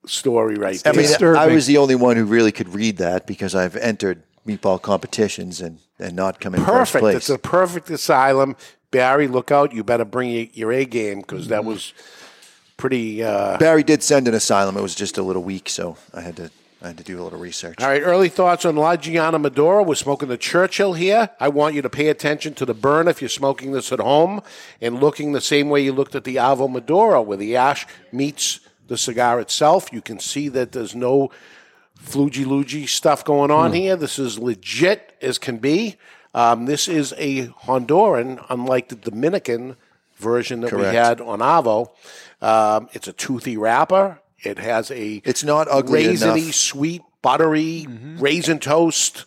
Speaker 1: story right
Speaker 3: I
Speaker 1: there.
Speaker 3: mean, I was the only one who really could read that because I've entered meatball competitions and, and not come in first
Speaker 1: perfect.
Speaker 3: place.
Speaker 1: It's a perfect asylum. Barry, look out! You better bring your, your A game because that was pretty. Uh,
Speaker 3: Mm-hmm. Barry did send an asylum. It was just a little weak, so I had to I had to do a little research.
Speaker 1: All right, early thoughts on La Giana Medora. We're smoking the Churchill here. I want you to pay attention to the burn if you're smoking this at home and looking the same way you looked at the Avo Medora, where the ash meets the cigar itself. You can see that there's no floogie loogie stuff going
Speaker 3: Hmm.
Speaker 1: on here. This is legit as can be. Um, this is a Honduran, unlike the Dominican version that
Speaker 3: Correct.
Speaker 1: we had on Avo. Um, it's a toothy wrapper. It has a
Speaker 3: it's not ugly
Speaker 1: raisiny,
Speaker 3: enough. Mm-hmm.
Speaker 1: sweet, buttery, raisin toast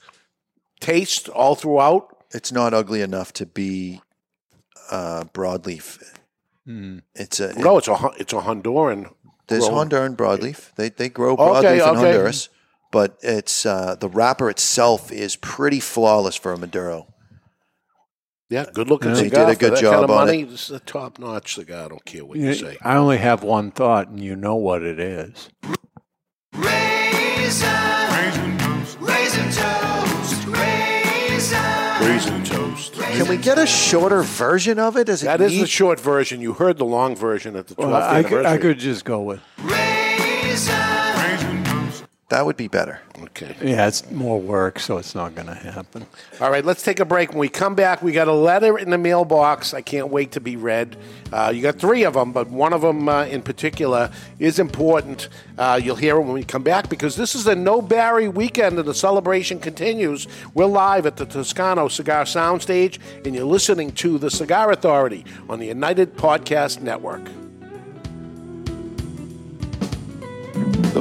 Speaker 1: taste all throughout.
Speaker 3: It's not ugly enough to be uh, broadleaf. It's a
Speaker 1: Hmm. No, it's a Hon- it's a Honduran.
Speaker 3: there's
Speaker 1: grown-
Speaker 3: Honduran broadleaf. They they grow broadleaf
Speaker 1: Okay,
Speaker 3: in
Speaker 1: okay.
Speaker 3: Honduras, but it's uh, the wrapper itself is pretty flawless for a Maduro.
Speaker 1: Yeah, good looking
Speaker 3: Yeah. They
Speaker 1: cigar.
Speaker 3: did a
Speaker 1: for
Speaker 3: good
Speaker 1: that
Speaker 3: job
Speaker 1: kind of
Speaker 3: on
Speaker 1: money. This is a top notch cigar. I don't care what you
Speaker 2: You-
Speaker 1: say.
Speaker 2: I only have one thought, and you know what it is.
Speaker 14: Raisin toast, raisin,
Speaker 1: Raisin toast.
Speaker 3: Can we get a shorter version of it? Does it
Speaker 1: That is
Speaker 3: need-
Speaker 1: the short version. You heard the long version at the 12th
Speaker 2: Well, I, could,
Speaker 1: anniversary.
Speaker 2: I could just go with.
Speaker 3: That would be better.
Speaker 1: Okay.
Speaker 2: Yeah, it's more work, so it's not going to happen.
Speaker 1: All right, let's take a break. When we come back, we got a letter in the mailbox. I can't wait to be read. Uh, you got three of them, but one of them uh, in particular is important. Uh, you'll hear it when we come back because this is a no Barry weekend and the celebration continues. We're live at the Toscano Cigar Soundstage, and you're listening to The Cigar Authority on the United Podcast Network.
Speaker 18: The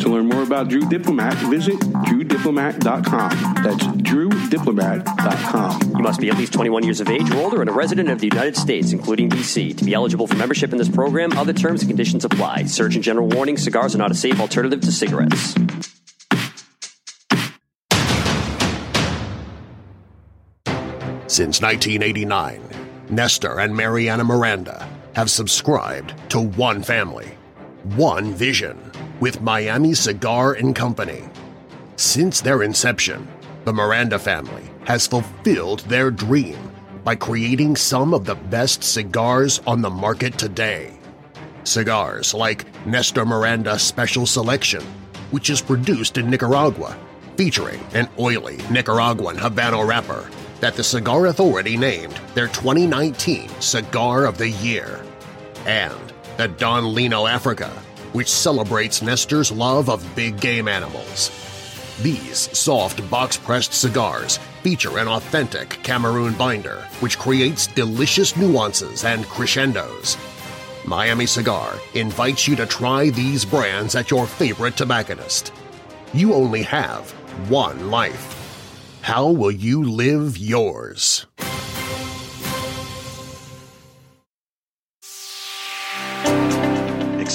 Speaker 18: To learn more about Drew Diplomat, visit drewdiplomat.com. That's drewdiplomat.com.
Speaker 19: You must be at least 21 years of age or older and a resident of the United States, including D.C. To be eligible for membership in this program, other terms and conditions apply. Surgeon General warning cigars are not a safe alternative to cigarettes.
Speaker 20: Since 1989, Nestor and Mariana Miranda have subscribed to one family, one vision with Miami Cigar and Company. Since their inception, the Miranda family has fulfilled their dream by creating some of the best cigars on the market today. Cigars like Nestor Miranda Special Selection, which is produced in Nicaragua, featuring an oily Nicaraguan Habano wrapper that the Cigar Authority named their 2019 Cigar of the Year. And at Don Lino Africa, which celebrates Nestor's love of big game animals. These soft box-pressed cigars feature an authentic Cameroon binder, which creates delicious nuances and crescendos. Miami Cigar invites you to try these brands at your favorite tobacconist. You only have one life. How will you live yours?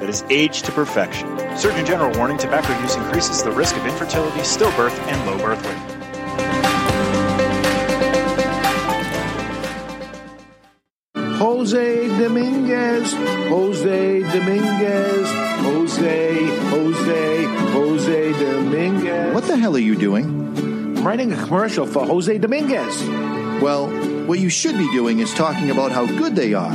Speaker 4: that is aged to perfection. Surgeon General warning tobacco use increases the risk of infertility, stillbirth, and low birth weight.
Speaker 7: Jose Dominguez, Jose Dominguez, Jose, Jose, Jose Dominguez.
Speaker 3: What the hell are you doing?
Speaker 7: I'm writing a commercial for Jose Dominguez.
Speaker 3: Well, what you should be doing is talking about how good they are.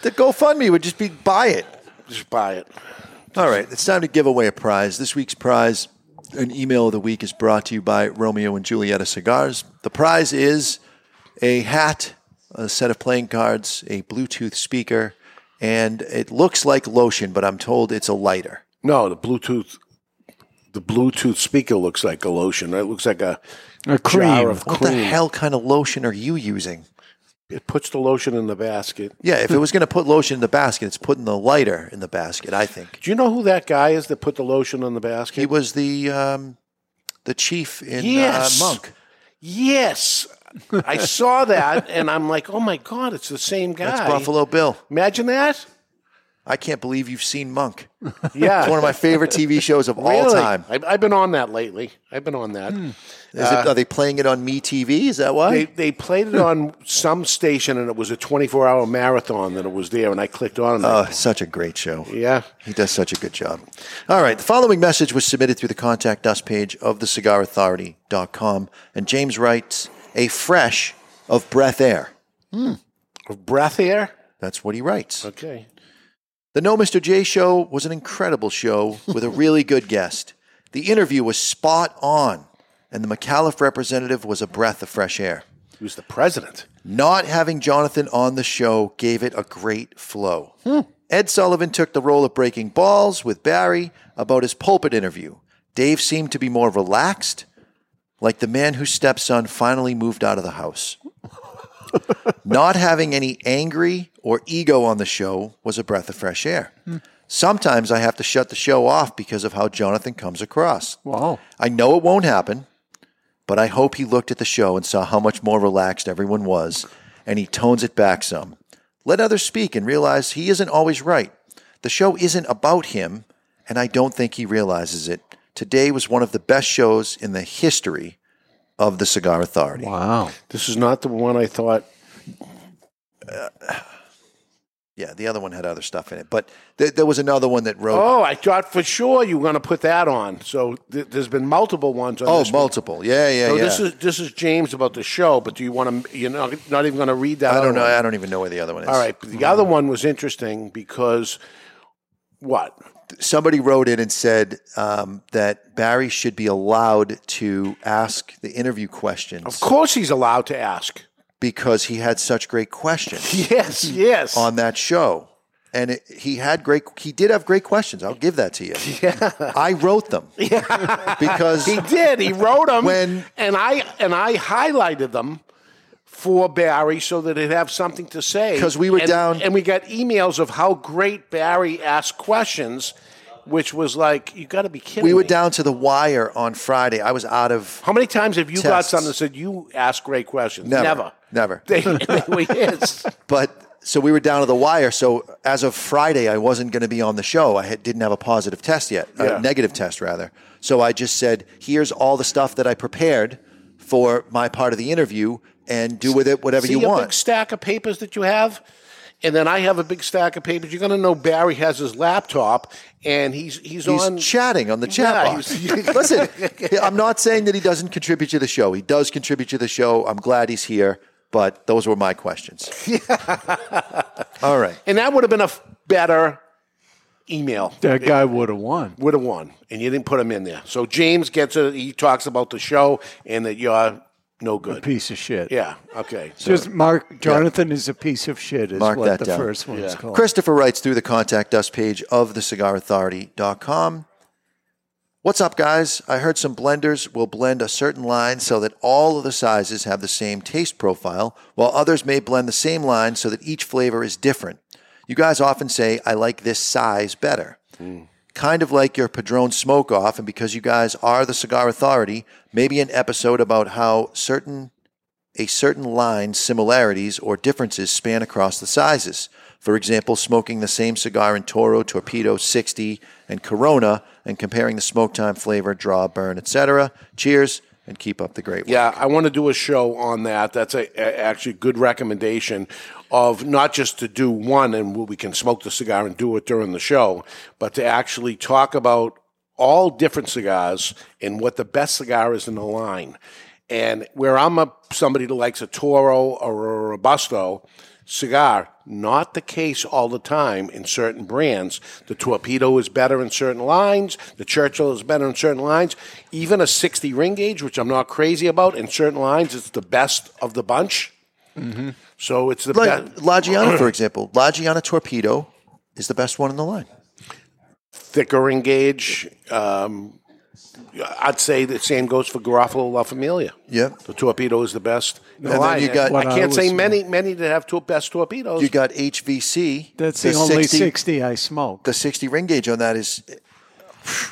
Speaker 3: the GoFundMe would just be buy it.
Speaker 1: Just buy it.
Speaker 3: All right, it's time to give away a prize. This week's prize, an email of the week, is brought to you by Romeo and Julieta Cigars. The prize is a hat, a set of playing cards, a Bluetooth speaker, and it looks like lotion, but I'm told it's a lighter.
Speaker 1: No, the Bluetooth, the Bluetooth speaker looks like a lotion. Right? It looks like a, jar of cream.
Speaker 3: What the hell kind of lotion are you using?
Speaker 1: It puts the lotion in the basket.
Speaker 3: Yeah, if it was going to put lotion in the basket, it's putting the lighter in the basket. I think
Speaker 1: Do you know who that guy is that put the lotion on the basket?
Speaker 3: he was the um, the chief in
Speaker 1: Yes.
Speaker 3: uh, Monk.
Speaker 1: Yes. I saw that and I'm like, oh my God, it's the same guy.
Speaker 3: That's Buffalo Bill.
Speaker 1: Imagine that.
Speaker 3: I can't believe you've seen Monk.
Speaker 1: Yeah.
Speaker 3: it's one of my favorite TV shows of all
Speaker 1: Really?
Speaker 3: time.
Speaker 1: I, I've been on that lately. I've been on that.
Speaker 3: Hmm.
Speaker 1: Uh,
Speaker 3: Is it, are they playing it on Me TV? Is that why?
Speaker 1: They, they played it on some station and it was a 24 hour marathon that it was there and I clicked on it.
Speaker 3: Oh, such a great show.
Speaker 1: Yeah.
Speaker 3: He does such a good job. All right. The following message was submitted through the contact us page of thecigarauthority.com. And James writes, a fresh of breath air.
Speaker 1: Hmm. Of breath air?
Speaker 3: That's what he writes.
Speaker 1: Okay.
Speaker 3: The No Mr. J show was an incredible show with a really good guest. The interview was spot on, and the McAuliffe representative was a breath of fresh air.
Speaker 1: He was the president.
Speaker 3: Not having Jonathan on the show gave it a great flow. Ed Sullivan took the role of breaking balls with Barry about his pulpit interview. Dave seemed to be more relaxed, like the man whose stepson finally moved out of the house. Not having any angry or ego on the show was a breath of fresh air. Sometimes I have to shut the show off because of how Jonathan comes across.
Speaker 2: Wow.
Speaker 3: I know it won't happen, but I hope he looked at the show and saw how much more relaxed everyone was, and he tones it back some. Let others speak and realize he isn't always right. The show isn't about him, and I don't think he realizes it. Today was one of the best shows in the history of the Cigar Authority.
Speaker 2: Wow.
Speaker 1: This is not the one I thought.
Speaker 3: Uh, Yeah, the other one had other stuff in it, but th- there was another one that wrote.
Speaker 1: Oh, I thought for sure you were going to put that on. So th- there's been multiple ones on
Speaker 3: Oh,
Speaker 1: this one.
Speaker 3: multiple. Yeah, yeah,
Speaker 1: so
Speaker 3: yeah.
Speaker 1: this is this is James about the show, but do you want to? You're not, not even going to read that.
Speaker 3: I
Speaker 1: other
Speaker 3: don't know.
Speaker 1: one?
Speaker 3: I don't even know where the other one is. Hmm.
Speaker 1: All right, but the other one was interesting because what?
Speaker 3: somebody wrote in and said um, that Barry should be allowed to ask the interview questions. Of
Speaker 1: course, he's allowed to ask
Speaker 3: because he had such great questions
Speaker 1: Yes, yes.
Speaker 3: on that show, and it, he had great. He did have great questions. I'll give that to you. I wrote them because
Speaker 1: he did. He wrote them, and I and I highlighted them for Barry so that he'd have something to say.
Speaker 3: 'Cause we were
Speaker 1: And-
Speaker 3: down-
Speaker 1: and we got emails of how great Barry asked questions, which was like, you got to be kidding.
Speaker 3: we were
Speaker 1: me.
Speaker 3: down to the wire on Friday. I was out of
Speaker 1: How many times have you got
Speaker 3: Tests.
Speaker 1: something that said you ask great questions?
Speaker 3: never, never.
Speaker 1: They, they were yes.
Speaker 3: but so we were down to the wire. So as of Friday, I wasn't going to be on the show. I had, didn't have a positive test yet,
Speaker 1: Yeah.
Speaker 3: a negative test rather. So I just said, "Here's all the stuff that I prepared for my part of the interview, and do with it whatever
Speaker 1: See
Speaker 3: you
Speaker 1: a
Speaker 3: want."
Speaker 1: big stack of papers that you have, and then I have a big stack of papers. You're going to know Barry has his laptop, and he's he's,
Speaker 3: He's
Speaker 1: on
Speaker 3: chatting on the chat
Speaker 1: Yeah,
Speaker 3: box.
Speaker 1: he's-
Speaker 3: Listen, I'm not saying that he doesn't contribute to the show. He does contribute to the show. I'm glad he's here, but those were my questions. All right.
Speaker 1: And that would have been a f- better email.
Speaker 2: That guy would have won.
Speaker 1: Would have won, and you didn't put him in there. So James gets it. He talks about the show and that you're no good.
Speaker 2: piece of shit.
Speaker 1: Yeah. Okay.
Speaker 2: Just mark Jonathan is a piece of shit. Is
Speaker 3: Mark
Speaker 2: what
Speaker 3: that
Speaker 2: the
Speaker 3: down.
Speaker 2: first one's called.
Speaker 3: Christopher writes through the contact us page of thecigarauthority.com. What's up, guys? I heard some blenders will blend a certain line so that all of the sizes have the same taste profile, while others may blend the same line so that each flavor is different. You guys often say, I like this size better. Kind of like your Padron smoke off, and because you guys are the cigar authority, maybe an episode about how certain a certain line's similarities or differences span across the sizes. For example, smoking the same cigar in Toro, Torpedo 60, and Corona, and comparing the smoke time, flavor, draw, burn, etc. Cheers, and keep up the great work.
Speaker 1: Yeah, I want to do a show on that. That's a, a- actually a good recommendation of not just to do one and we can smoke the cigar and do it during the show, but to actually talk about all different cigars and what the best cigar is in the line. And where I'm a somebody that likes a Toro or a Robusto cigar, not the case all the time in certain brands. The Torpedo is better in certain lines. The Churchill is better in certain lines. Even a 60 ring gauge, which I'm not crazy about, in certain lines, it's the best of the bunch.
Speaker 3: Mhm.
Speaker 1: So it's the
Speaker 3: Like
Speaker 1: best.
Speaker 3: La Giana, for example, La Giana Torpedo is the best one in the line.
Speaker 1: thicker ring gauge. Um, I'd say the same goes for Garofalo La Familia.
Speaker 3: Yeah.
Speaker 1: The torpedo is the best. in the
Speaker 3: And then
Speaker 1: line.
Speaker 3: you got-
Speaker 1: I
Speaker 3: What I
Speaker 1: can't say
Speaker 3: was-
Speaker 1: many many that have two best torpedoes.
Speaker 3: You got HVC.
Speaker 2: That's the only 60 I smoke.
Speaker 3: The 60 ring gauge on that is.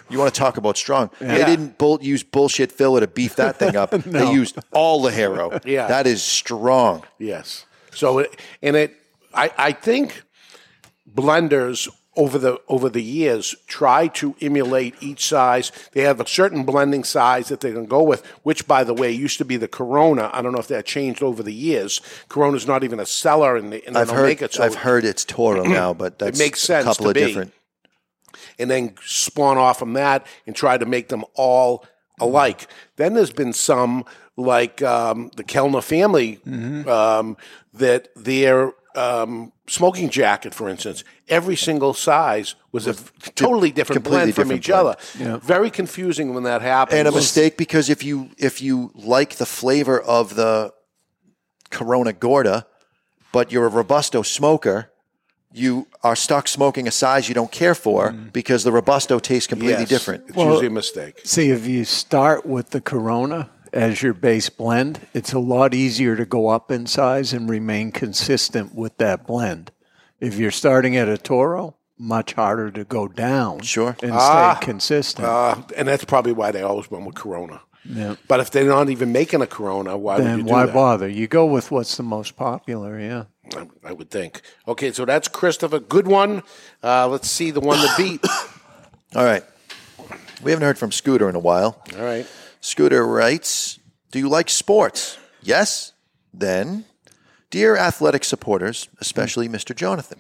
Speaker 3: You want to talk about strong? They
Speaker 1: Yeah.
Speaker 3: didn't bull, use bullshit filler to beef that thing up. They
Speaker 1: No.
Speaker 3: used all the hero.
Speaker 1: Yeah.
Speaker 3: that is strong.
Speaker 1: Yes. So it, and it, I, I think blenders over the over the years try to emulate each size. They have a certain blending size that they can go with, which by the way used to be the Corona. I don't know if that changed over the years. Corona's not even a seller in the in
Speaker 3: I've
Speaker 1: the
Speaker 3: heard.
Speaker 1: Omega, so
Speaker 3: I've heard it's Toro now, but
Speaker 1: It
Speaker 3: that's
Speaker 1: makes sense
Speaker 3: a couple
Speaker 1: to
Speaker 3: of
Speaker 1: be.
Speaker 3: different.
Speaker 1: and then spawn off from that and try to make them all alike. Then there's been some like um, the Kellner family
Speaker 3: Mm-hmm.
Speaker 1: um, that their um, smoking jacket, for instance, every single size was a totally different
Speaker 3: completely
Speaker 1: blend from
Speaker 3: different
Speaker 1: each
Speaker 3: blend.
Speaker 1: other. Very confusing when that happens.
Speaker 3: and a mistake because if you if you like the flavor of the Corona Gorda, but you're a robusto smoker, you are stuck smoking a size you don't care for because the robusto tastes completely
Speaker 1: Mm. Yes.
Speaker 3: different.
Speaker 1: It's usually a mistake.
Speaker 2: See, if you start with the Corona as your base blend, it's a lot easier to go up in size and remain consistent with that blend. If you're starting at a Toro, much harder to go down
Speaker 3: sure.
Speaker 2: and
Speaker 1: Ah.
Speaker 2: stay consistent.
Speaker 1: Uh, and that's probably why they always went with Corona.
Speaker 2: Yeah.
Speaker 1: But if they're not even making a Corona, why would you
Speaker 2: then
Speaker 1: do
Speaker 2: why
Speaker 1: that?
Speaker 2: bother? You go with what's the most popular, yeah.
Speaker 1: I, I would think. Okay, so that's Christopher. Good one. Uh, let's see the one that beat.
Speaker 3: All right. We haven't heard from Scooter in a while.
Speaker 1: All right.
Speaker 3: Scooter writes Do you like sports? Yes. Then, dear athletic supporters, especially Mr. Jonathan,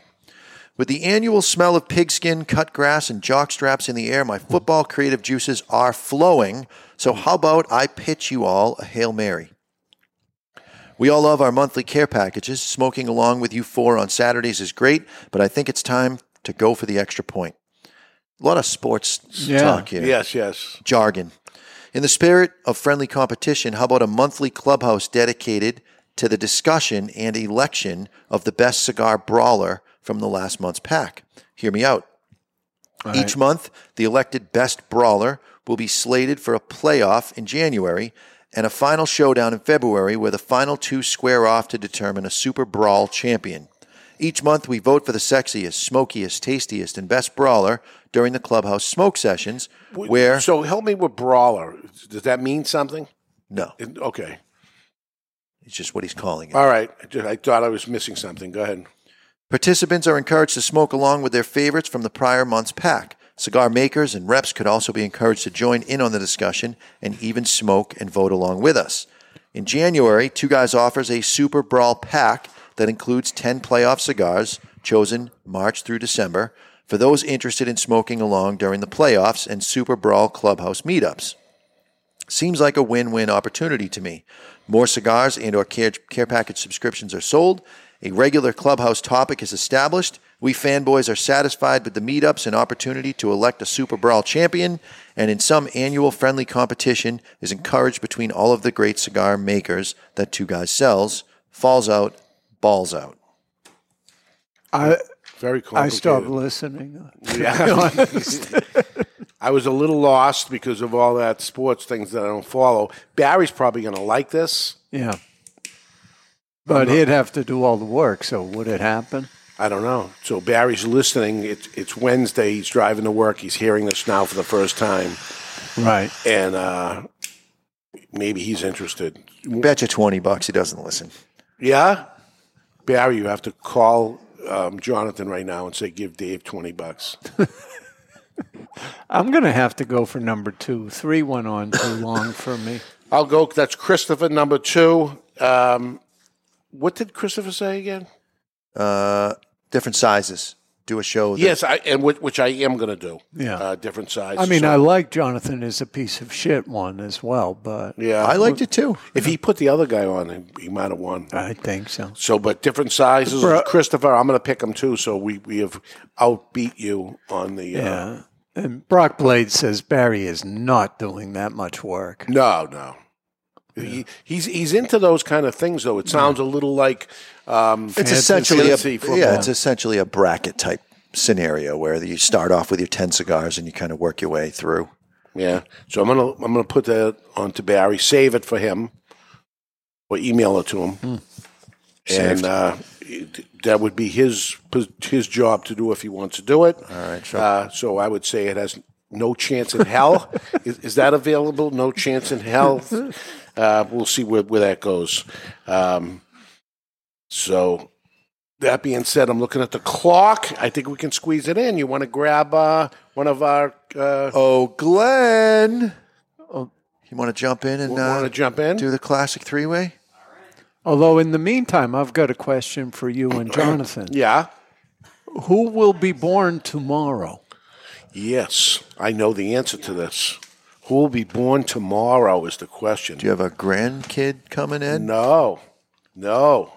Speaker 3: with the annual smell of pigskin, cut grass, and jock straps in the air, my football creative juices are flowing. So, how about I pitch you all a Hail Mary? We all love our monthly care packages. Smoking along with you four on Saturdays is great, but I think it's time to go for the extra point. A lot of sports talk here.
Speaker 1: Yes, yes.
Speaker 3: Jargon. In the spirit of friendly competition, how about a monthly clubhouse dedicated to the discussion and election of the best cigar brawler from the last month's pack? Hear me out.
Speaker 21: All
Speaker 3: Each
Speaker 21: right.
Speaker 3: month, the elected best brawler will be slated for a playoff in January and a final showdown in February where the final two square off to determine a Super Brawl champion. Each month, we vote for the sexiest, smokiest, tastiest, and best brawler during the clubhouse smoke sessions where.
Speaker 1: So help me with brawler. Does that mean something?
Speaker 3: No.
Speaker 1: It- okay.
Speaker 3: It's just what he's calling it.
Speaker 1: All right. I ju- I thought I was missing something. Go ahead.
Speaker 3: Participants are encouraged to smoke along with their favorites from the prior month's pack. Cigar makers and reps could also be encouraged to join in on the discussion and even smoke and vote along with us. In January, Two Guys offers a Super Brawl pack that includes 10 playoff cigars chosen March through December for those interested in smoking along during the playoffs and Super Brawl clubhouse meetups. Seems like a win-win opportunity to me. More cigars and or care, care package subscriptions are sold. A regular clubhouse topic is established. We fanboys are satisfied with the meetups and opportunity to elect a Super Brawl champion, and in some annual friendly competition is encouraged between all of the great cigar makers that Two Guys sells. Falls out, balls out.
Speaker 2: I
Speaker 1: Very
Speaker 2: I
Speaker 1: complicated.
Speaker 2: stopped listening. to be
Speaker 1: Yeah.
Speaker 2: honest.
Speaker 1: I was a little lost because of all that sports things that I don't follow. Barry's probably going to like this.
Speaker 2: yeah. But
Speaker 1: not-
Speaker 2: he'd have to do all the work, so would it happen?
Speaker 1: I don't know. So Barry's listening. It's, it's Wednesday. He's driving to work. He's hearing this now for the first time.
Speaker 2: Right.
Speaker 1: And uh, maybe he's interested.
Speaker 3: Bet you 20 bucks he doesn't listen.
Speaker 1: Yeah, Barry, you have to call um, Jonathan right now and say, "Give Dave twenty bucks."
Speaker 2: I'm going to have to go for number two. Three went on too long for me.
Speaker 1: I'll go. That's Christopher number two. Um, what did Christopher say again?
Speaker 3: Uh, different sizes. Do a show. That,
Speaker 1: Yes, I, and which, which I am going to do.
Speaker 2: Yeah.
Speaker 1: uh, different size.
Speaker 2: I mean,
Speaker 1: so-
Speaker 2: I like Jonathan as a piece of shit one as well, but
Speaker 1: yeah, I liked
Speaker 3: it too.
Speaker 1: If he put the other guy on, he, he might have won.
Speaker 2: I think so.
Speaker 1: So, but different sizes.
Speaker 2: Bro-
Speaker 1: Christopher, I'm going to pick him too. So we we have outbeat you on the. Uh,
Speaker 2: Yeah. And Brock Blade says Barry is not doing that much work.
Speaker 1: No, no. He, he's he's into those kind of things though. It sounds a little like um,
Speaker 3: it's essentially a,
Speaker 1: fantasy
Speaker 3: yeah, it's essentially a bracket type scenario where you start off with your ten cigars and you kind of work your way through.
Speaker 1: Yeah. So I'm gonna I'm gonna put that on to Barry. Save it for him, or email it to him,
Speaker 3: Hmm. Saved.
Speaker 1: and uh, it- that would be his his job to do if he wants to do it.
Speaker 3: All right. Sure.
Speaker 1: Uh, so I would say it has no chance in hell. is, is that available? No chance in hell. Uh, we'll see where, where that goes. Um, so that being said, I'm looking at the clock. I think we can squeeze it in. You want to grab uh, one of our? Uh,
Speaker 3: oh, Glenn. You want to jump in and
Speaker 1: Want to
Speaker 3: uh,
Speaker 1: jump in?
Speaker 3: do the classic three way?
Speaker 2: Although, in the meantime, I've got a question for you and Jonathan.
Speaker 1: yeah.
Speaker 2: Who will be born tomorrow?
Speaker 1: Yes, I know the answer to this. Who will be born tomorrow is the question. Do
Speaker 3: you have a grandkid coming in?
Speaker 1: No, no.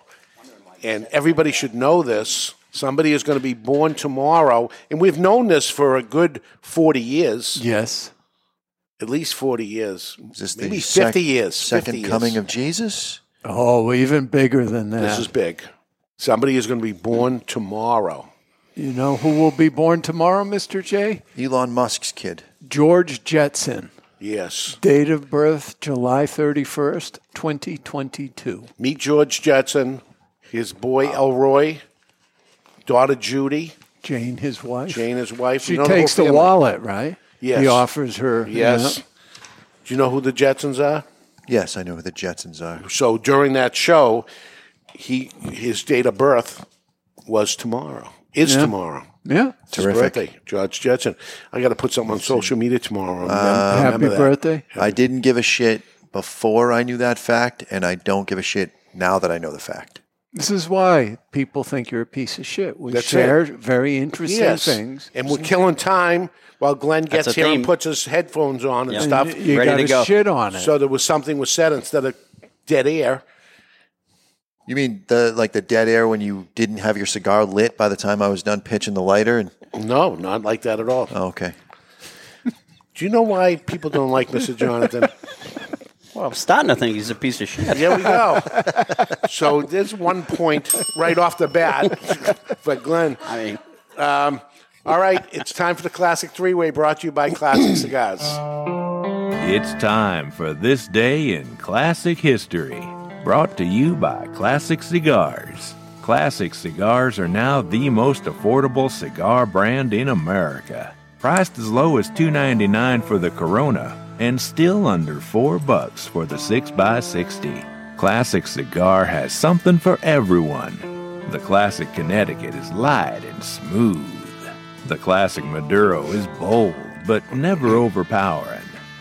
Speaker 1: And everybody should know this. Somebody is going to be born tomorrow, and we've known this for a good forty years.
Speaker 2: Yes,
Speaker 1: at least forty years.
Speaker 3: Is this
Speaker 1: Maybe
Speaker 3: the
Speaker 1: fifty
Speaker 3: sec-
Speaker 1: years.
Speaker 3: Second
Speaker 1: 50 years.
Speaker 3: coming of Jesus.
Speaker 2: Oh, even bigger than that.
Speaker 1: This is big. Somebody is going to be born tomorrow.
Speaker 2: you know who will be born tomorrow, Mr. J?
Speaker 3: Elon Musk's kid.
Speaker 2: George Jetson.
Speaker 1: Yes.
Speaker 2: Date of birth, July 31st, 2022.
Speaker 1: Meet George Jetson, his boy Elroy, daughter Judy,
Speaker 2: Jane, his wife.
Speaker 1: Jane, his wife.
Speaker 2: She
Speaker 1: You know whole
Speaker 2: takes the,
Speaker 1: family.
Speaker 2: wallet, right?
Speaker 1: Yes.
Speaker 2: He offers her.
Speaker 1: Yes.
Speaker 2: yeah.
Speaker 1: Do you know who the Jetsons are?
Speaker 3: Yes, I know who the Jetsons are.
Speaker 1: So during that show, he his date of birth was tomorrow. Is
Speaker 3: Yeah.
Speaker 1: tomorrow.
Speaker 2: Yeah.
Speaker 1: It's his
Speaker 3: Terrific.
Speaker 1: birthday, George Jetson. I got to put something on social media tomorrow.
Speaker 3: Uh,
Speaker 1: Remember that.
Speaker 3: I didn't give a shit before I knew that fact, and I don't give a shit now that I know the fact.
Speaker 2: This is why people think you're a piece of shit. We
Speaker 1: That's
Speaker 2: share
Speaker 1: it.
Speaker 2: very interesting
Speaker 1: Yes.
Speaker 2: things.
Speaker 1: And we're killing time while Glenn
Speaker 2: That's
Speaker 1: gets
Speaker 2: a
Speaker 1: here and
Speaker 2: theme.
Speaker 1: puts his headphones on and
Speaker 2: Yeah.
Speaker 1: stuff.
Speaker 2: You Ready gotta to go. shit on it.
Speaker 1: So there was something was said instead of dead air.
Speaker 3: You mean the like the dead air when you didn't have your cigar lit by the time I was done pitching the lighter? And
Speaker 1: no, not like that at all.
Speaker 3: Oh, okay.
Speaker 1: Do you know why people don't like Mr. Jonathan?
Speaker 21: Well, I'm starting to think he's a piece of shit.
Speaker 1: There we go. so there's one point right off the bat for Glenn. I mean, um, all right, it's time for the classic three-way, brought to you by Classic Cigars.
Speaker 22: It's time for This Day in Classic History, brought to you by Classic Cigars. Classic Cigars are now the most affordable cigar brand in America. Priced as low as $2.99 for the Corona and still under 4 bucks for the 6x60. Classic Cigar has something for everyone. The Classic Connecticut is light and smooth. The classic Maduro is bold, but never overpowering.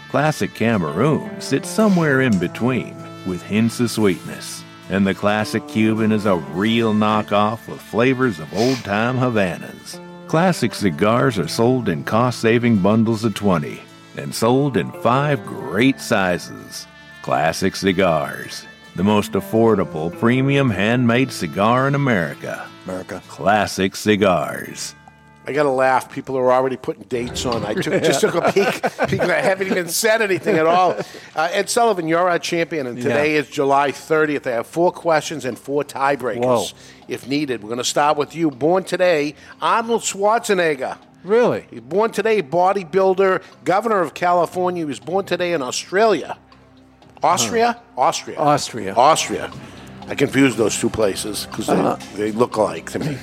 Speaker 22: Classic Cameroon sits somewhere in between, with hints of sweetness. And the classic Cuban is a real knockoff with flavors of old time Havanas. Classic cigars are sold in cost saving bundles of 20 and sold in five great sizes. Classic Cigars, the most affordable premium handmade cigar in America.
Speaker 3: America.
Speaker 22: Classic Cigars.
Speaker 1: I got to laugh. People are already putting dates on. I took, just took a peek. People, I haven't even said anything at all. Uh, Ed Sullivan, you're our champion, and today is July 30th. I have four questions and four tiebreakers
Speaker 2: Whoa.
Speaker 1: if needed. We're going to start with you. Born today, Arnold Schwarzenegger.
Speaker 2: Really?
Speaker 1: He's born today, bodybuilder, governor of California. He was born today in Australia. Austria? Austria.
Speaker 2: Uh-huh. Austria.
Speaker 1: Austria. I confuse those two places because they,
Speaker 2: Uh-huh.
Speaker 1: they look alike to me.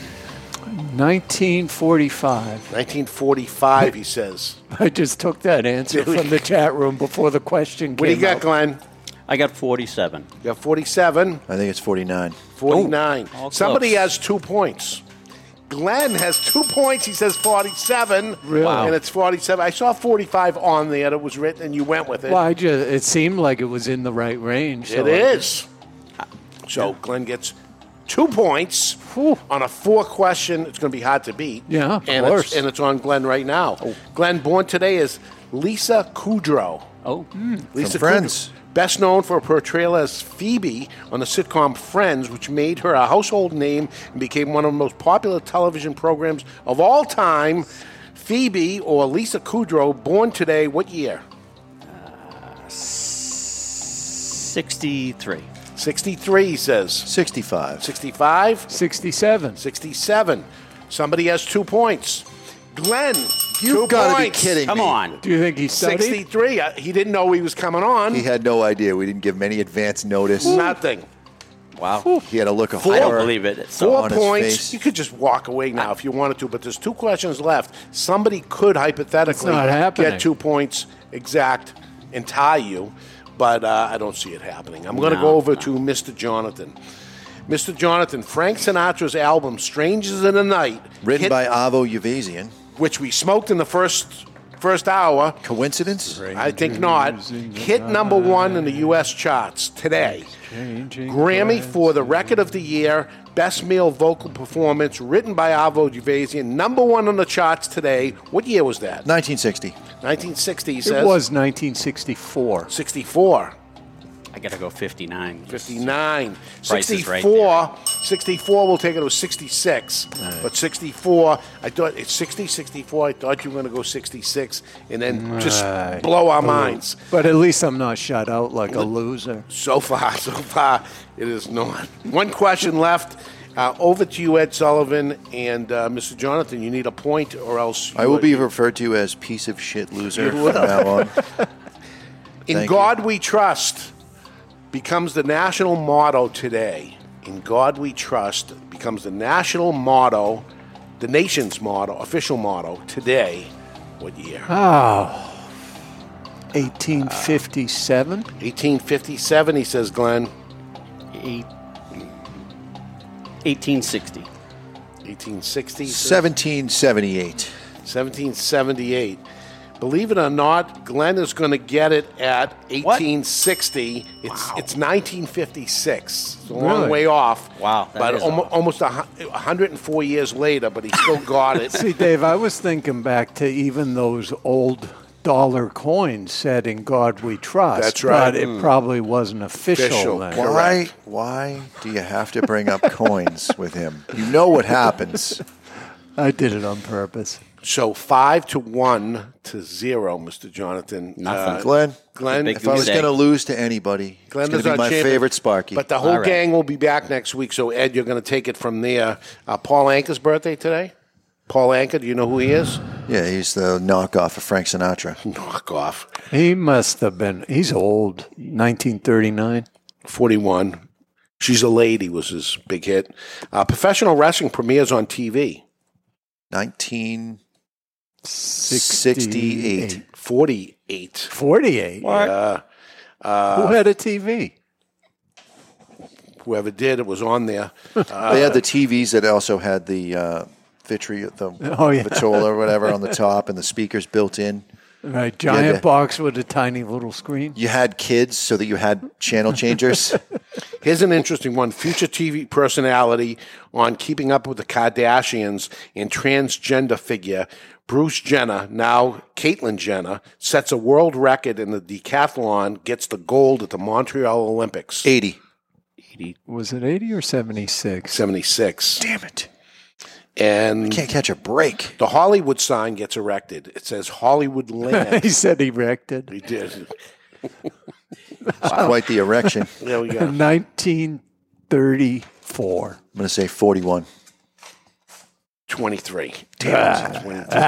Speaker 2: 1945.
Speaker 1: 1945, he says.
Speaker 2: I just took that answer from the chat room before the question
Speaker 1: What do
Speaker 2: came
Speaker 1: you got,
Speaker 2: up.
Speaker 1: Glenn?
Speaker 21: I got 47. You
Speaker 1: got 47.
Speaker 3: I think it's 49.
Speaker 1: 49.
Speaker 21: Oh, all
Speaker 1: Somebody
Speaker 21: close.
Speaker 1: has two points. Glenn has two points. He says 47.
Speaker 2: Really? Wow.
Speaker 1: And it's 47. I saw 45 on there that was written, and you went with it.
Speaker 2: Well, I just, it seemed like it was in the right range. so
Speaker 1: It
Speaker 2: I-
Speaker 1: is. So Glenn gets two points on a four question. It's going to be hard to beat.
Speaker 2: Yeah, of
Speaker 1: and
Speaker 2: course. Oh.
Speaker 1: It's, and it's on Glenn right now. Glenn born today is Lisa Kudrow.
Speaker 21: Oh,
Speaker 1: Lisa
Speaker 2: Hmm.
Speaker 3: From Friends.
Speaker 1: Kudrow, Best known for her portrayal as Phoebe on the sitcom Friends, which made her a household name and became one of the most popular television programs of all time. Phoebe or Lisa Kudrow, born today, what year?
Speaker 21: 63.
Speaker 1: 63, he says.
Speaker 3: 65.
Speaker 1: 65?
Speaker 2: 67.
Speaker 1: 67. Somebody has two points. Glenn, you
Speaker 3: You've gotta be kidding
Speaker 1: Come
Speaker 3: me.
Speaker 1: on.
Speaker 3: Do you think he studied?
Speaker 1: 63. Uh, He didn't know he was coming on.
Speaker 3: He had no idea. We didn't give him any advance notice.
Speaker 1: Nothing.
Speaker 3: Wow. He had a look of
Speaker 1: Four-
Speaker 3: horror.
Speaker 1: Four
Speaker 3: on his
Speaker 1: points.
Speaker 3: face.
Speaker 1: You could just walk away now if you wanted to, but there's two questions left. Somebody could hypothetically
Speaker 2: not happening.
Speaker 1: get two points exact and tie you, but uh, I don't see it happening. I'm going to
Speaker 2: No,
Speaker 1: go over to Mr. Jonathan. Mr. Jonathan, Frank Sinatra's album "Strangers in the Night,"
Speaker 3: Written
Speaker 1: hit-
Speaker 3: by Avo Uvazian.
Speaker 1: which we smoked in the first first hour.
Speaker 3: Coincidence?
Speaker 1: I think not. Hit number one in the U.S. charts today. Grammy for the Record of the Year, Best Male Vocal Performance, written by Avo Javazian, number one on the charts today. What year was that?
Speaker 3: 1960.
Speaker 1: 1960, he
Speaker 2: It
Speaker 1: says.
Speaker 2: was 1964.
Speaker 1: 64.
Speaker 21: I got to go 59.
Speaker 1: 59.
Speaker 21: Price is right
Speaker 1: 64. 64, we'll take it. It was 66. But 64, I thought it's 60, 64. I thought you were going to go 66 and then just
Speaker 2: Right.
Speaker 1: blow our
Speaker 2: Ooh.
Speaker 1: minds.
Speaker 2: But at least I'm not shut out like a loser.
Speaker 1: So far, so far, it is not. One question left. Uh, over to you, Ed Sullivan and uh, Mr. Jonathan. You need a point, or else
Speaker 3: I
Speaker 1: you
Speaker 3: will
Speaker 1: are-
Speaker 3: be referred to as piece of shit loser
Speaker 1: You
Speaker 3: from
Speaker 1: will.
Speaker 3: now on.
Speaker 1: In
Speaker 3: Thank
Speaker 1: God We Trust becomes the national motto today. In God We Trust becomes the national motto, the nation's motto, official motto today. What year?
Speaker 2: Oh. 1857?
Speaker 1: 1857, he says, Glenn.
Speaker 21: Eight, 1860.
Speaker 1: 1860. he says.
Speaker 3: 1778.
Speaker 1: 1778. Believe it or not, Glenn is going to get it at 1860. It's it's 1956. It's a long
Speaker 2: Really?
Speaker 1: way off. Wow,
Speaker 2: that
Speaker 1: but
Speaker 2: is
Speaker 1: almo- almost a hu- 104 years later, but he still got it.
Speaker 2: See, Dave, I was thinking back to even those old dollar coins said in God we trust.
Speaker 3: That's right.
Speaker 2: But it
Speaker 3: Mm.
Speaker 2: probably wasn't official, then.
Speaker 3: Why? Why do you have to bring up coins with him? You know what happens.
Speaker 2: I did it on purpose.
Speaker 1: So five to one to zero, Mr. Jonathan. Uh,
Speaker 3: Glenn.
Speaker 1: Glenn,
Speaker 3: if I was going to lose to anybody,
Speaker 1: Glenn
Speaker 3: it's going
Speaker 1: is
Speaker 3: to
Speaker 1: our
Speaker 3: be my
Speaker 1: champion.
Speaker 3: favorite Sparky.
Speaker 1: But the whole gang will be back next week. So Ed, you're going to take it from there. Uh, Paul Anka's birthday today. Paul Anka, do you know who he is?
Speaker 3: Yeah, he's the knockoff of Frank Sinatra.
Speaker 1: Knockoff.
Speaker 2: He must have been, he's old, 1939.
Speaker 1: 41. She's a Lady was his big hit. Uh, professional wrestling premieres on TV.
Speaker 3: 1968.
Speaker 1: 48.
Speaker 2: 48?
Speaker 1: Yeah. Uh,
Speaker 2: Who had a TV?
Speaker 1: whoever did, it was on there. Uh,
Speaker 3: they had the TVs that also had the uh, vitri, the
Speaker 2: Oh, yeah.
Speaker 3: vitola or whatever on the top, and the speakers built in.
Speaker 2: Right,
Speaker 3: You had
Speaker 2: giant
Speaker 3: to-
Speaker 2: box with a tiny little screen.
Speaker 3: You had kids, so that you had channel changers.
Speaker 1: Here's an interesting one. Future TV personality on Keeping Up with the Kardashians and transgender figure Bruce Jenner, now Caitlyn Jenner, sets a world record in the decathlon, gets the gold at the Montreal Olympics.
Speaker 3: 80.
Speaker 2: Was it 80 or 76?
Speaker 1: 76.
Speaker 3: Damn it.
Speaker 1: And
Speaker 3: can't catch a break.
Speaker 1: The Hollywood sign gets erected. It says Hollywood Land.
Speaker 2: he said erected.
Speaker 1: He did.
Speaker 3: It's quite the erection.
Speaker 1: There we go.
Speaker 2: 1934.
Speaker 3: I'm going to say 41.
Speaker 1: 23.
Speaker 3: Ah,
Speaker 1: Damn, 23.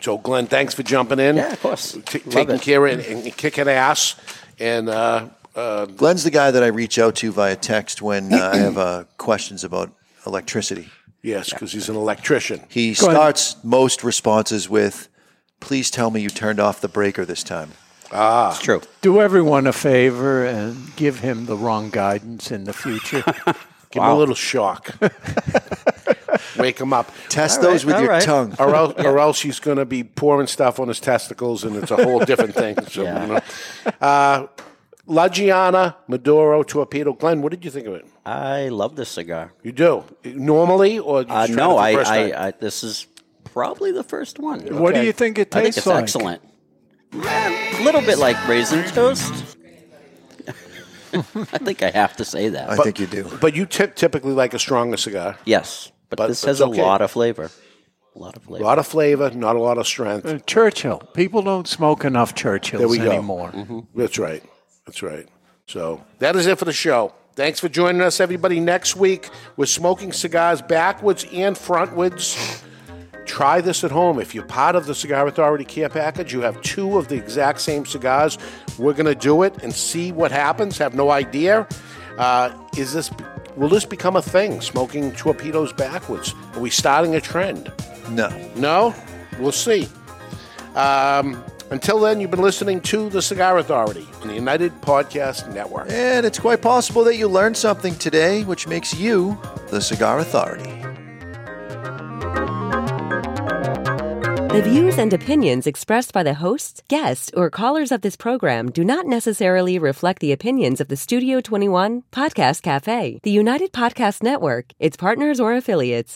Speaker 1: So, Ah. Glenn, thanks for jumping in. Yeah, of course. taking care and, and kicking ass. And uh, uh,
Speaker 3: Glenn's the guy that I reach out to via text when uh, I have uh, questions about electricity.
Speaker 1: yes, because he's an electrician.
Speaker 3: He
Speaker 1: Go ahead.
Speaker 3: starts most responses with, "Please tell me you turned off the breaker this time."
Speaker 1: Ah,
Speaker 3: it's true.
Speaker 2: Do everyone a favor and give him the wrong guidance in the future.
Speaker 1: Give him a little shock. wake him up.
Speaker 3: Test All right, those with all your right. tongue.
Speaker 1: or else, or else he's going to be pouring stuff on his testicles, and it's a whole different thing. So,
Speaker 14: Yeah.
Speaker 1: you know. uh, La Giana Maduro Torpedo. Glenn, what did you think of it?
Speaker 21: I love this cigar.
Speaker 1: You do normally, or you
Speaker 21: Uh,
Speaker 1: tried it
Speaker 21: no,
Speaker 1: the
Speaker 21: I,
Speaker 1: first time?
Speaker 21: I, I. This is probably the first one.
Speaker 2: What do you think it
Speaker 21: I think
Speaker 2: tastes
Speaker 21: it's
Speaker 2: like?
Speaker 21: excellent. A little bit like raisin toast. I think I have to say that.
Speaker 1: But- But you tip typically like a stronger cigar.
Speaker 21: Yes, but, this
Speaker 1: it's
Speaker 21: has
Speaker 1: okay.
Speaker 21: a lot of flavor. A lot of flavor.
Speaker 1: lot of flavor, not a lot of strength.
Speaker 2: Uh, Churchill. People don't smoke enough Churchills
Speaker 1: there we go.
Speaker 2: anymore.
Speaker 21: Mm-hmm.
Speaker 1: That's right. That's right. So that is it for the show. Thanks for joining us, everybody. Next week, we're smoking cigars backwards and frontwards. Try this at home. If you're part of the Cigar Authority care package, you have two of the exact same cigars. We're going to do it and see what happens. Have no idea. Uh, is this will this become a thing? Smoking torpedoes backwards? Are we starting a trend?
Speaker 3: No.
Speaker 1: No. We'll see. Um, until then, you've been listening to the Cigar Authority on the United Podcast Network.
Speaker 3: And it's quite possible that you learned something today, which makes you the Cigar Authority.
Speaker 6: The views and opinions expressed by the hosts, guests, or callers of this program do not necessarily reflect the opinions of the Studio 21 Podcast Cafe, the United Podcast Network, its partners, or affiliates.